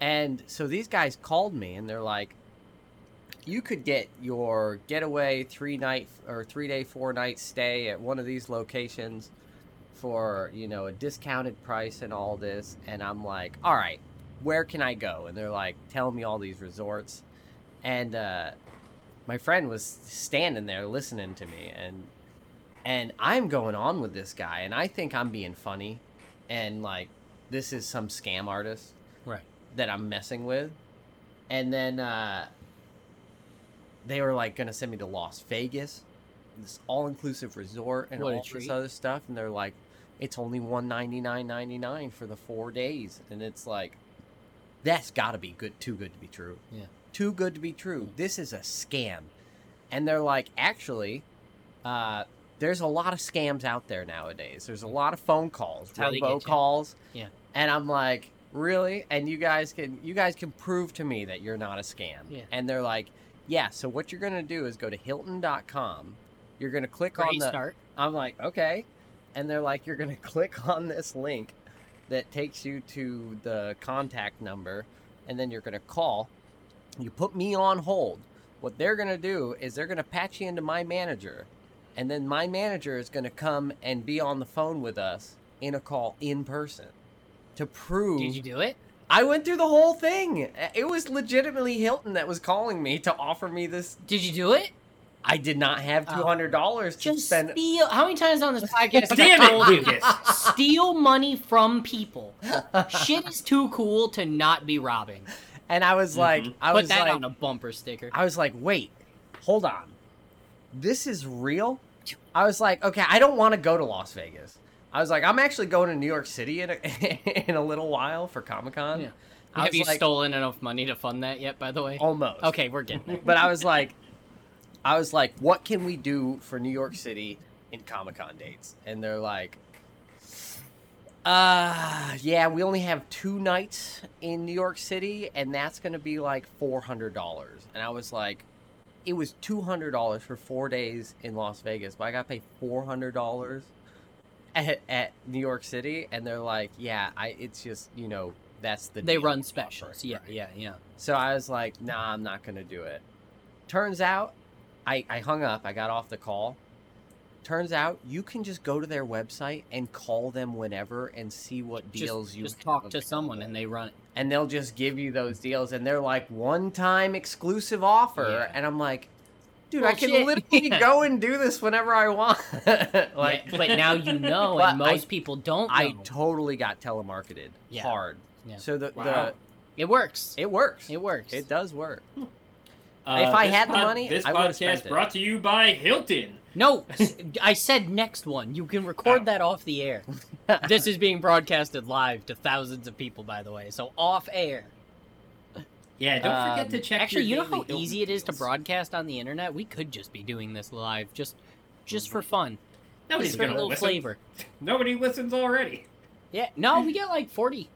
Speaker 2: And so these guys called me, and they're like, "You could get your getaway three night or three day four night stay at one of these locations for you know a discounted price and all this." And I'm like, "All right." Where can I go? And they're like, tell me all these resorts and uh, my friend was standing there listening to me and and i'm going on with this guy and i think i'm being funny and like this is some scam artist
Speaker 3: Right.
Speaker 2: that i'm messing with and then uh they were like going to send me to Las Vegas, this all inclusive resort, and
Speaker 3: What a
Speaker 2: all this
Speaker 3: treat.
Speaker 2: other stuff. And they're like, it's only one ninety nine ninety nine for the four days, and it's like, that's got to be good, too good to be true.
Speaker 3: Yeah.
Speaker 2: too good to be true. This is a scam, and they're like, actually, uh, there's a lot of scams out there nowadays. There's a lot of phone calls,
Speaker 3: That's how they get
Speaker 2: robo
Speaker 3: you.
Speaker 2: calls.
Speaker 3: Yeah.
Speaker 2: And I'm like, really? And you guys can you guys can prove to me that you're not a scam.
Speaker 3: Yeah.
Speaker 2: And they're like, yeah. So what you're gonna do is go to Hilton.com. You're gonna click on
Speaker 3: Great
Speaker 2: the.
Speaker 3: start.
Speaker 2: I'm like, okay. And they're like, you're gonna [laughs] click on this link that takes you to the contact number, and then you're gonna call. You put me on hold. What they're gonna do is they're gonna patch you into my manager, and then my manager is gonna come and be on the phone with us in a call in person to prove
Speaker 3: Did you do it?
Speaker 2: I went through the whole thing. It was legitimately Hilton that was calling me to offer me this.
Speaker 3: Did you do it?
Speaker 2: I did not have
Speaker 3: Oh.
Speaker 2: two hundred dollars to
Speaker 3: Just
Speaker 2: spend.
Speaker 3: steal. How many times on this podcast have
Speaker 4: Damn
Speaker 3: I
Speaker 4: it,
Speaker 3: told you?
Speaker 4: Lucas.
Speaker 2: [laughs]
Speaker 3: Steal money from people. Shit is too cool to not be robbing.
Speaker 2: And I was like,
Speaker 4: Mhm.
Speaker 2: I
Speaker 3: Mm-hmm. Put
Speaker 2: was
Speaker 3: that
Speaker 2: like,
Speaker 3: on a bumper sticker.
Speaker 2: I was like, wait, hold on, this is real. I was like, okay, I don't want to go to Las Vegas. I was like, I'm actually going to New York City in a, [laughs] in a little while for Comic Con.
Speaker 3: Yeah.
Speaker 2: I
Speaker 3: Have
Speaker 2: was
Speaker 3: you
Speaker 2: like,
Speaker 3: stolen enough money to fund that yet? By the way.
Speaker 2: almost?
Speaker 3: [laughs] Okay, we're getting there.
Speaker 2: but I was like, I was like, what can we do for New York City in Comic Con dates? And they're like, uh, yeah, we only have two nights in New York City, and that's going to be like $400. And I was like, it was $200 for four days in Las Vegas, but I got paid $400 at, at New York City. And they're like, yeah, I, it's just, you know, that's [laughs] the
Speaker 3: They
Speaker 2: deal
Speaker 3: run
Speaker 2: we offer,
Speaker 3: specials. Yeah,
Speaker 2: right?
Speaker 3: yeah, yeah.
Speaker 2: So I was like, nah, I'm not going to do it. Turns out, I, I hung up. I got off the call. Turns out, you can just go to their website and call them whenever and see what
Speaker 3: Just-
Speaker 2: deals you
Speaker 3: just
Speaker 2: have
Speaker 3: talk to
Speaker 2: available.
Speaker 3: someone and they run it.
Speaker 2: and they'll just give you those deals. And they're like one time exclusive offer.
Speaker 3: Yeah.
Speaker 2: And I'm like, dude, I can
Speaker 3: [laughs] Bullshit.
Speaker 2: literally
Speaker 3: Yeah.
Speaker 2: go and do this whenever I want. [laughs] like,
Speaker 3: Yeah, but
Speaker 2: [laughs]
Speaker 3: now you know,
Speaker 2: But
Speaker 3: and
Speaker 2: I-
Speaker 3: most people don't.
Speaker 2: I
Speaker 3: know.
Speaker 2: totally got telemarketed
Speaker 3: Yeah.
Speaker 2: hard.
Speaker 3: Yeah.
Speaker 2: So the,
Speaker 4: Wow.
Speaker 3: it works.
Speaker 2: the it works.
Speaker 3: It works.
Speaker 2: it does work.
Speaker 4: Uh,
Speaker 2: If I
Speaker 4: this
Speaker 2: had the
Speaker 4: pod-
Speaker 2: money,
Speaker 4: this
Speaker 2: I would've spent
Speaker 4: podcast
Speaker 2: it.
Speaker 4: brought to you by Hilton.
Speaker 3: No, s- I said next one. You can record
Speaker 4: Oh.
Speaker 3: that off the
Speaker 4: [laughs]
Speaker 3: air. this is being broadcasted live to thousands of people, by the way. So off air.
Speaker 4: Yeah, don't forget
Speaker 3: Um,
Speaker 4: to check.
Speaker 3: Actually,
Speaker 4: your
Speaker 3: you know how
Speaker 4: daily Hilton
Speaker 3: easy it is to
Speaker 4: deals.
Speaker 3: broadcast on the internet. We could just be doing this live, just just for fun,
Speaker 4: Nobody's
Speaker 3: just for a
Speaker 4: gonna
Speaker 3: little
Speaker 4: listen.
Speaker 3: flavor.
Speaker 4: Nobody listens already.
Speaker 3: Yeah. No, we get like forty.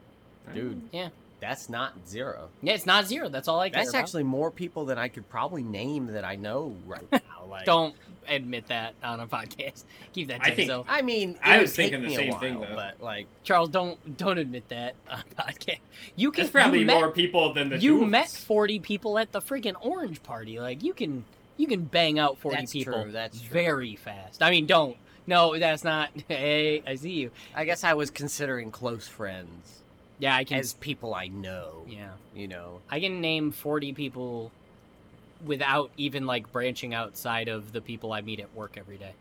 Speaker 3: Hmm.
Speaker 2: Dude.
Speaker 3: Yeah.
Speaker 2: That's not zero.
Speaker 3: Yeah, it's not zero. That's all I care
Speaker 2: That's
Speaker 3: about.
Speaker 2: actually more people than I could probably name that I know
Speaker 3: [laughs]
Speaker 2: right now. Like,
Speaker 3: Don't admit that on a podcast. [laughs] Keep that
Speaker 4: I
Speaker 3: to
Speaker 4: think-
Speaker 3: yourself.
Speaker 2: I mean, it
Speaker 4: I
Speaker 2: would
Speaker 4: was
Speaker 2: take
Speaker 4: thinking the
Speaker 2: me a
Speaker 4: same thing,
Speaker 2: while,
Speaker 4: though.
Speaker 2: But like,
Speaker 3: Charles, don't don't admit that on a podcast. You can
Speaker 4: It's probably
Speaker 3: you met,
Speaker 4: more people than the two
Speaker 3: you
Speaker 4: of
Speaker 3: met
Speaker 4: us.
Speaker 3: forty people at the friggin' orange party. Like you can you can bang out forty
Speaker 2: That's
Speaker 3: people
Speaker 2: true, that's true.
Speaker 3: very fast. I mean, don't. No, that's not. [laughs] Hey, I see you.
Speaker 2: I guess I was considering close friends
Speaker 3: Yeah, I can.
Speaker 2: as people I know.
Speaker 3: yeah,
Speaker 2: You know,
Speaker 3: I can name forty people without even like branching outside of the people I meet at work every day.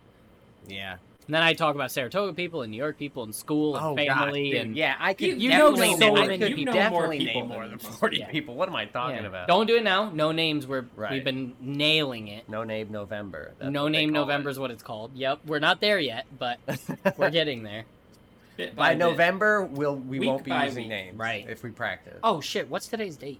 Speaker 2: yeah.
Speaker 3: And then I talk about Saratoga people and New York people and school and
Speaker 2: Oh
Speaker 3: family
Speaker 2: God, dude,
Speaker 3: and
Speaker 2: yeah, I could.
Speaker 3: you know
Speaker 2: definitely
Speaker 3: so
Speaker 2: name-
Speaker 3: many
Speaker 2: I could
Speaker 3: people. You know
Speaker 4: more
Speaker 2: definitely
Speaker 4: people
Speaker 2: name
Speaker 4: than
Speaker 2: more than
Speaker 4: most people.
Speaker 2: forty
Speaker 3: Yeah.
Speaker 2: people. What am I talking
Speaker 3: Yeah.
Speaker 2: about?
Speaker 3: Don't do it now. No names. We're
Speaker 2: Right.
Speaker 3: we've been nailing it.
Speaker 2: No name November. That's
Speaker 3: no
Speaker 2: what they
Speaker 3: name
Speaker 2: call it.
Speaker 3: November is what it's called. Yep, we're not there yet,
Speaker 2: [laughs]
Speaker 3: but we're getting there.
Speaker 4: Bit
Speaker 2: By
Speaker 4: bit.
Speaker 2: November, we'll we
Speaker 4: Week
Speaker 2: won't be
Speaker 4: by
Speaker 2: using
Speaker 4: week.
Speaker 2: names,
Speaker 3: Right.
Speaker 2: If we practice.
Speaker 3: Oh shit, what's today's date?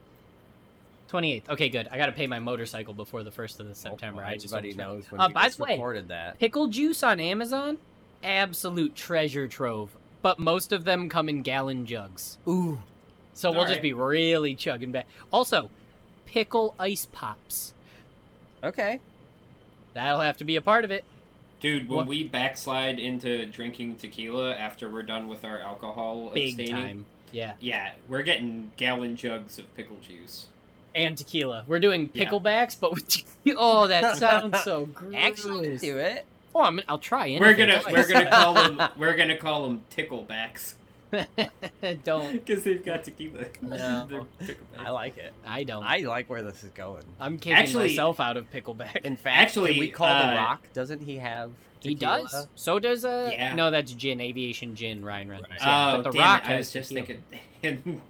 Speaker 3: 28th. Okay, good. I got to pay my motorcycle before the 1st of the September. I just
Speaker 2: everybody
Speaker 3: don't-
Speaker 2: knows when
Speaker 3: Uh,
Speaker 2: we
Speaker 3: by
Speaker 2: just
Speaker 3: the way-
Speaker 2: recorded that.
Speaker 3: Pickle juice on Amazon? Absolute treasure trove. But most of them come in gallon jugs.
Speaker 2: Ooh,
Speaker 3: So we'll just
Speaker 4: Alright.
Speaker 3: be really chugging back. Also, pickle ice pops.
Speaker 2: okay.
Speaker 3: That'll have to be a part of it.
Speaker 4: Dude, when
Speaker 3: What-
Speaker 4: we backslide into drinking tequila after we're done with our alcohol
Speaker 3: Big
Speaker 4: abstaining,
Speaker 3: time. Yeah.
Speaker 4: yeah, we're getting gallon jugs of pickle juice.
Speaker 3: And tequila. We're doing
Speaker 4: Yeah.
Speaker 3: picklebacks, but with tequila. [laughs] Oh, that sounds so gross.
Speaker 2: Actually, do it.
Speaker 3: Oh, I'm, I'll try anything.
Speaker 4: We're gonna
Speaker 3: Don't-
Speaker 4: we're gonna call them [laughs] we're gonna call them ticklebacks
Speaker 3: [laughs] don't.
Speaker 4: because they've got tequila.
Speaker 3: No.
Speaker 4: [laughs] They're ticklebacks.
Speaker 2: I like it.
Speaker 3: I don't. I,
Speaker 2: Um, I like where this is going.
Speaker 3: am kicking
Speaker 4: Actually-
Speaker 3: myself out of pickleback.
Speaker 2: In fact,
Speaker 4: Actually,
Speaker 2: can we call
Speaker 4: uh,
Speaker 2: the Rock? Doesn't he have?
Speaker 3: He
Speaker 2: tequila?
Speaker 3: does. So does uh.
Speaker 4: Yeah.
Speaker 3: No, that's gin, aviation gin. Ryan Reynolds.
Speaker 2: Right.
Speaker 3: Yeah,
Speaker 4: oh,
Speaker 3: but the
Speaker 4: damn
Speaker 3: Rock
Speaker 4: it, I
Speaker 3: has
Speaker 4: [laughs] was just
Speaker 3: tequila.
Speaker 4: thinking.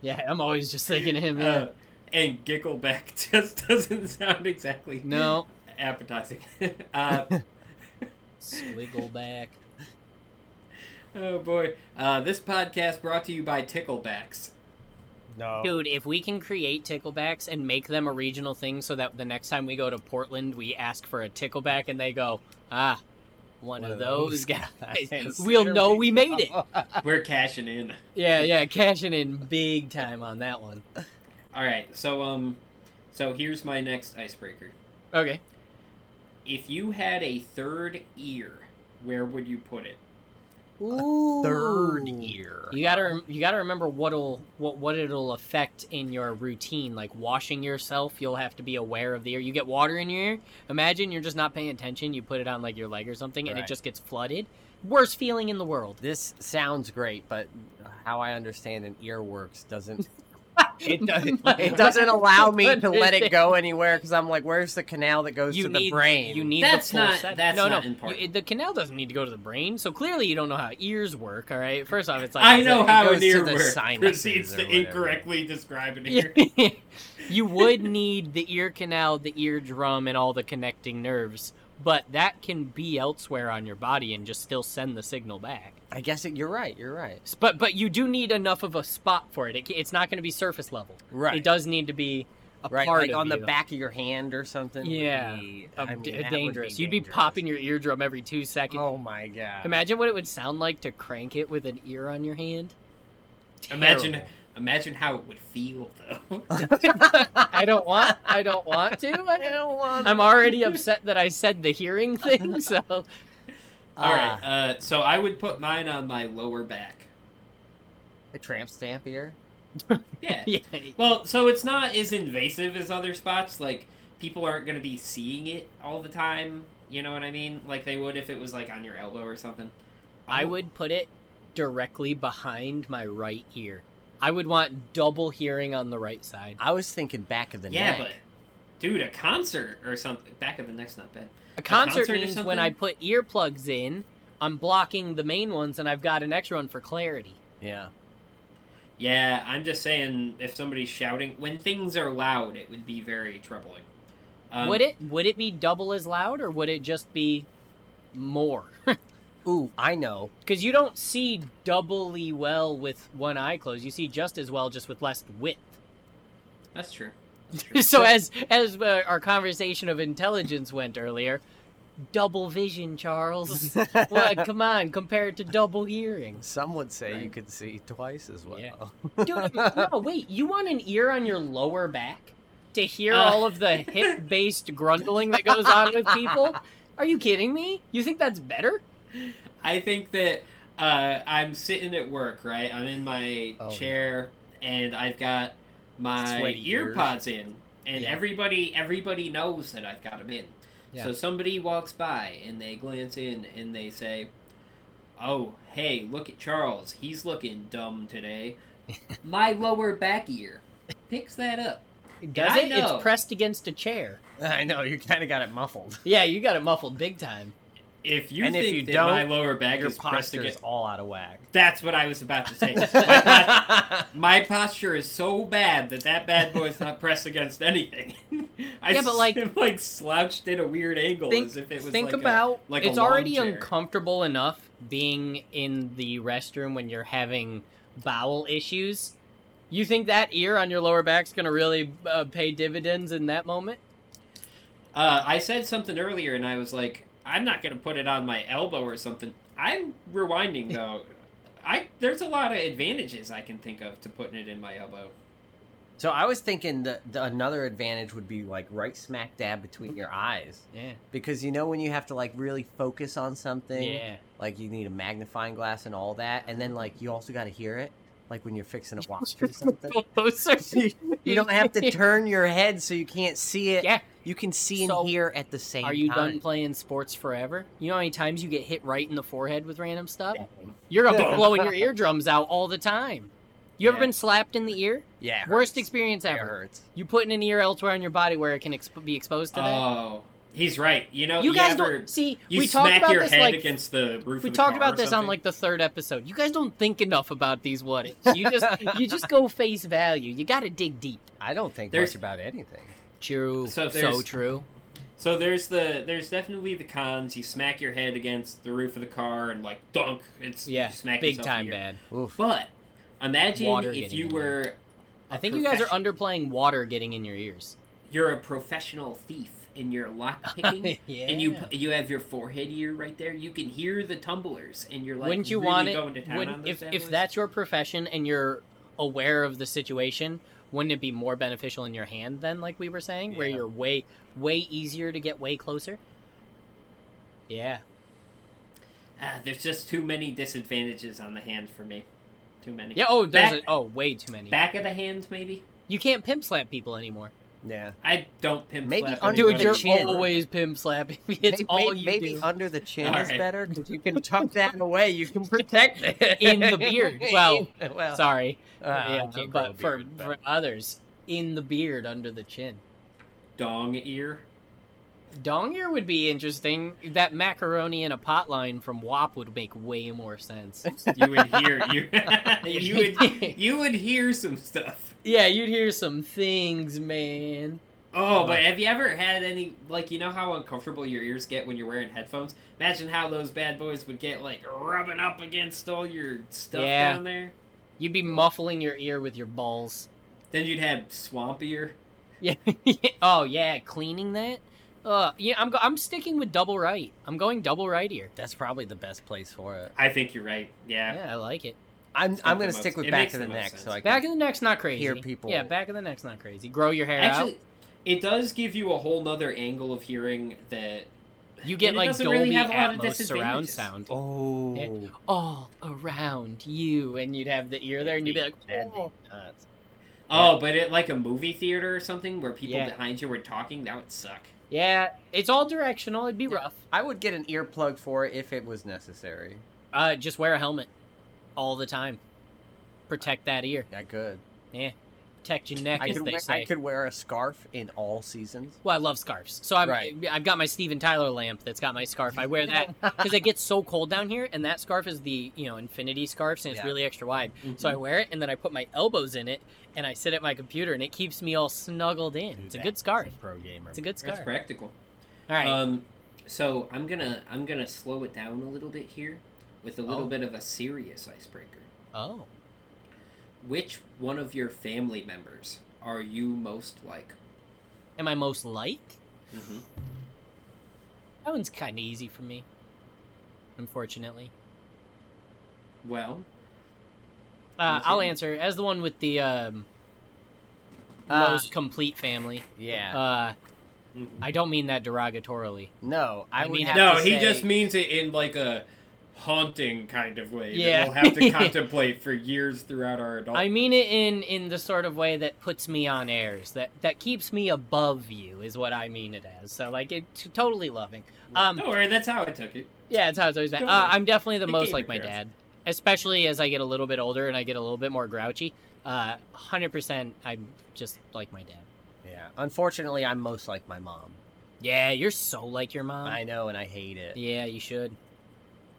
Speaker 3: Yeah, I'm always just thinking of him. Yeah.
Speaker 4: Uh, and gickleback [laughs] just doesn't sound exactly
Speaker 3: [laughs] No.
Speaker 4: appetizing. [laughs] uh,
Speaker 3: Squiggleback.
Speaker 4: oh boy, uh, this podcast brought to you by Ticklebacks. Oh.
Speaker 2: No.
Speaker 3: Dude, if we can create ticklebacks and make them a regional thing so that the next time we go to Portland, we ask for a tickleback and they go, ah, one, of,
Speaker 4: [laughs]
Speaker 3: those, guys. [laughs] We'll
Speaker 2: There
Speaker 3: know we made it.
Speaker 2: go.
Speaker 4: We're cashing in.
Speaker 3: Yeah, yeah, cashing in big time on that one.
Speaker 4: All right, so um, so here's my next icebreaker.
Speaker 3: Okay.
Speaker 4: If you had a third ear, where would you put it?
Speaker 2: Third
Speaker 3: Ooh.
Speaker 2: year.
Speaker 3: You gotta rem- you gotta remember what'll what what it'll affect in your routine, like washing yourself. You'll have to be aware of the ear. You get water in your ear. Imagine you're just not paying attention. You put it on like your leg or something, and
Speaker 2: Right.
Speaker 3: it just gets flooded. Worst feeling in the world.
Speaker 2: This sounds great, but how I understand an ear works
Speaker 3: [laughs]
Speaker 2: doesn't. It, does, [laughs] it doesn't allow me to let it go anywhere because I'm like, where's the canal that goes
Speaker 3: You
Speaker 2: to
Speaker 3: need
Speaker 2: the brain?
Speaker 3: You need
Speaker 4: That's
Speaker 3: the full
Speaker 4: not-
Speaker 3: set-
Speaker 4: that's
Speaker 3: no,
Speaker 4: not
Speaker 3: no.
Speaker 4: important.
Speaker 3: You- the canal doesn't need to go to the brain. So clearly, you don't know how ears work. All right. First off, it's like
Speaker 4: I
Speaker 3: it's
Speaker 4: know
Speaker 3: like-
Speaker 4: how
Speaker 2: goes
Speaker 4: an
Speaker 2: to
Speaker 4: ear
Speaker 2: the
Speaker 4: works.
Speaker 2: sinuses
Speaker 4: Proceeds
Speaker 2: or
Speaker 4: to
Speaker 2: whatever.
Speaker 4: incorrectly
Speaker 3: [laughs]
Speaker 4: describe an ear.
Speaker 3: Yeah. you would need the ear canal, the eardrum, and all the connecting nerves, but that can be elsewhere on your body and just still send the signal back.
Speaker 2: I guess it, you're right. You're right.
Speaker 3: S- But but you do need enough of a spot for it. it ca- it's not going to be surface level.
Speaker 2: Right.
Speaker 3: It does need to be a
Speaker 2: right.
Speaker 3: part
Speaker 2: Like
Speaker 3: of
Speaker 2: on the
Speaker 3: you.
Speaker 2: back of your hand or something. would
Speaker 3: Yeah.
Speaker 2: be-
Speaker 3: Of
Speaker 2: I
Speaker 3: d-
Speaker 2: mean, that would
Speaker 3: dangerous. You'd be popping your eardrum every two seconds.
Speaker 2: Oh my god.
Speaker 3: Imagine what it would sound like to crank it with an ear on your hand.
Speaker 4: Imagine,
Speaker 3: Terrible.
Speaker 4: imagine how it would feel though.
Speaker 3: I don't want. I don't want to. I
Speaker 2: [laughs] I don't want.
Speaker 3: I'm already upset that I said the hearing thing, [laughs] so
Speaker 4: All right,
Speaker 2: Ah.
Speaker 4: uh, so I would put mine on my lower back.
Speaker 2: a tramp stamp ear.
Speaker 4: Yeah.
Speaker 3: yeah.
Speaker 4: [laughs] Well, so it's not as invasive as other spots. Like people aren't going to be seeing it all the time. You know what I mean? Like they would if it was like on your elbow or something.
Speaker 3: I
Speaker 4: Oh,
Speaker 3: would put it directly behind my right ear. I would want double hearing on the right side.
Speaker 2: I was thinking back of the
Speaker 4: Yeah,
Speaker 2: neck.
Speaker 4: but dude, a concert or something. Back of the neck's not bad.
Speaker 3: A concert,
Speaker 4: concert or
Speaker 3: means when I
Speaker 4: something?
Speaker 3: put earplugs in, I'm blocking the main ones and I've got an extra one for clarity.
Speaker 2: Yeah.
Speaker 4: Yeah, I'm just saying if somebody's shouting when things are loud, it would be very troubling. Um,
Speaker 3: would it would it be double as loud or would it just be more? [laughs]
Speaker 2: Ooh, I know.
Speaker 3: Because you don't see doubly well with one eye closed. You see just as well just with less width.
Speaker 4: That's true.
Speaker 3: [laughs] so as as uh, our conversation of intelligence went earlier, double vision,
Speaker 4: [laughs]
Speaker 3: Charles. what? Come on, compare it to double hearing.
Speaker 2: Some would say you
Speaker 4: Right.
Speaker 2: could see twice as well.
Speaker 3: Yeah.
Speaker 4: [laughs]
Speaker 3: Dude, no, wait. You want an ear on your lower back to hear
Speaker 4: Uh.
Speaker 3: all of the hip-based grundling that goes on with people? Are you kidding me? You think that's better?
Speaker 4: I think that uh, I'm sitting at work, right? I'm in my
Speaker 2: Oh, no.
Speaker 4: chair and I've got my
Speaker 2: Sweaty
Speaker 4: ear
Speaker 2: ears.
Speaker 4: pods in, and
Speaker 2: Yeah.
Speaker 4: everybody everybody knows that I've got them in.
Speaker 2: Yeah.
Speaker 4: So somebody walks by and they glance in and they say, "Oh, hey, look at Charles. He's looking dumb
Speaker 2: [laughs]
Speaker 4: today." my lower back ear picks that up.
Speaker 3: Does
Speaker 4: I
Speaker 3: it?
Speaker 4: know.
Speaker 3: It's pressed against a chair.
Speaker 2: [laughs] I know. You kind of got it muffled.
Speaker 3: Yeah, you got it muffled big time.
Speaker 4: If you
Speaker 2: And if
Speaker 4: think
Speaker 2: you
Speaker 4: that
Speaker 2: don't,
Speaker 4: my lower back
Speaker 2: Your
Speaker 4: is pressed
Speaker 2: posture is
Speaker 4: against,
Speaker 2: all out of whack. [laughs]
Speaker 4: that's what I was about to say. My pos-
Speaker 2: That's
Speaker 4: My posture is so bad that that bad boy's not pressed against anything. [laughs] I
Speaker 3: Yeah, but, like-
Speaker 4: am [laughs] like slouched at a weird angle
Speaker 3: Think-
Speaker 4: as if it was
Speaker 3: Think
Speaker 4: like a-
Speaker 3: about
Speaker 4: like a
Speaker 3: it's
Speaker 4: lawn
Speaker 3: already
Speaker 4: chair.
Speaker 3: uncomfortable enough being in the restroom when you're having bowel issues. You think that ear on your lower back's gonna really uh, pay dividends in that moment?
Speaker 4: uh, I said something earlier, and I was like, I'm not gonna put it on my elbow or something. I'm
Speaker 3: [laughs]
Speaker 4: rewinding though. I there's a lot of advantages I can think of to putting it in my elbow.
Speaker 2: so I was thinking that the, another advantage would be like right smack dab between your eyes
Speaker 3: Yeah.
Speaker 2: because you know when you have to like really focus on something,
Speaker 4: [laughs]
Speaker 3: Yeah.
Speaker 2: like you need a magnifying glass and all that, and then like you also got to hear it, like when you're fixing a watch or something.
Speaker 3: Closer.
Speaker 2: You
Speaker 4: [laughs]
Speaker 2: don't have to turn your head so you can't see it.
Speaker 3: Yeah.
Speaker 2: You can see and
Speaker 3: So,
Speaker 2: hear at the same time.
Speaker 3: Are you done playing sports forever? You know how many times you get hit right in the forehead with random stuff? You're gonna be blowing your eardrums out all the time. You ever
Speaker 4: Yeah.
Speaker 3: been slapped in the ear?
Speaker 2: Yeah. it
Speaker 3: Worst
Speaker 2: hurts.
Speaker 3: experience
Speaker 2: It
Speaker 3: ever.
Speaker 2: hurts.
Speaker 3: You putting an ear elsewhere on your body where it can exp- be exposed to that?
Speaker 4: Oh, He's right. You know,
Speaker 3: you guys
Speaker 4: ever-
Speaker 3: don't see.
Speaker 4: You
Speaker 3: we talked
Speaker 4: smack
Speaker 3: about
Speaker 4: your
Speaker 3: this
Speaker 4: head
Speaker 3: like
Speaker 4: against the roof.
Speaker 3: we
Speaker 4: of the
Speaker 3: talked
Speaker 4: car
Speaker 3: about
Speaker 4: or
Speaker 3: this on
Speaker 4: something.
Speaker 3: like the third episode. You guys don't think enough about these what ifs. You just
Speaker 4: [laughs]
Speaker 3: you just go face value. You got to dig deep.
Speaker 2: I don't think
Speaker 4: There's-
Speaker 2: much about anything.
Speaker 3: True.
Speaker 4: So
Speaker 3: So,
Speaker 4: there's-
Speaker 3: true.
Speaker 4: So there's the there's definitely the cons. You smack your head against the roof of the car and like dunk. It's you
Speaker 3: Yeah.
Speaker 4: smack
Speaker 3: Big
Speaker 4: yourself in
Speaker 3: time
Speaker 4: your-
Speaker 3: bad.
Speaker 2: Oof.
Speaker 4: But imagine
Speaker 3: Water
Speaker 4: if
Speaker 3: getting
Speaker 4: you
Speaker 3: in your-
Speaker 4: were
Speaker 3: I
Speaker 4: a
Speaker 3: think you guys are
Speaker 4: profession-
Speaker 3: underplaying water getting in your
Speaker 4: [laughs]
Speaker 3: ears.
Speaker 4: you're a professional thief and you're lock picking.
Speaker 3: [laughs] yeah.
Speaker 4: And you you have your forehead ear right there. You can hear the tumblers, and you're like,
Speaker 3: wouldn't you
Speaker 4: really
Speaker 3: want
Speaker 4: Going to
Speaker 3: it?
Speaker 4: town on
Speaker 3: Wouldn't,
Speaker 4: those
Speaker 3: if
Speaker 4: families?
Speaker 3: if that's your profession and you're aware of the situation, wouldn't it be more beneficial in your hand then, like we were saying, where
Speaker 2: Yeah.
Speaker 3: you're way way easier to get way closer? Yeah.
Speaker 4: Ah, there's just too many disadvantages on the hand for me. Too many.
Speaker 3: Yeah. Oh, there's
Speaker 4: Back-
Speaker 3: a, oh way too many.
Speaker 4: Back of the hand, maybe.
Speaker 3: You can't pimp slap people anymore.
Speaker 2: Yeah.
Speaker 4: I don't pimp
Speaker 2: Maybe
Speaker 4: slap
Speaker 2: under
Speaker 3: Dude,
Speaker 4: anybody.
Speaker 2: the
Speaker 3: you're
Speaker 2: chin.
Speaker 3: always pimp slapping. It's
Speaker 2: May- may-
Speaker 3: all you
Speaker 2: maybe
Speaker 3: do.
Speaker 2: under the chin is
Speaker 4: Alright.
Speaker 2: better because you can tuck that away. You
Speaker 3: [laughs]
Speaker 2: can protect it [laughs]
Speaker 3: In the beard. Well,
Speaker 2: In- well,
Speaker 3: Sorry,
Speaker 2: uh, I
Speaker 3: yeah,
Speaker 2: can't grow a
Speaker 3: but for,
Speaker 2: beard, but-
Speaker 3: for others, in the beard under the chin.
Speaker 4: dong ear.
Speaker 3: Donger would be interesting. That macaroni in a pot line from WAP would make way more
Speaker 2: [laughs]
Speaker 3: sense.
Speaker 4: You would hear you. [laughs] you would [laughs] you would hear some stuff.
Speaker 3: yeah, you'd hear some things, man.
Speaker 4: Oh, but have you ever had any like you know how uncomfortable your ears get when you're wearing headphones? Imagine how those bad boys would get like rubbing up against all your stuff
Speaker 3: Yeah.
Speaker 4: down there.
Speaker 3: You'd be muffling your ear with your balls.
Speaker 4: Then you'd have swamp ear.
Speaker 3: Yeah. [laughs] oh yeah, cleaning that. Uh, yeah, I'm go- I'm sticking with double right. I'm going double right here.
Speaker 2: that's probably the best place for it.
Speaker 4: I think you're right. Yeah.
Speaker 3: Yeah, I like it.
Speaker 2: I'm
Speaker 4: It's
Speaker 2: I'm
Speaker 4: got
Speaker 2: gonna
Speaker 4: the
Speaker 2: stick with
Speaker 4: most- it
Speaker 2: back
Speaker 4: makes
Speaker 2: to
Speaker 4: the
Speaker 2: the
Speaker 4: most
Speaker 2: neck so
Speaker 4: sense.
Speaker 2: I can.
Speaker 3: Back of the neck's not crazy.
Speaker 2: people-
Speaker 3: Yeah, back of the neck's not crazy. Grow your hair
Speaker 4: Actually, it does give you a whole nother angle of hearing that
Speaker 3: out. You
Speaker 4: and
Speaker 3: get
Speaker 4: it
Speaker 3: like
Speaker 4: doesn't
Speaker 3: Dolby
Speaker 4: really have a lot
Speaker 3: Atmos
Speaker 4: of
Speaker 3: surround
Speaker 4: disadvantages.
Speaker 3: sound
Speaker 2: oh,
Speaker 3: all around you, and you'd have the ear there, and you'd be like,
Speaker 2: That'd be
Speaker 3: "Oh."
Speaker 2: nuts.
Speaker 4: oh, but at like a movie theater or something where people
Speaker 3: Yeah.
Speaker 4: behind you were talking, that would suck.
Speaker 3: yeah, it's all directional. It'd be rough.
Speaker 2: I would get an earplug for it if it was necessary.
Speaker 3: Uh, just wear a helmet all the time. Protect that ear.
Speaker 2: I could.
Speaker 3: Protect your neck,
Speaker 2: I
Speaker 3: as
Speaker 2: could,
Speaker 3: they
Speaker 2: wear,
Speaker 3: say.
Speaker 2: I could wear a scarf in all seasons.
Speaker 3: Well, I love scarves, so I'm,
Speaker 2: Right.
Speaker 3: I've got my Steven Tyler lamp that's got my scarf. I
Speaker 2: [laughs]
Speaker 3: wear that because it gets so cold down here, and that scarf is the you know infinity scarf, and it's
Speaker 2: Yeah. Mm-hmm.
Speaker 3: really extra wide.
Speaker 4: Mm,
Speaker 3: So I wear it, and then I put my elbows in it, and I sit at my computer, and it keeps me all snuggled in. It's a good scarf.
Speaker 2: Pro gamer.
Speaker 3: It's a good
Speaker 4: That's
Speaker 3: scarf. All
Speaker 4: practical.
Speaker 3: right.
Speaker 2: Uh,
Speaker 4: Um, so I'm gonna I'm gonna slow it down a little bit here with a little
Speaker 3: Oh.
Speaker 4: bit of a serious icebreaker.
Speaker 3: oh,
Speaker 4: Which one of your family members are you most like?
Speaker 3: am I most like?
Speaker 4: Mm-hmm.
Speaker 3: That one's kind of easy for me, unfortunately.
Speaker 4: Well,
Speaker 3: Uh,
Speaker 4: Easy.
Speaker 3: I'll answer as the one with the um,
Speaker 2: Uh,
Speaker 3: most complete family.
Speaker 2: yeah.
Speaker 3: Uh,
Speaker 4: mhm.
Speaker 3: I don't mean that derogatorily.
Speaker 2: no, I,
Speaker 3: I
Speaker 2: would
Speaker 3: mean-
Speaker 2: have
Speaker 4: no,
Speaker 2: to
Speaker 4: he
Speaker 2: say-
Speaker 4: just means it in like a haunting kind of way
Speaker 3: Yeah.
Speaker 4: that we'll have to
Speaker 3: [laughs]
Speaker 4: contemplate for years throughout our adult.
Speaker 3: I mean it in in the sort of way that puts me on airs, that that keeps me above you, is what I mean it as. So like it t- totally loving. Um,
Speaker 4: Don't worry, that's how I took it.
Speaker 3: yeah, it's how it's always been.
Speaker 4: Don't
Speaker 3: Uh,
Speaker 4: worry.
Speaker 3: I'm definitely the
Speaker 4: It
Speaker 3: most
Speaker 4: gave
Speaker 3: like
Speaker 4: it
Speaker 3: my
Speaker 4: to us.
Speaker 3: dad, especially as I get a little bit older and I get a little bit more grouchy. Uh, hundred percent, I'm just like my dad.
Speaker 2: Yeah. Unfortunately, I'm most like my mom.
Speaker 3: Yeah, you're so like your mom.
Speaker 2: I know, and I hate it.
Speaker 3: Uh, Yeah, you should.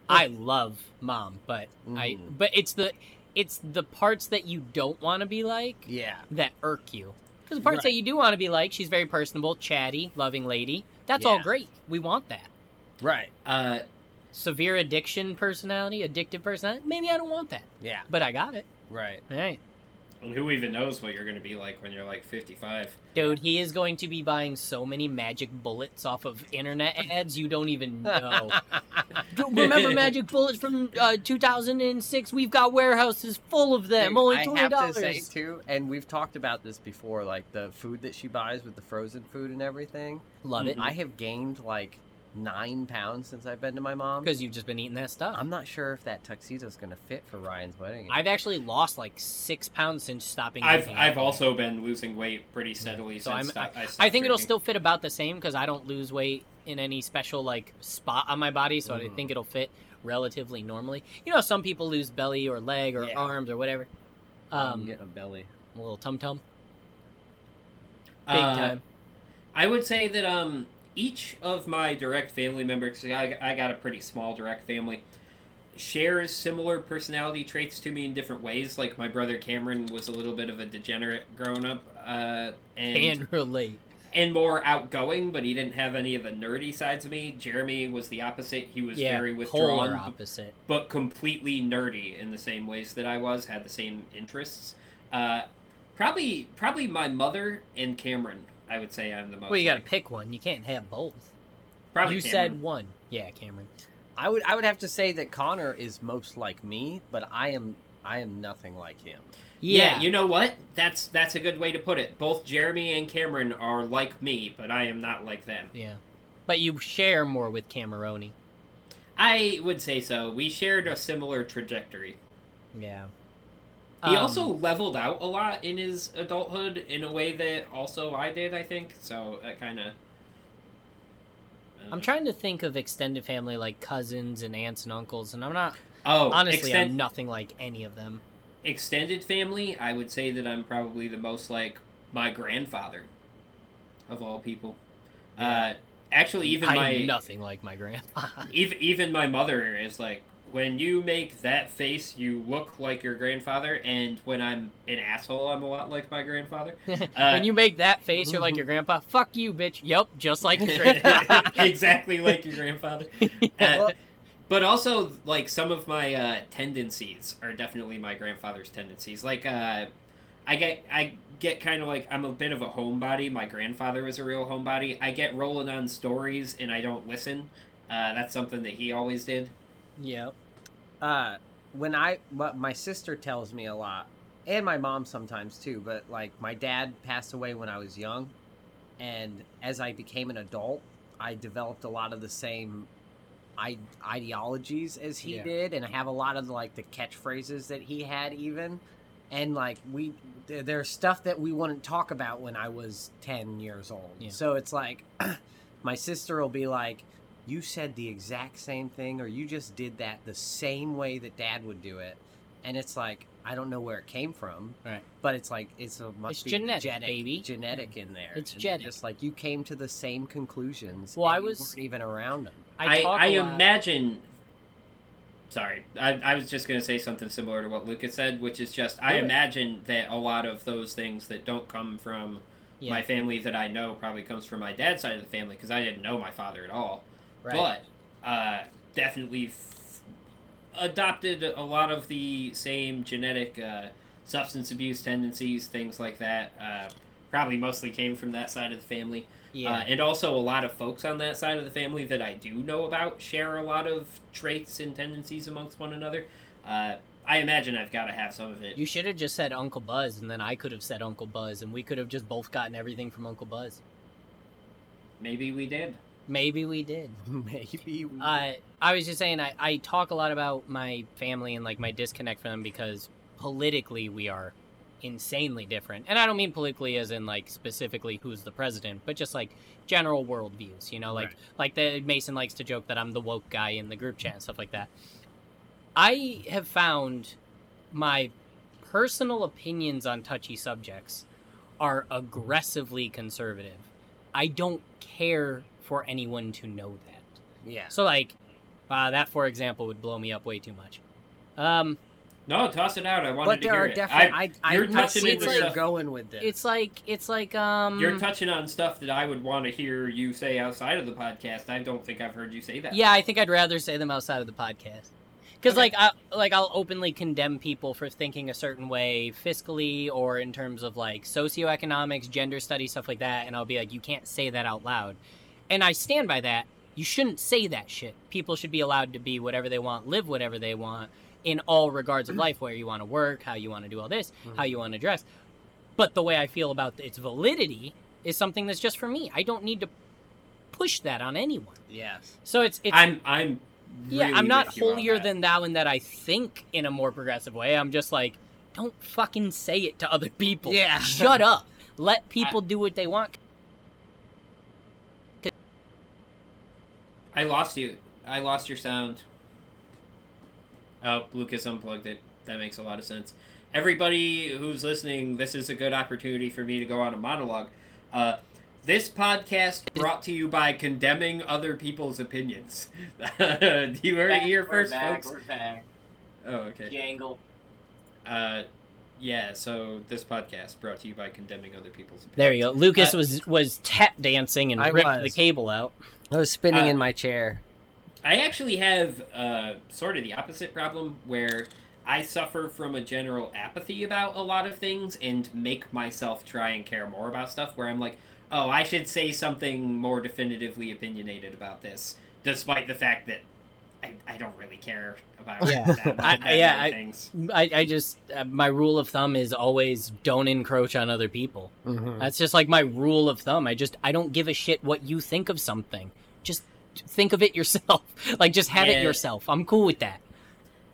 Speaker 3: I love mom, but I
Speaker 4: Mm.
Speaker 2: Mhm.
Speaker 3: but it's the it's the parts that you don't want to be like
Speaker 2: Yeah.
Speaker 3: that irk you. Because the parts that you do want to be like, she's very personable, chatty, loving lady. That's all
Speaker 2: Yeah.
Speaker 3: great. We want that.
Speaker 2: Right.
Speaker 4: Uh,
Speaker 3: Severe addiction personality, addictive personality. Maybe I don't want that,
Speaker 2: Yeah.
Speaker 3: but I got it.
Speaker 2: Right.
Speaker 3: All right.
Speaker 4: and who even knows what you're gonna be like when you're like 55?
Speaker 3: Dude, he is going to be buying so many magic bullets off of
Speaker 2: [laughs]
Speaker 3: internet ads you don't even know. Dude, Remember magic bullets from uh, 2006? We've got warehouses full of them,
Speaker 2: Dude,
Speaker 3: only
Speaker 2: I
Speaker 3: $20.
Speaker 2: have to say too, and we've talked about this before, like the food that she buys with the frozen food and everything.
Speaker 3: Love it.
Speaker 2: I have gained like nine pounds since I've been to my mom.
Speaker 3: Because you've just been eating that stuff.
Speaker 2: I'm not sure if that tuxedo's gonna fit for Ryan's wedding.
Speaker 3: I've actually lost like six pounds since stopping.
Speaker 4: I've
Speaker 3: drinking
Speaker 4: I've
Speaker 3: alcohol.
Speaker 4: also been losing weight pretty steadily
Speaker 3: So
Speaker 4: since
Speaker 3: I'm-
Speaker 4: sto- I,
Speaker 3: I think it'll
Speaker 4: stopped
Speaker 3: still fit about the same because I don't lose weight in any special like spot on my body, so I
Speaker 4: Mm-hmm.
Speaker 2: Mm.
Speaker 3: think it'll fit relatively normally. You know, some people lose belly or leg or
Speaker 2: Yeah.
Speaker 3: arms or whatever.
Speaker 2: I'm
Speaker 3: Um,
Speaker 2: getting a belly.
Speaker 3: a little tum tum, big
Speaker 4: drinking. Uh,
Speaker 3: time.
Speaker 4: I would say that um each of my direct family members, 'cause I, I got a pretty small direct family, shares similar personality traits to me in different ways. Like my brother Cameron was a little bit of a degenerate grown up, uh, and
Speaker 3: and [laughs] relate.
Speaker 4: and more outgoing, but he didn't have any of the nerdy sides of me. Jeremy was the opposite. He was
Speaker 3: Yeah,
Speaker 4: very withdrawn,
Speaker 3: polar opposite.
Speaker 4: but completely nerdy in the same ways that I was, had the same interests. Uh, probably, probably my mother and Cameron. I would say I'm the most.
Speaker 3: Well, you got to
Speaker 4: like.
Speaker 3: pick one. You can't have both.
Speaker 4: Probably
Speaker 3: you
Speaker 4: Cameron.
Speaker 3: said one. Yeah, Cameron.
Speaker 2: I would I would have to say that Connor is most like me, but I am I am nothing like him.
Speaker 4: Yeah. you know what? That's that's a good way to put it. Both Jeremy and Cameron are like me, but I am not like them.
Speaker 3: yeah. But you share more with Cameroni.
Speaker 4: I would say so. We shared a similar trajectory.
Speaker 3: Yeah.
Speaker 4: He
Speaker 3: Um,
Speaker 4: also leveled out a lot in his adulthood in a way that also I did, I think. So that uh, kind of.
Speaker 3: I'm trying to think of extended family like cousins and aunts and uncles, and I'm not.
Speaker 4: Oh,
Speaker 3: honestly,
Speaker 4: extend-
Speaker 3: I'm nothing like any of them.
Speaker 4: extended family. I would say that I'm probably the most like my grandfather, of all people. Uh, actually, even
Speaker 3: I'm
Speaker 4: my
Speaker 3: nothing like my
Speaker 4: [laughs]
Speaker 3: grandpa.
Speaker 4: even even my mother is like when you make that face you look like your grandfather and when i'm an asshole i'm a lot like my grandfather Uh,
Speaker 3: when you make that face, you're like your grandpa. Fuck you, bitch. Yep, just
Speaker 4: [laughs]
Speaker 3: like your grandpa. [laughs]
Speaker 4: exactly like your grandfather Uh, but also like some of my uh, tendencies are definitely my grandfather's tendencies like uh, i get i get kind of like i'm a bit of a homebody my grandfather was a real homebody i get rolling on stories and i don't listen uh, that's something that he always did
Speaker 3: yep.
Speaker 2: Uh, when I what my sister tells me a lot, and my mom sometimes too, but like my dad passed away when I was young, and as I became an adult, I developed a lot of the same I- ideologies as he
Speaker 3: Yeah.
Speaker 2: did, and I have a lot of like the catchphrases that he had even. And like we, there- there's stuff that we wouldn't talk about when I was ten years old.
Speaker 3: Yeah.
Speaker 2: So it's like, [clears throat] my sister will be like, "You said the exact same thing, or you just did that the same way that Dad would do it," and it's like, I don't know where it came from,
Speaker 3: Right.
Speaker 2: But it's like it's a must
Speaker 3: It's
Speaker 2: be
Speaker 3: genetic,
Speaker 2: genetic,
Speaker 3: baby.
Speaker 2: genetic in there.
Speaker 3: Mm. It's
Speaker 2: And
Speaker 3: genetic.
Speaker 2: Just like you came to the same conclusions.
Speaker 3: Well,
Speaker 2: and
Speaker 3: I
Speaker 2: you
Speaker 3: was-
Speaker 2: weren't even around them.
Speaker 3: I, talk
Speaker 4: I
Speaker 3: a lot.
Speaker 4: imagine. Sorry, I, I was just going to say something similar to what Lucas said, which is just I
Speaker 3: Do it.
Speaker 4: imagine that a lot of those things that don't come from
Speaker 3: Yeah,
Speaker 4: my family that I know probably comes from my dad's side of the family because I didn't know my father at all.
Speaker 3: right.
Speaker 4: But uh, definitely f- adopted a lot of the same genetic uh, substance abuse tendencies, things like that. Uh, probably mostly came from that side of the family.
Speaker 3: yeah.
Speaker 4: Uh, and also, a lot of folks on that side of the family that I do know about share a lot of traits and tendencies amongst one another. Uh, I imagine I've got to have some of it.
Speaker 3: You should have just said Uncle Buzz, and then I could have said Uncle Buzz, and we could have just both gotten everything from Uncle Buzz.
Speaker 4: Maybe we did.
Speaker 3: Maybe we did. [laughs]
Speaker 2: Maybe. we-
Speaker 3: I Uh, I was just saying I, I talk a lot about my family and like my disconnect from them because politically we are insanely different. And I don't mean politically as in like specifically who's the president, but just like general worldviews, you know, like
Speaker 2: Right.
Speaker 3: like the Mason likes to joke that I'm the woke guy in the group chat and stuff like that. I have found my personal opinions on touchy subjects are aggressively conservative. I don't care for anyone to know that.
Speaker 2: yeah.
Speaker 3: So like, uh, that for example would blow me up way too much. Um,
Speaker 4: No, toss it out. I wanted
Speaker 2: But
Speaker 4: to
Speaker 2: there
Speaker 4: hear
Speaker 2: are
Speaker 4: it.
Speaker 2: definitely.
Speaker 4: I-
Speaker 2: I, I,
Speaker 4: you're
Speaker 2: know
Speaker 4: touching
Speaker 2: where
Speaker 3: into
Speaker 2: you're
Speaker 3: stuff-
Speaker 2: going with this.
Speaker 3: it's like it's like um.
Speaker 4: You're touching on stuff that I would want to hear you say outside of the podcast. I don't think I've heard you say that.
Speaker 3: yeah, I think I'd rather say them outside of the podcast. Because like
Speaker 4: Okay.
Speaker 3: I like I'll openly condemn people for thinking a certain way fiscally or in terms of like socioeconomics, gender studies, stuff like that, and I'll be like, you can't say that out loud, and I stand by that. You shouldn't say that shit. People should be allowed to be whatever they want, live whatever they want, in all regards of life, where you want to work, how you want to do all this, how you want to dress. But the way I feel about its validity is something that's just for me. I don't need to push that on anyone.
Speaker 2: yes.
Speaker 3: So it's it's
Speaker 4: I'm. I'm.
Speaker 3: yeah,
Speaker 4: really
Speaker 3: I'm not
Speaker 4: with you on
Speaker 3: holier
Speaker 4: that.
Speaker 3: than thou in that I think in a more progressive way. I'm just like, don't fucking say it to other people.
Speaker 2: Yeah.
Speaker 3: [laughs] Shut up. Let people do what they want.
Speaker 4: I lost you. I lost your sound. Oh, Lucas unplugged it. That makes a lot of sense. Everybody who's listening, this is a good opportunity for me to go on a monologue. Uh, This podcast brought to you by condemning other people's opinions. [laughs] Do you heard it here
Speaker 3: We're
Speaker 4: first,
Speaker 3: back,
Speaker 4: folks?
Speaker 3: We're back.
Speaker 4: Oh, okay.
Speaker 3: Jangle.
Speaker 4: Uh, yeah. So this podcast brought to you by condemning other people's opinions.
Speaker 3: There you go. Lucas
Speaker 4: Uh,
Speaker 3: was was tap dancing and
Speaker 2: I
Speaker 3: ripped the
Speaker 2: was.
Speaker 3: cable out.
Speaker 2: I was spinning
Speaker 4: Uh,
Speaker 2: in my chair.
Speaker 4: I actually have uh, sort of the opposite problem where I suffer from a general apathy about a lot of things and make myself try and care more about stuff where I'm like, oh, I should say something more definitively opinionated about this, despite the fact that I, I don't really care about
Speaker 3: Yeah.
Speaker 4: that much
Speaker 3: I-
Speaker 4: about
Speaker 3: yeah,
Speaker 4: many
Speaker 3: I-
Speaker 4: things.
Speaker 3: I, I just uh, my rule of thumb is always don't encroach on other people.
Speaker 2: Mhm.
Speaker 3: That's just like my rule of thumb. I just I don't give a shit what you think of something. Just think of it yourself. [laughs] Like just have
Speaker 4: Yeah.
Speaker 3: it yourself. I'm cool with that.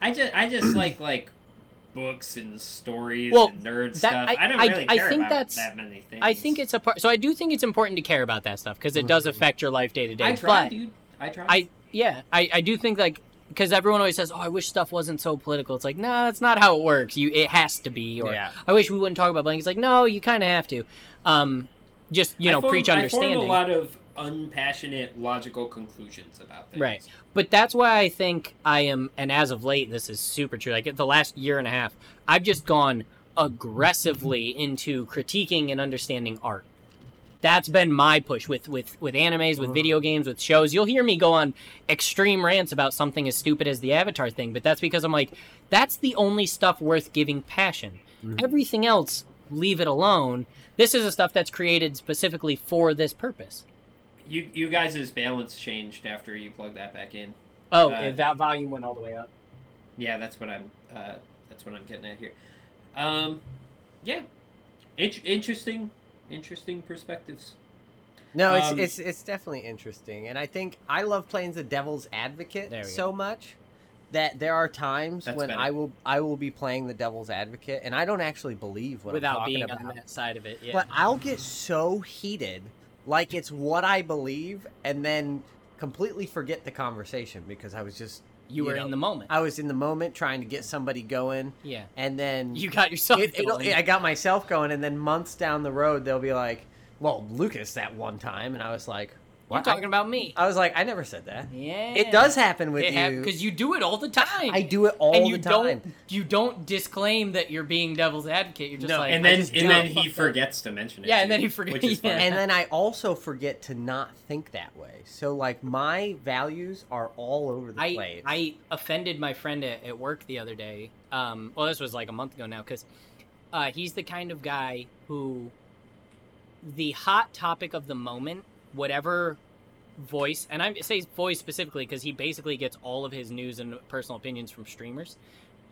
Speaker 4: I just I just like like books and stories
Speaker 3: Well,
Speaker 4: and nerd
Speaker 3: that-
Speaker 4: stuff.
Speaker 3: I-
Speaker 4: I, don't
Speaker 3: I-
Speaker 4: really
Speaker 3: I
Speaker 4: care
Speaker 3: think
Speaker 4: about
Speaker 3: that's-
Speaker 4: that many things.
Speaker 3: I think it's a part. So I do think it's important to care about that stuff because it does
Speaker 2: Mhm.
Speaker 3: affect your life day to
Speaker 4: Mm-hmm. I
Speaker 3: day.
Speaker 4: try,
Speaker 3: But
Speaker 4: dude. I try.
Speaker 3: I- yeah, I, I do think like because everyone always says, "Oh, I wish stuff wasn't so political." It's like, no, that's not how it works. You it has to be. Or
Speaker 2: yeah.
Speaker 3: I wish we wouldn't talk about blank. It's like, no, you kind of have to. Um, just you
Speaker 4: I
Speaker 3: know,
Speaker 4: form-
Speaker 3: preach
Speaker 4: I form a
Speaker 3: understanding.
Speaker 4: lot of unpassionate logical conclusions about things.
Speaker 3: Right. But that's why I think I am, and as of late, this is super true. Like the last year and a half, I've just gone aggressively into critiquing and understanding art. That's been my push with with with animes, with
Speaker 2: Mhm.
Speaker 3: video games, with shows. You'll hear me go on extreme rants about something as stupid as the Avatar thing, but that's because I'm like, that's the only stuff worth giving passion.
Speaker 2: Mhm.
Speaker 3: Everything else, leave it alone. This is the stuff that's created specifically for this purpose.
Speaker 4: You you guys' balance changed after you plug that back in.
Speaker 3: Oh,
Speaker 4: Uh,
Speaker 3: that volume went all the way up.
Speaker 4: Yeah, that's what I'm. Uh, that's what I'm getting at here. Um, yeah, In- interesting, interesting perspectives.
Speaker 2: No, it's
Speaker 4: Um,
Speaker 2: it's it's definitely interesting, and I think I love playing the devil's advocate
Speaker 3: There we go.
Speaker 2: so much that there are times
Speaker 4: That's
Speaker 2: when
Speaker 4: better.
Speaker 2: I will I will be playing the devil's advocate, and I don't actually believe what I'm
Speaker 3: without
Speaker 2: talking
Speaker 3: being
Speaker 2: about.
Speaker 3: on that side of it. Yeah.
Speaker 2: But I'll get so heated, like it's what I believe, and then completely forget the conversation because I was just
Speaker 3: you were
Speaker 2: know,
Speaker 3: in the moment.
Speaker 2: I was in the moment trying to get somebody going,
Speaker 3: yeah.
Speaker 2: and then
Speaker 3: You got yourself.
Speaker 2: it, it'll,
Speaker 3: going.
Speaker 2: I got myself going, and then months down the road, they'll be like, "Well, Lucas, that one time," and I was like,
Speaker 3: You're
Speaker 2: "What?"
Speaker 3: talking about me.
Speaker 2: I was like, "I never said that."
Speaker 3: yeah.
Speaker 2: It does happen with
Speaker 3: It
Speaker 2: you.
Speaker 3: because you do it all the time.
Speaker 2: I do it all
Speaker 3: and you
Speaker 2: the time.
Speaker 3: don't. You don't disclaim that you're being devil's advocate. You're just
Speaker 2: No,
Speaker 3: like.
Speaker 4: and
Speaker 3: I
Speaker 4: then
Speaker 3: just do
Speaker 4: and then
Speaker 3: it.
Speaker 4: he forgets to mention it.
Speaker 3: Yeah,
Speaker 4: to
Speaker 3: and then
Speaker 4: you,
Speaker 3: he forget-
Speaker 4: Which is
Speaker 3: [laughs] yeah.
Speaker 4: fine.
Speaker 2: And then I also forget to not think that way. So like my values are all over the
Speaker 3: I,
Speaker 2: place.
Speaker 3: I offended my friend at, at work the other day. Um, well, this was like a month ago now, because uh, he's the kind of guy who the hot topic of the moment, whatever voice, and I say voice specifically because he basically gets all of his news and personal opinions from streamers.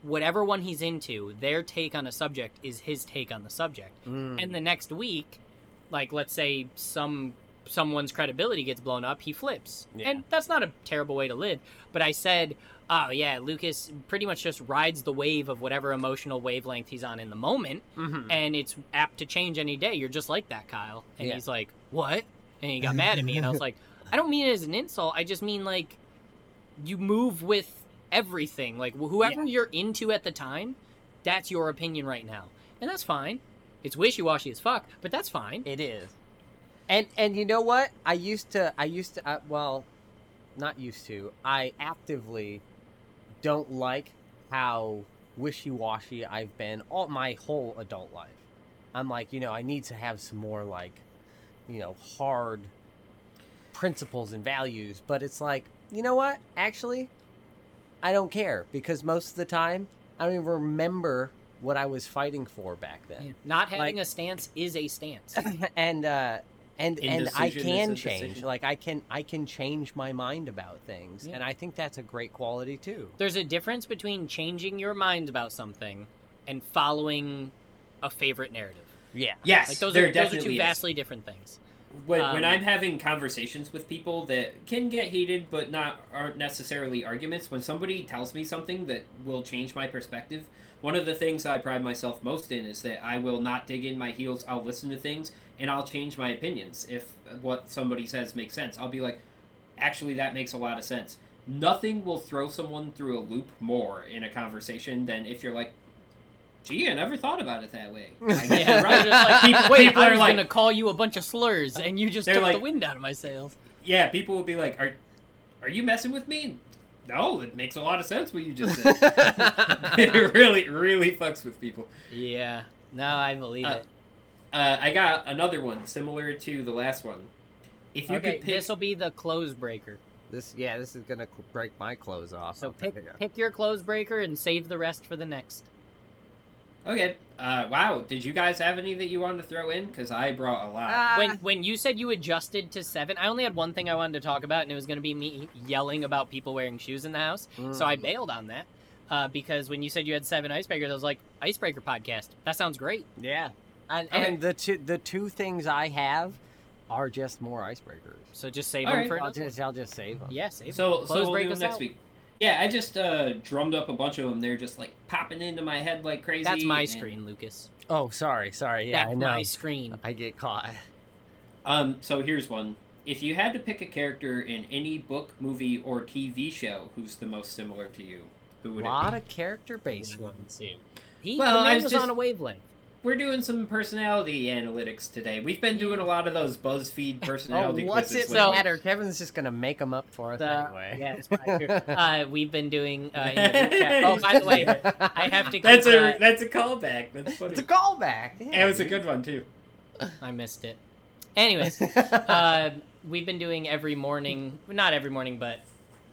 Speaker 3: Whatever one he's into, their take on a subject is his take on the subject
Speaker 2: Mm.
Speaker 3: and the next week like let's say some someone's credibility gets blown up he flips
Speaker 2: Yeah.
Speaker 3: and that's not a terrible way to live but i said oh yeah lucas pretty much just rides the wave of whatever emotional wavelength he's on in the moment
Speaker 2: Mhm.
Speaker 3: and it's apt to change any day you're just like that kyle and
Speaker 2: Yeah.
Speaker 3: he's like what
Speaker 2: [laughs]
Speaker 3: and he got mad at me and i was like i don't mean it as an insult i just mean like you move with everything like wh- whoever you're into at the time that's your opinion right now and that's fine it's wishy-washy as fuck but that's fine
Speaker 2: It is. And and you know what? I used to I used to uh, well, not used to. I actively don't like how wishy-washy I've been all my whole adult life. I'm like, you know, I need to have some more like, you know, hard principles and values, but it's like, you know what? Actually, I don't care because most of the time I don't even remember what I was fighting for back then
Speaker 3: not having
Speaker 2: Like-
Speaker 3: a stance is a
Speaker 4: [coughs]
Speaker 3: stance
Speaker 2: and uh and and I
Speaker 4: Indecision is a
Speaker 2: can
Speaker 4: decision.
Speaker 2: change. Like I can I can change my mind about things.
Speaker 3: Yeah.
Speaker 2: And I think that's a great quality too.
Speaker 3: there's a difference between changing your mind about something and following a favorite narrative
Speaker 2: Yeah.
Speaker 4: yes,
Speaker 3: like those
Speaker 4: there
Speaker 3: are those are two
Speaker 4: definitely is.
Speaker 3: vastly different
Speaker 4: [laughs]
Speaker 3: things
Speaker 4: when, when
Speaker 3: Um,
Speaker 4: I'm having conversations with people that can get heated, but not aren't necessarily arguments. When somebody tells me something that will change my perspective, one of the things I pride myself most in is that I will not dig in my heels. I'll listen to things and I'll change my opinions if what somebody says makes sense. I'll be like, actually, that makes a lot of sense. Nothing will throw someone through a loop more in a conversation than if you're like, Gee, I never thought about it that way. I guess
Speaker 3: Yeah,
Speaker 4: you're
Speaker 3: right. [laughs]
Speaker 4: right.
Speaker 3: Just like, people, wait,
Speaker 4: People
Speaker 3: I
Speaker 4: are
Speaker 3: was
Speaker 4: like-
Speaker 3: gonna call you a bunch of slurs, and you just
Speaker 4: They're
Speaker 3: took the
Speaker 4: like-
Speaker 3: wind out of my
Speaker 4: [laughs]
Speaker 3: sails.
Speaker 4: Yeah, people will be like, "Are, are you messing with me?" No, it makes a lot of sense what you just said.
Speaker 3: [laughs]
Speaker 4: [laughs] it really, really fucks with people.
Speaker 3: Yeah, no, I believe
Speaker 4: Uh,
Speaker 3: it.
Speaker 4: Uh, I got another one similar to the last one. If you
Speaker 3: Okay,
Speaker 4: could pick,
Speaker 3: this will be the close breaker.
Speaker 2: This yeah, this is gonna cl- break my clothes off. [laughs]
Speaker 3: So
Speaker 2: I'll
Speaker 3: pick
Speaker 2: it up.
Speaker 3: pick your close breaker and save the rest for the next.
Speaker 4: okay. Uh, wow, did you guys have any that you wanted to throw in? Because I brought a lot.
Speaker 2: Ah,
Speaker 3: when when you said you adjusted to seven, I only had one thing I wanted to talk about, and it was going to be me yelling about people wearing shoes in the house. So I
Speaker 2: mm.
Speaker 3: bailed on that uh, because when you said you had seven icebreakers, I was like, icebreaker podcast. That sounds great.
Speaker 2: yeah,
Speaker 3: And, and
Speaker 2: and the two the two things I have are just more icebreakers.
Speaker 3: so just save
Speaker 4: All
Speaker 3: them
Speaker 4: right.
Speaker 3: for
Speaker 2: I'll
Speaker 3: another.
Speaker 2: just I'll just save them.
Speaker 3: Yeah, save
Speaker 4: so,
Speaker 3: them.
Speaker 4: so we'll do
Speaker 3: breakers
Speaker 4: them next
Speaker 3: out.
Speaker 4: week. Yeah, I just uh, drummed up a bunch of them. They're just like popping into my head like crazy.
Speaker 3: That's my
Speaker 4: and-
Speaker 3: screen, Lucas.
Speaker 2: Oh, sorry, sorry. Yeah,
Speaker 3: That's
Speaker 2: I know.
Speaker 3: my screen.
Speaker 2: I get
Speaker 3: [laughs]
Speaker 2: caught.
Speaker 4: Um, so here's one. If you had to pick a character in any book, movie, or TV show who's the most similar to you, who
Speaker 2: A
Speaker 4: would it
Speaker 2: lot
Speaker 4: be?
Speaker 2: of character based Oh, ones.
Speaker 3: He
Speaker 4: Well,
Speaker 3: the
Speaker 4: I
Speaker 3: man
Speaker 4: was
Speaker 3: was
Speaker 4: just-
Speaker 3: on a wavelength.
Speaker 4: We're doing some personality analytics today. We've been doing a lot of
Speaker 2: [laughs]
Speaker 4: those BuzzFeed personality
Speaker 2: Oh, what's
Speaker 4: quizzes
Speaker 2: it
Speaker 4: lately.
Speaker 2: matter? Kevin's just gonna make them up for us
Speaker 3: The-
Speaker 2: anyway. [laughs]
Speaker 3: yeah, it's my
Speaker 4: [laughs]
Speaker 3: turn. uh, we've been doing. Uh, in the group chat- [laughs] oh, by the way,
Speaker 2: [laughs]
Speaker 3: I have to.
Speaker 4: That's
Speaker 3: keep, uh,
Speaker 4: a that's a callback. That's funny.
Speaker 2: it's a callback.
Speaker 4: That was
Speaker 2: [laughs]
Speaker 4: a good one too.
Speaker 3: I missed it. Anyways, uh, we've been doing every morning, not every morning, but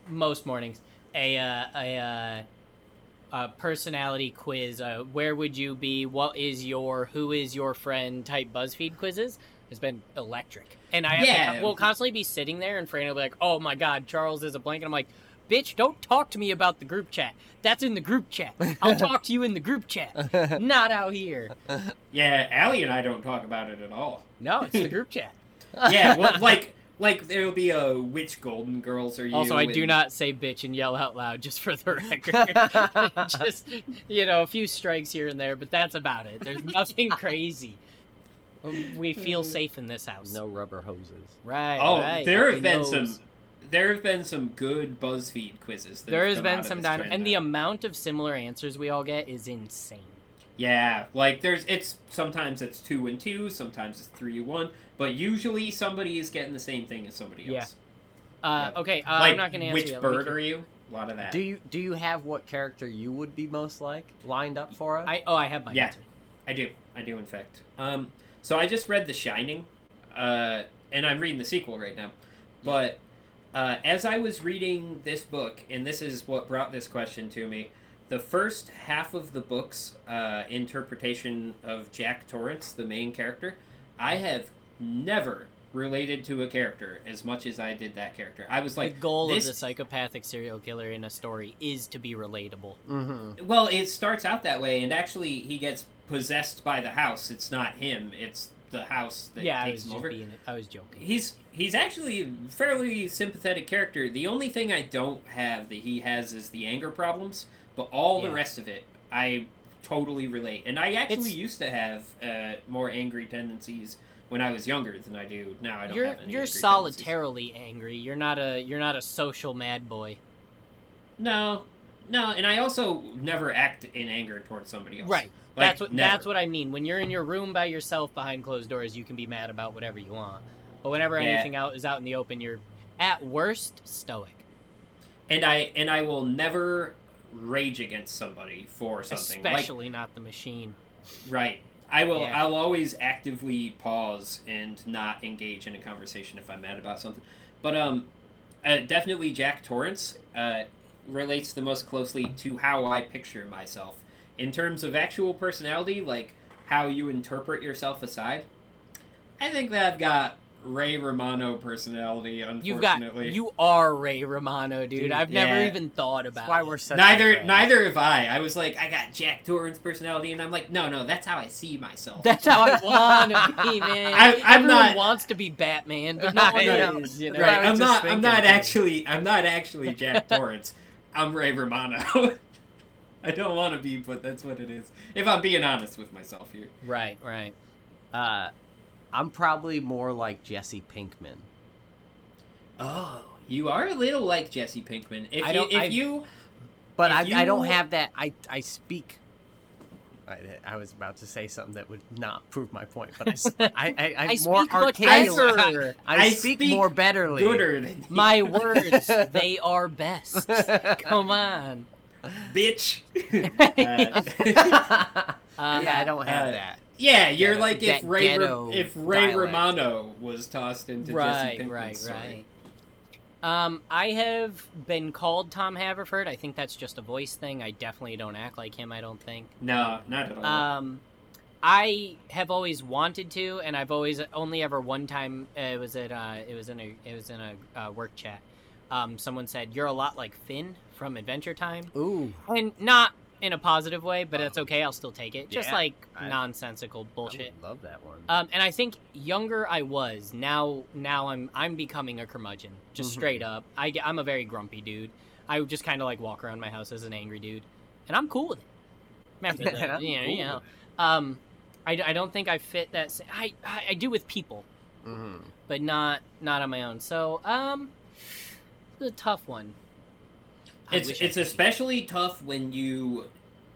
Speaker 3: most mornings, a uh, a, uh, a personality quiz. Uh, where would you be? What is your? Who is your friend? Type BuzzFeed quizzes. It's been electric, and I have
Speaker 4: Yeah.
Speaker 3: to, will constantly be sitting there, and Fran will be like, "Oh my God, Charles is a blank," and I'm like. Bitch, don't talk to me about the group chat. That's in the group chat. I'll talk to you in the group chat, not out here.
Speaker 4: Yeah, Allie and I don't talk about it
Speaker 2: [laughs]
Speaker 4: at all.
Speaker 3: No, it's the group chat.
Speaker 4: Yeah, well, like like there'll be a which Golden Girls are you?
Speaker 3: Also, I do
Speaker 4: and-
Speaker 3: not say bitch and yell out loud, just for the
Speaker 4: [laughs]
Speaker 3: record. just, you know, a few strikes here and there, but that's about it. There's nothing [laughs] crazy. Um, We feel safe in this house.
Speaker 2: no rubber hoses.
Speaker 3: Right.
Speaker 4: Uh, Oh,
Speaker 3: right.
Speaker 4: there have
Speaker 3: Nobody
Speaker 4: been
Speaker 3: knows.
Speaker 4: some. There have been some good BuzzFeed quizzes. that
Speaker 3: There
Speaker 4: have
Speaker 3: has
Speaker 4: come out
Speaker 3: been
Speaker 4: of
Speaker 3: some
Speaker 4: this
Speaker 3: dino-
Speaker 4: trend
Speaker 3: and
Speaker 4: now.
Speaker 3: the amount of similar answers we all get is insane.
Speaker 4: Yeah, like there's it's sometimes it's two and two, sometimes it's three and one, but usually somebody is getting the same thing as somebody
Speaker 3: Yeah.
Speaker 4: else.
Speaker 3: Uh,
Speaker 4: Yeah.
Speaker 3: Okay, uh,
Speaker 4: like
Speaker 3: I'm not going to answer
Speaker 4: which
Speaker 3: that. We
Speaker 4: bird
Speaker 3: can-
Speaker 4: are you? A lot of that.
Speaker 2: Do you do you have what character you would be most like lined up for us?
Speaker 3: I oh, I have my
Speaker 4: Yeah.
Speaker 3: answer.
Speaker 4: I do. I do, in fact. Um, so I just read The Shining, uh, and I'm reading the sequel right now. But uh, as I was reading this book, and this is what brought this question to me, the first half of the book's uh, interpretation of Jack Torrance, the main character, I have never related to a character as much as I did that character. I was like,
Speaker 3: the goal
Speaker 4: this-
Speaker 3: of the psychopathic serial killer in a story is to be relatable.
Speaker 2: mm-hmm.
Speaker 4: Well, it starts out that way, and actually, he gets possessed by the house. It's not him; it's the house that
Speaker 3: yeah, I was
Speaker 4: takes him
Speaker 3: just
Speaker 4: over.
Speaker 3: being, I was joking.
Speaker 4: He's he's actually a fairly sympathetic character. The only thing I don't have that he has is the anger problems, but all
Speaker 3: Yeah.
Speaker 4: the rest of it I totally relate. And I actually
Speaker 3: It's-
Speaker 4: used to have uh, more angry tendencies when I was younger than I do now. I don't
Speaker 3: you're
Speaker 4: have any.
Speaker 3: you're
Speaker 4: angry tendencies.
Speaker 3: solitarily angry. You're not a you're not a social mad boy.
Speaker 4: No, no, and I also never act in anger towards somebody else.
Speaker 3: Right.
Speaker 4: Like,
Speaker 3: that's what
Speaker 4: never.
Speaker 3: that's what I mean. When you're in your room by yourself behind closed doors, you can be mad about whatever you want. But whenever
Speaker 4: Yeah.
Speaker 3: anything out is out in the open, you're at worst stoic.
Speaker 4: and I and I will never rage against somebody for something. Like,
Speaker 3: Especially not the machine.
Speaker 4: right. I will.
Speaker 3: Yeah.
Speaker 4: I'll always actively pause and not engage in a conversation if I'm mad about something. But um, uh, definitely Jack Torrance uh, relates the most closely to how I picture myself in terms of actual personality, like how you interpret yourself aside. I think that I've got Ray Romano personality.
Speaker 3: You've got
Speaker 4: Unfortunately,
Speaker 3: you are Ray Romano, dude.
Speaker 2: Dude,
Speaker 3: I've never
Speaker 4: yeah.
Speaker 3: even thought about
Speaker 2: That's why
Speaker 3: it.
Speaker 2: we're such
Speaker 4: neither
Speaker 2: good friends.
Speaker 4: neither have I. I was like, I got Jack Torrance personality, and I'm like, no, no, that's how I see myself.
Speaker 3: That's how I want to
Speaker 4: [laughs]
Speaker 3: be, man.
Speaker 4: I- I'm
Speaker 3: Everyone
Speaker 4: not-
Speaker 3: wants to be Batman,
Speaker 4: [laughs]
Speaker 3: but not one
Speaker 4: Right.
Speaker 3: knows, you know.
Speaker 4: right.
Speaker 2: I
Speaker 4: I'm
Speaker 2: was
Speaker 4: not.
Speaker 2: just
Speaker 4: I'm not
Speaker 2: thinking.
Speaker 4: actually. I'm not actually [laughs] Jack Torrance. I'm Ray Romano. [laughs] I don't want to be, but that's what it is. If I'm being honest with myself here.
Speaker 3: Right, right.
Speaker 2: Uh, I'm probably more like Jesse Pinkman.
Speaker 4: Oh, you are a little like Jesse Pinkman. If
Speaker 3: I
Speaker 4: you,
Speaker 3: don't-
Speaker 4: if
Speaker 3: I-
Speaker 4: you,
Speaker 2: But I,
Speaker 4: If
Speaker 2: I don't
Speaker 4: you-
Speaker 2: have that. I I speak I, I was about to say something that would not prove my point, but I, s- I, I, I
Speaker 3: I
Speaker 2: more
Speaker 3: speak much
Speaker 2: articulate.
Speaker 3: better.
Speaker 2: I,
Speaker 4: I
Speaker 2: speak,
Speaker 4: speak
Speaker 2: more betterly. [laughs]
Speaker 4: Gooder [laughs] than you,
Speaker 3: My words, they are best. Come on. [laughs]
Speaker 4: bitch. Uh,
Speaker 2: [laughs] yeah,
Speaker 3: Uh,
Speaker 2: I don't have
Speaker 4: uh,
Speaker 2: that.
Speaker 4: yeah, you're
Speaker 2: Yeah,
Speaker 4: like if
Speaker 3: that
Speaker 4: Ray
Speaker 3: ghetto
Speaker 4: Ro- if Ray
Speaker 3: dialect.
Speaker 4: Romano was tossed into
Speaker 3: right,
Speaker 4: Jesse Pinkman's
Speaker 3: right,
Speaker 4: story.
Speaker 3: right. Um, I have been called Tom Haverford. I think that's just a voice thing. I definitely don't act like him. I don't think.
Speaker 4: No, not at all.
Speaker 3: Um, I have always wanted to, and I've always only ever one time. Uh, it was at uh, it was in a it was in a uh, work chat. Um, someone said you're a lot like Finn from Adventure Time,
Speaker 2: Ooh.
Speaker 3: and not in a positive way, but
Speaker 2: Oh.
Speaker 3: that's okay. I'll still take it. Just
Speaker 2: Yeah,
Speaker 3: like
Speaker 2: I-
Speaker 3: nonsensical bullshit.
Speaker 2: I would love that one.
Speaker 3: Um, and I think younger I was. Now, now I'm I'm becoming a curmudgeon, just
Speaker 2: Mhm.
Speaker 3: straight up. I get- I'm a very grumpy dude. I would just kind of like walk around my house as an angry dude, and I'm cool with it. After
Speaker 2: [laughs] And
Speaker 3: that,
Speaker 2: I'm
Speaker 3: you know, you
Speaker 2: cool
Speaker 3: know. Um, I, d- I don't think I fit that. s- I I I do with people,
Speaker 2: Mhm.
Speaker 3: but not not on my own. So um, it's a tough one. I
Speaker 4: it's
Speaker 3: wish I
Speaker 4: it's
Speaker 3: could-
Speaker 4: especially tough when you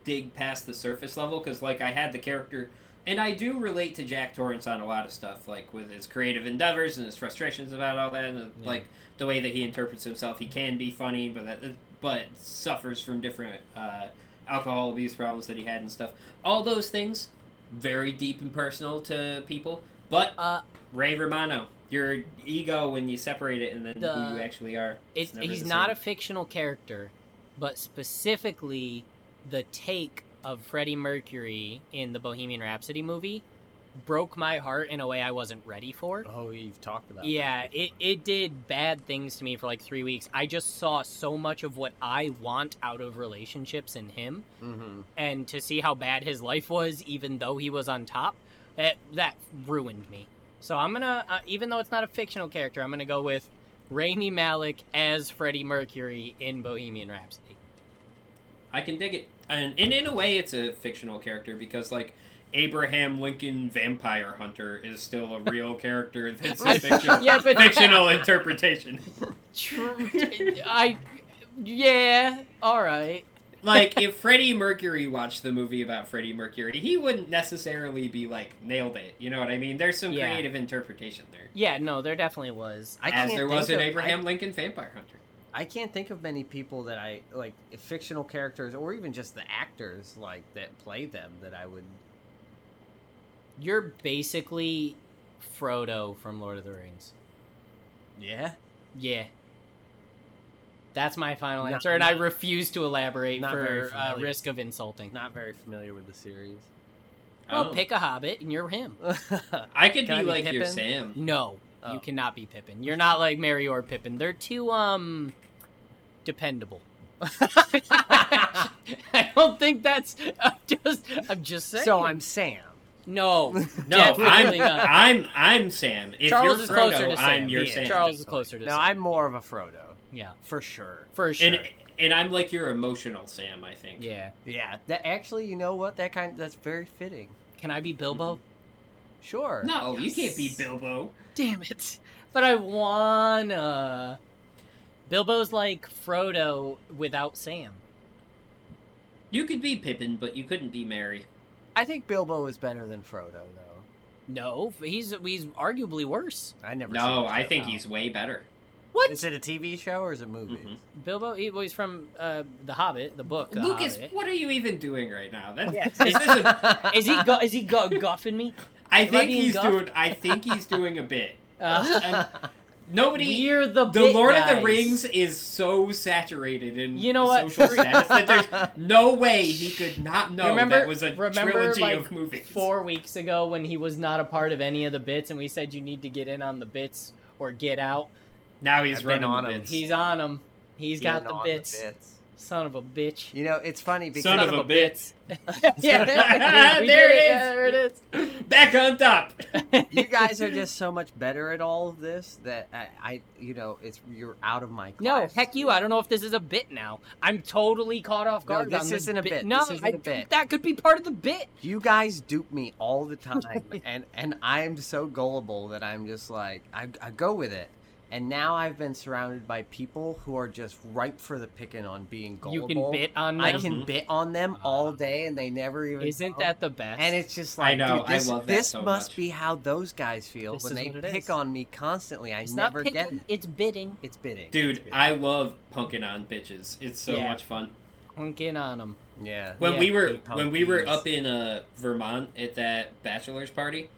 Speaker 4: dig past the surface level because like I had the character and I do relate to Jack Torrance on a lot of stuff like with his creative endeavors and his frustrations about all that and the-
Speaker 2: Yeah.
Speaker 4: like the way that he interprets himself he can be funny but that uh, but suffers from different uh, alcohol abuse problems that he had and stuff all those things very deep and personal to people but
Speaker 3: Uh,
Speaker 4: Ray Romano your ego when you separate it and then who you
Speaker 3: The-
Speaker 4: actually are
Speaker 3: It's,
Speaker 4: never
Speaker 3: he's
Speaker 4: the
Speaker 3: not
Speaker 4: same.
Speaker 3: a fictional character, but specifically the take of Freddie Mercury in the Bohemian Rhapsody movie broke my heart in a way I wasn't ready for.
Speaker 2: Oh, you've talked about. that
Speaker 3: Yeah,
Speaker 2: before.
Speaker 3: it, it did bad things to me for like three weeks. I just saw so much of what I want out of relationships in him,
Speaker 2: Mhm.
Speaker 3: and to see how bad his life was, even though he was on top, that, that ruined me. So I'm gonna, uh, even though it's not a fictional character, I'm gonna go with Rami Malik as Freddie Mercury in Bohemian Rhapsody.
Speaker 4: I can dig it. And, and in a way, it's a fictional character because, like, Abraham Lincoln Vampire Hunter is still a
Speaker 3: [laughs]
Speaker 4: real character that's a fictional,
Speaker 3: yeah, [laughs] but
Speaker 4: fictional interpretation.
Speaker 3: True. I, yeah, all right.
Speaker 4: Like, if Freddie Mercury watched the movie about Freddie Mercury, he wouldn't necessarily be like, nailed it. You know what I mean? There's some
Speaker 3: Yeah.
Speaker 4: creative interpretation there.
Speaker 3: Yeah, no, there definitely was.
Speaker 2: I
Speaker 4: as
Speaker 2: can't
Speaker 4: there was
Speaker 2: think
Speaker 4: in
Speaker 2: of- I-
Speaker 4: Abraham Lincoln Vampire Hunter.
Speaker 2: I can't think of many people that I like fictional characters or even just the actors like that play them that I would
Speaker 3: You're basically Frodo from Lord of the Rings.
Speaker 2: Yeah.
Speaker 3: Yeah. That's my final
Speaker 2: Not-
Speaker 3: answer, and I
Speaker 2: not-
Speaker 3: refuse to elaborate
Speaker 2: not very
Speaker 3: for uh,
Speaker 2: familiar.
Speaker 3: risk of insulting.
Speaker 2: Not very familiar with the series.
Speaker 3: Well,
Speaker 4: Oh.
Speaker 3: pick a hobbit and you're him.
Speaker 4: I could
Speaker 2: Can I
Speaker 4: be
Speaker 2: be
Speaker 4: like your
Speaker 2: Pippin?
Speaker 3: [laughs]
Speaker 4: Sam.
Speaker 3: No,
Speaker 2: Oh.
Speaker 3: you cannot be Pippin. You're not like Mary or Pippin. They're too um dependable. [laughs] I don't think that's. I'm just. I'm just saying.
Speaker 2: so I'm Sam.
Speaker 3: no.
Speaker 4: No,
Speaker 3: definitely
Speaker 4: I'm, [laughs]
Speaker 3: not.
Speaker 4: I'm I'm Sam. If
Speaker 3: Charles
Speaker 4: you're
Speaker 3: is closer
Speaker 4: Frodo,
Speaker 3: to Sam.
Speaker 4: I'm your
Speaker 2: Yeah.
Speaker 4: Sam.
Speaker 3: Charles is closer to.
Speaker 2: No,
Speaker 3: Sam.
Speaker 2: I'm more of a Frodo.
Speaker 3: Yeah,
Speaker 2: For sure.
Speaker 3: for sure.
Speaker 4: And and I'm like your emotional Sam, I think.
Speaker 3: yeah.
Speaker 2: Yeah. That actually, you know what? That kind that's very fitting.
Speaker 3: Can I be Bilbo?
Speaker 2: Sure.
Speaker 4: No, you can't be
Speaker 3: Yes.
Speaker 4: Bilbo.
Speaker 3: Damn it! But I wanna. Bilbo's like Frodo without Sam.
Speaker 4: You could be Pippin, but you couldn't be Mary.
Speaker 2: I think Bilbo is better than Frodo though.
Speaker 3: No, he's he's arguably worse.
Speaker 2: I never
Speaker 4: No,
Speaker 2: seen
Speaker 4: I
Speaker 2: Bilbo.
Speaker 4: think
Speaker 3: no.
Speaker 4: he's way better.
Speaker 3: What?
Speaker 2: Is it a TV show or is it movies?
Speaker 4: Mhm.
Speaker 3: Bilbo, he was from uh, The Hobbit, the book. The
Speaker 4: Lucas, [laughs]
Speaker 3: Hobbit.
Speaker 4: what are you even doing right now? That,
Speaker 3: Yeah.
Speaker 4: Mm-hmm. is this a,
Speaker 3: [laughs]
Speaker 2: [laughs]
Speaker 3: is he go- is he go- guffing me?
Speaker 4: I
Speaker 3: Am I
Speaker 4: think
Speaker 3: being
Speaker 4: he's
Speaker 3: goth?
Speaker 4: doing. I think he's doing a bit.
Speaker 3: Uh,
Speaker 4: [laughs]
Speaker 3: [laughs]
Speaker 4: Nobody.
Speaker 3: we're the
Speaker 4: The
Speaker 3: bit
Speaker 4: Lord of
Speaker 3: guys.
Speaker 4: the Rings is so saturated in
Speaker 3: You know what?
Speaker 4: social status
Speaker 3: [laughs]
Speaker 4: that there's no way he could not know
Speaker 3: Remember-
Speaker 4: that was a
Speaker 3: remember,
Speaker 4: trilogy
Speaker 3: like,
Speaker 4: of movies.
Speaker 3: Four weeks ago, when he was not a part of any of the bits, and we said you need to get in on the bits or get out.
Speaker 4: Now he's
Speaker 2: I've been
Speaker 4: running
Speaker 2: on
Speaker 4: the
Speaker 2: him.
Speaker 4: bits.
Speaker 3: He's on them. He's got
Speaker 2: Even
Speaker 3: the
Speaker 2: on
Speaker 3: bits.
Speaker 2: bits.
Speaker 3: Son of
Speaker 2: [laughs]
Speaker 3: a bitch. [laughs]
Speaker 2: You know, it's funny because
Speaker 4: Son of a bitch. [laughs]
Speaker 3: yeah, there,
Speaker 4: There
Speaker 3: there
Speaker 4: it
Speaker 3: it is.
Speaker 4: is.
Speaker 3: There it is.
Speaker 4: [laughs] Back on top.
Speaker 3: [laughs]
Speaker 2: you guys are just so much better at all of this that I, I you know, it's you're out of my
Speaker 3: No,
Speaker 2: class.
Speaker 3: heck you! I don't know if this is a bit now. I'm totally caught off
Speaker 2: No,
Speaker 3: guard.
Speaker 2: this
Speaker 3: on
Speaker 2: isn't a bit.
Speaker 3: No,
Speaker 2: This isn't
Speaker 3: I-
Speaker 2: a bit.
Speaker 3: that could be part of the bit.
Speaker 2: You guys dupe me
Speaker 3: [laughs]
Speaker 2: all the time, and and I'm so gullible that I'm just like I, I go with it, And now I've been surrounded by people who are just ripe for the picking on being
Speaker 3: You
Speaker 2: gullible.
Speaker 3: can bit on them.
Speaker 2: I can
Speaker 4: Mhm.
Speaker 2: bit on them all day, and they never even.
Speaker 3: Isn't
Speaker 2: know.
Speaker 3: that the best?
Speaker 2: And it's just
Speaker 4: I
Speaker 2: like,
Speaker 4: know,
Speaker 2: dude,
Speaker 4: I
Speaker 2: this,
Speaker 4: love that
Speaker 2: this
Speaker 4: so
Speaker 2: must
Speaker 4: much.
Speaker 2: be how those guys feel
Speaker 3: This
Speaker 2: when
Speaker 3: is
Speaker 2: they
Speaker 3: what it
Speaker 2: pick
Speaker 3: is.
Speaker 2: on me constantly. I
Speaker 3: It's not
Speaker 2: never
Speaker 3: picking.
Speaker 2: get it.
Speaker 3: It's bidding.
Speaker 2: It's bidding,
Speaker 4: Dude,
Speaker 2: It's bidding.
Speaker 4: I love punking on bitches. It's so
Speaker 3: Yeah.
Speaker 4: much fun.
Speaker 3: Hunking on
Speaker 4: [laughs]
Speaker 3: them.
Speaker 2: yeah.
Speaker 4: When
Speaker 3: Yeah,
Speaker 4: we were
Speaker 2: big
Speaker 4: when we were
Speaker 2: punkies.
Speaker 4: up in uh, Vermont at that bachelor's party,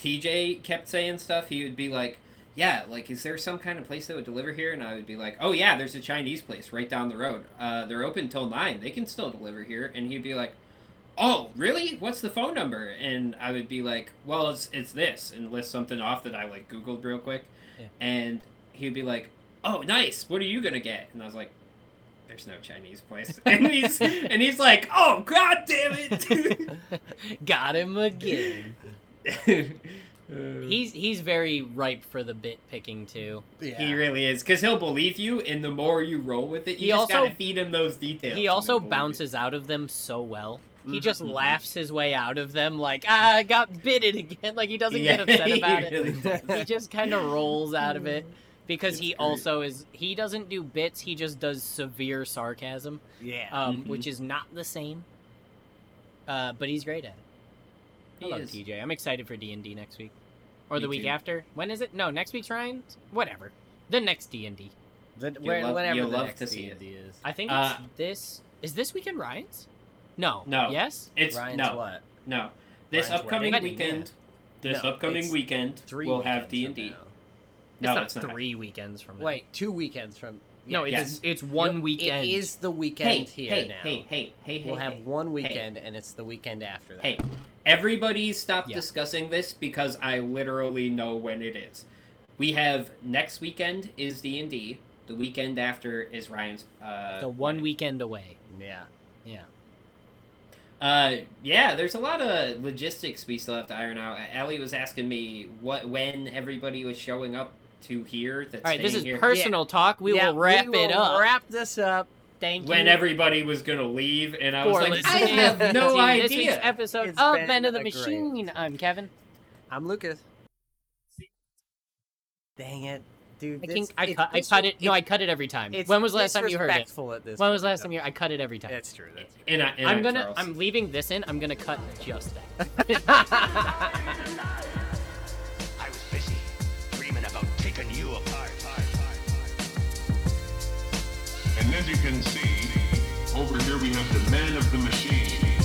Speaker 4: TJ kept saying stuff. He would be like, "Yeah, like is there some kind of place that would deliver here?" And I would be like, "Oh yeah, there's a Chinese place right down the road. Uh, they're open till nine. They can still deliver here." And he'd be like, "Oh really? What's the phone number?" And I would be like, "Well, it's it's this," and list something off that I like Googled real quick,
Speaker 3: Yeah.
Speaker 4: and he'd be like, "Oh nice. What are you gonna get?" And I was like. There's no Chinese place, [laughs] and he's and he's like, "Oh god damn it!"
Speaker 3: [laughs]
Speaker 4: [laughs]
Speaker 3: Got him again.
Speaker 4: he
Speaker 3: He's he's very ripe for the bit picking too.
Speaker 4: he really is because he'll believe you, and the more you roll with it, you
Speaker 3: He
Speaker 4: just
Speaker 3: also-
Speaker 4: gotta feed him those details. and
Speaker 3: He
Speaker 4: he'll
Speaker 3: also
Speaker 4: believe you.
Speaker 3: bounces out of them so well. He just
Speaker 4: Mhm.
Speaker 3: laughs his way out of them, like "Ah, I got bitted again. [laughs] Like he doesn't get
Speaker 4: Yeah,
Speaker 3: upset
Speaker 4: [laughs] he
Speaker 3: about it.
Speaker 4: really
Speaker 3: [laughs]
Speaker 4: does.
Speaker 3: He just kind of rolls out of it because
Speaker 4: It's
Speaker 3: he
Speaker 4: great.
Speaker 3: also is. He doesn't do bits. He just does severe sarcasm,
Speaker 2: yeah.
Speaker 3: um,
Speaker 4: Mhm.
Speaker 3: which is not the same. Uh, but he's great at it. I
Speaker 4: He
Speaker 3: love
Speaker 4: is.
Speaker 3: TJ. I'm excited for D and D next week, or
Speaker 4: Me
Speaker 3: the week
Speaker 4: too.
Speaker 3: after. When is it? No, next week's Ryan. Whatever. The next D and D.
Speaker 2: The,
Speaker 4: You'll
Speaker 2: where,
Speaker 4: love-
Speaker 2: whenever
Speaker 4: you'll
Speaker 2: the
Speaker 4: love
Speaker 2: next
Speaker 4: to see it.
Speaker 2: D&D is.
Speaker 3: I think
Speaker 4: Uh,
Speaker 3: it's this. Is this weekend Ryan's? No.
Speaker 4: No.
Speaker 3: Yes.
Speaker 4: It's
Speaker 2: Ryan's
Speaker 4: no,
Speaker 2: what?
Speaker 4: no. This
Speaker 2: Ryan's
Speaker 4: upcoming
Speaker 2: wedding,
Speaker 4: weekend, this
Speaker 2: No,
Speaker 4: upcoming
Speaker 2: it's
Speaker 4: weekend,
Speaker 2: Three
Speaker 4: we'll have D
Speaker 2: weekends
Speaker 4: and D.
Speaker 2: from now.
Speaker 4: No,
Speaker 3: it's not
Speaker 4: it's not.
Speaker 3: three weekends from now.
Speaker 2: Wait, two weekends from.
Speaker 3: No,
Speaker 2: yeah,
Speaker 3: it's
Speaker 4: Yes.
Speaker 3: it's one
Speaker 2: Yep,
Speaker 3: weekend.
Speaker 2: It is the
Speaker 4: Hey,
Speaker 2: weekend here
Speaker 4: hey,
Speaker 2: now.
Speaker 4: hey, hey, hey,
Speaker 2: We'll
Speaker 4: hey,
Speaker 2: have
Speaker 4: hey.
Speaker 2: one weekend, and it's the weekend after that.
Speaker 4: Hey, everybody stop
Speaker 3: Yeah.
Speaker 4: discussing this because I literally know when it is. We have next weekend is D&D, the weekend after is Ryan's uh
Speaker 3: the one weekend away.
Speaker 2: Yeah.
Speaker 3: Yeah.
Speaker 4: uh yeah, there's a lot of logistics we still have to iron out. Allie was asking me what when everybody was showing up to here that's
Speaker 3: All right, this
Speaker 4: staying
Speaker 3: is
Speaker 4: here.
Speaker 3: personal talk. We
Speaker 2: Yeah,
Speaker 3: will wrap
Speaker 2: we
Speaker 3: it
Speaker 2: will
Speaker 3: up.
Speaker 2: Wrap this up.
Speaker 3: Thank you.
Speaker 4: when everybody was going to leave and I
Speaker 3: for
Speaker 4: was like I
Speaker 3: listening
Speaker 4: have
Speaker 3: [laughs]
Speaker 4: no
Speaker 3: to This week's
Speaker 4: idea.
Speaker 3: episode
Speaker 2: It's
Speaker 3: of
Speaker 2: been
Speaker 3: Men of the
Speaker 2: a great
Speaker 3: Machine. I'm Kevin.
Speaker 2: I'm Lucas. Dang it, dude.
Speaker 3: I
Speaker 2: this-
Speaker 3: think I
Speaker 2: it's
Speaker 3: cut, I
Speaker 2: disres-
Speaker 3: cut it. No, I
Speaker 2: it's-
Speaker 3: cut it every time.
Speaker 2: it's
Speaker 3: When was the last time you heard it?
Speaker 2: disrespectful at this
Speaker 3: When was the
Speaker 2: point,
Speaker 3: last
Speaker 2: though.
Speaker 3: time you? I cut it every time.
Speaker 2: That's true. That's
Speaker 4: And I, and
Speaker 3: I'm gonna.
Speaker 4: Charles.
Speaker 3: I'm leaving this in. I'm gonna cut just that.
Speaker 1: I was busy dreaming about taking you apart.
Speaker 5: And as you can see, over here we have the man of the machine.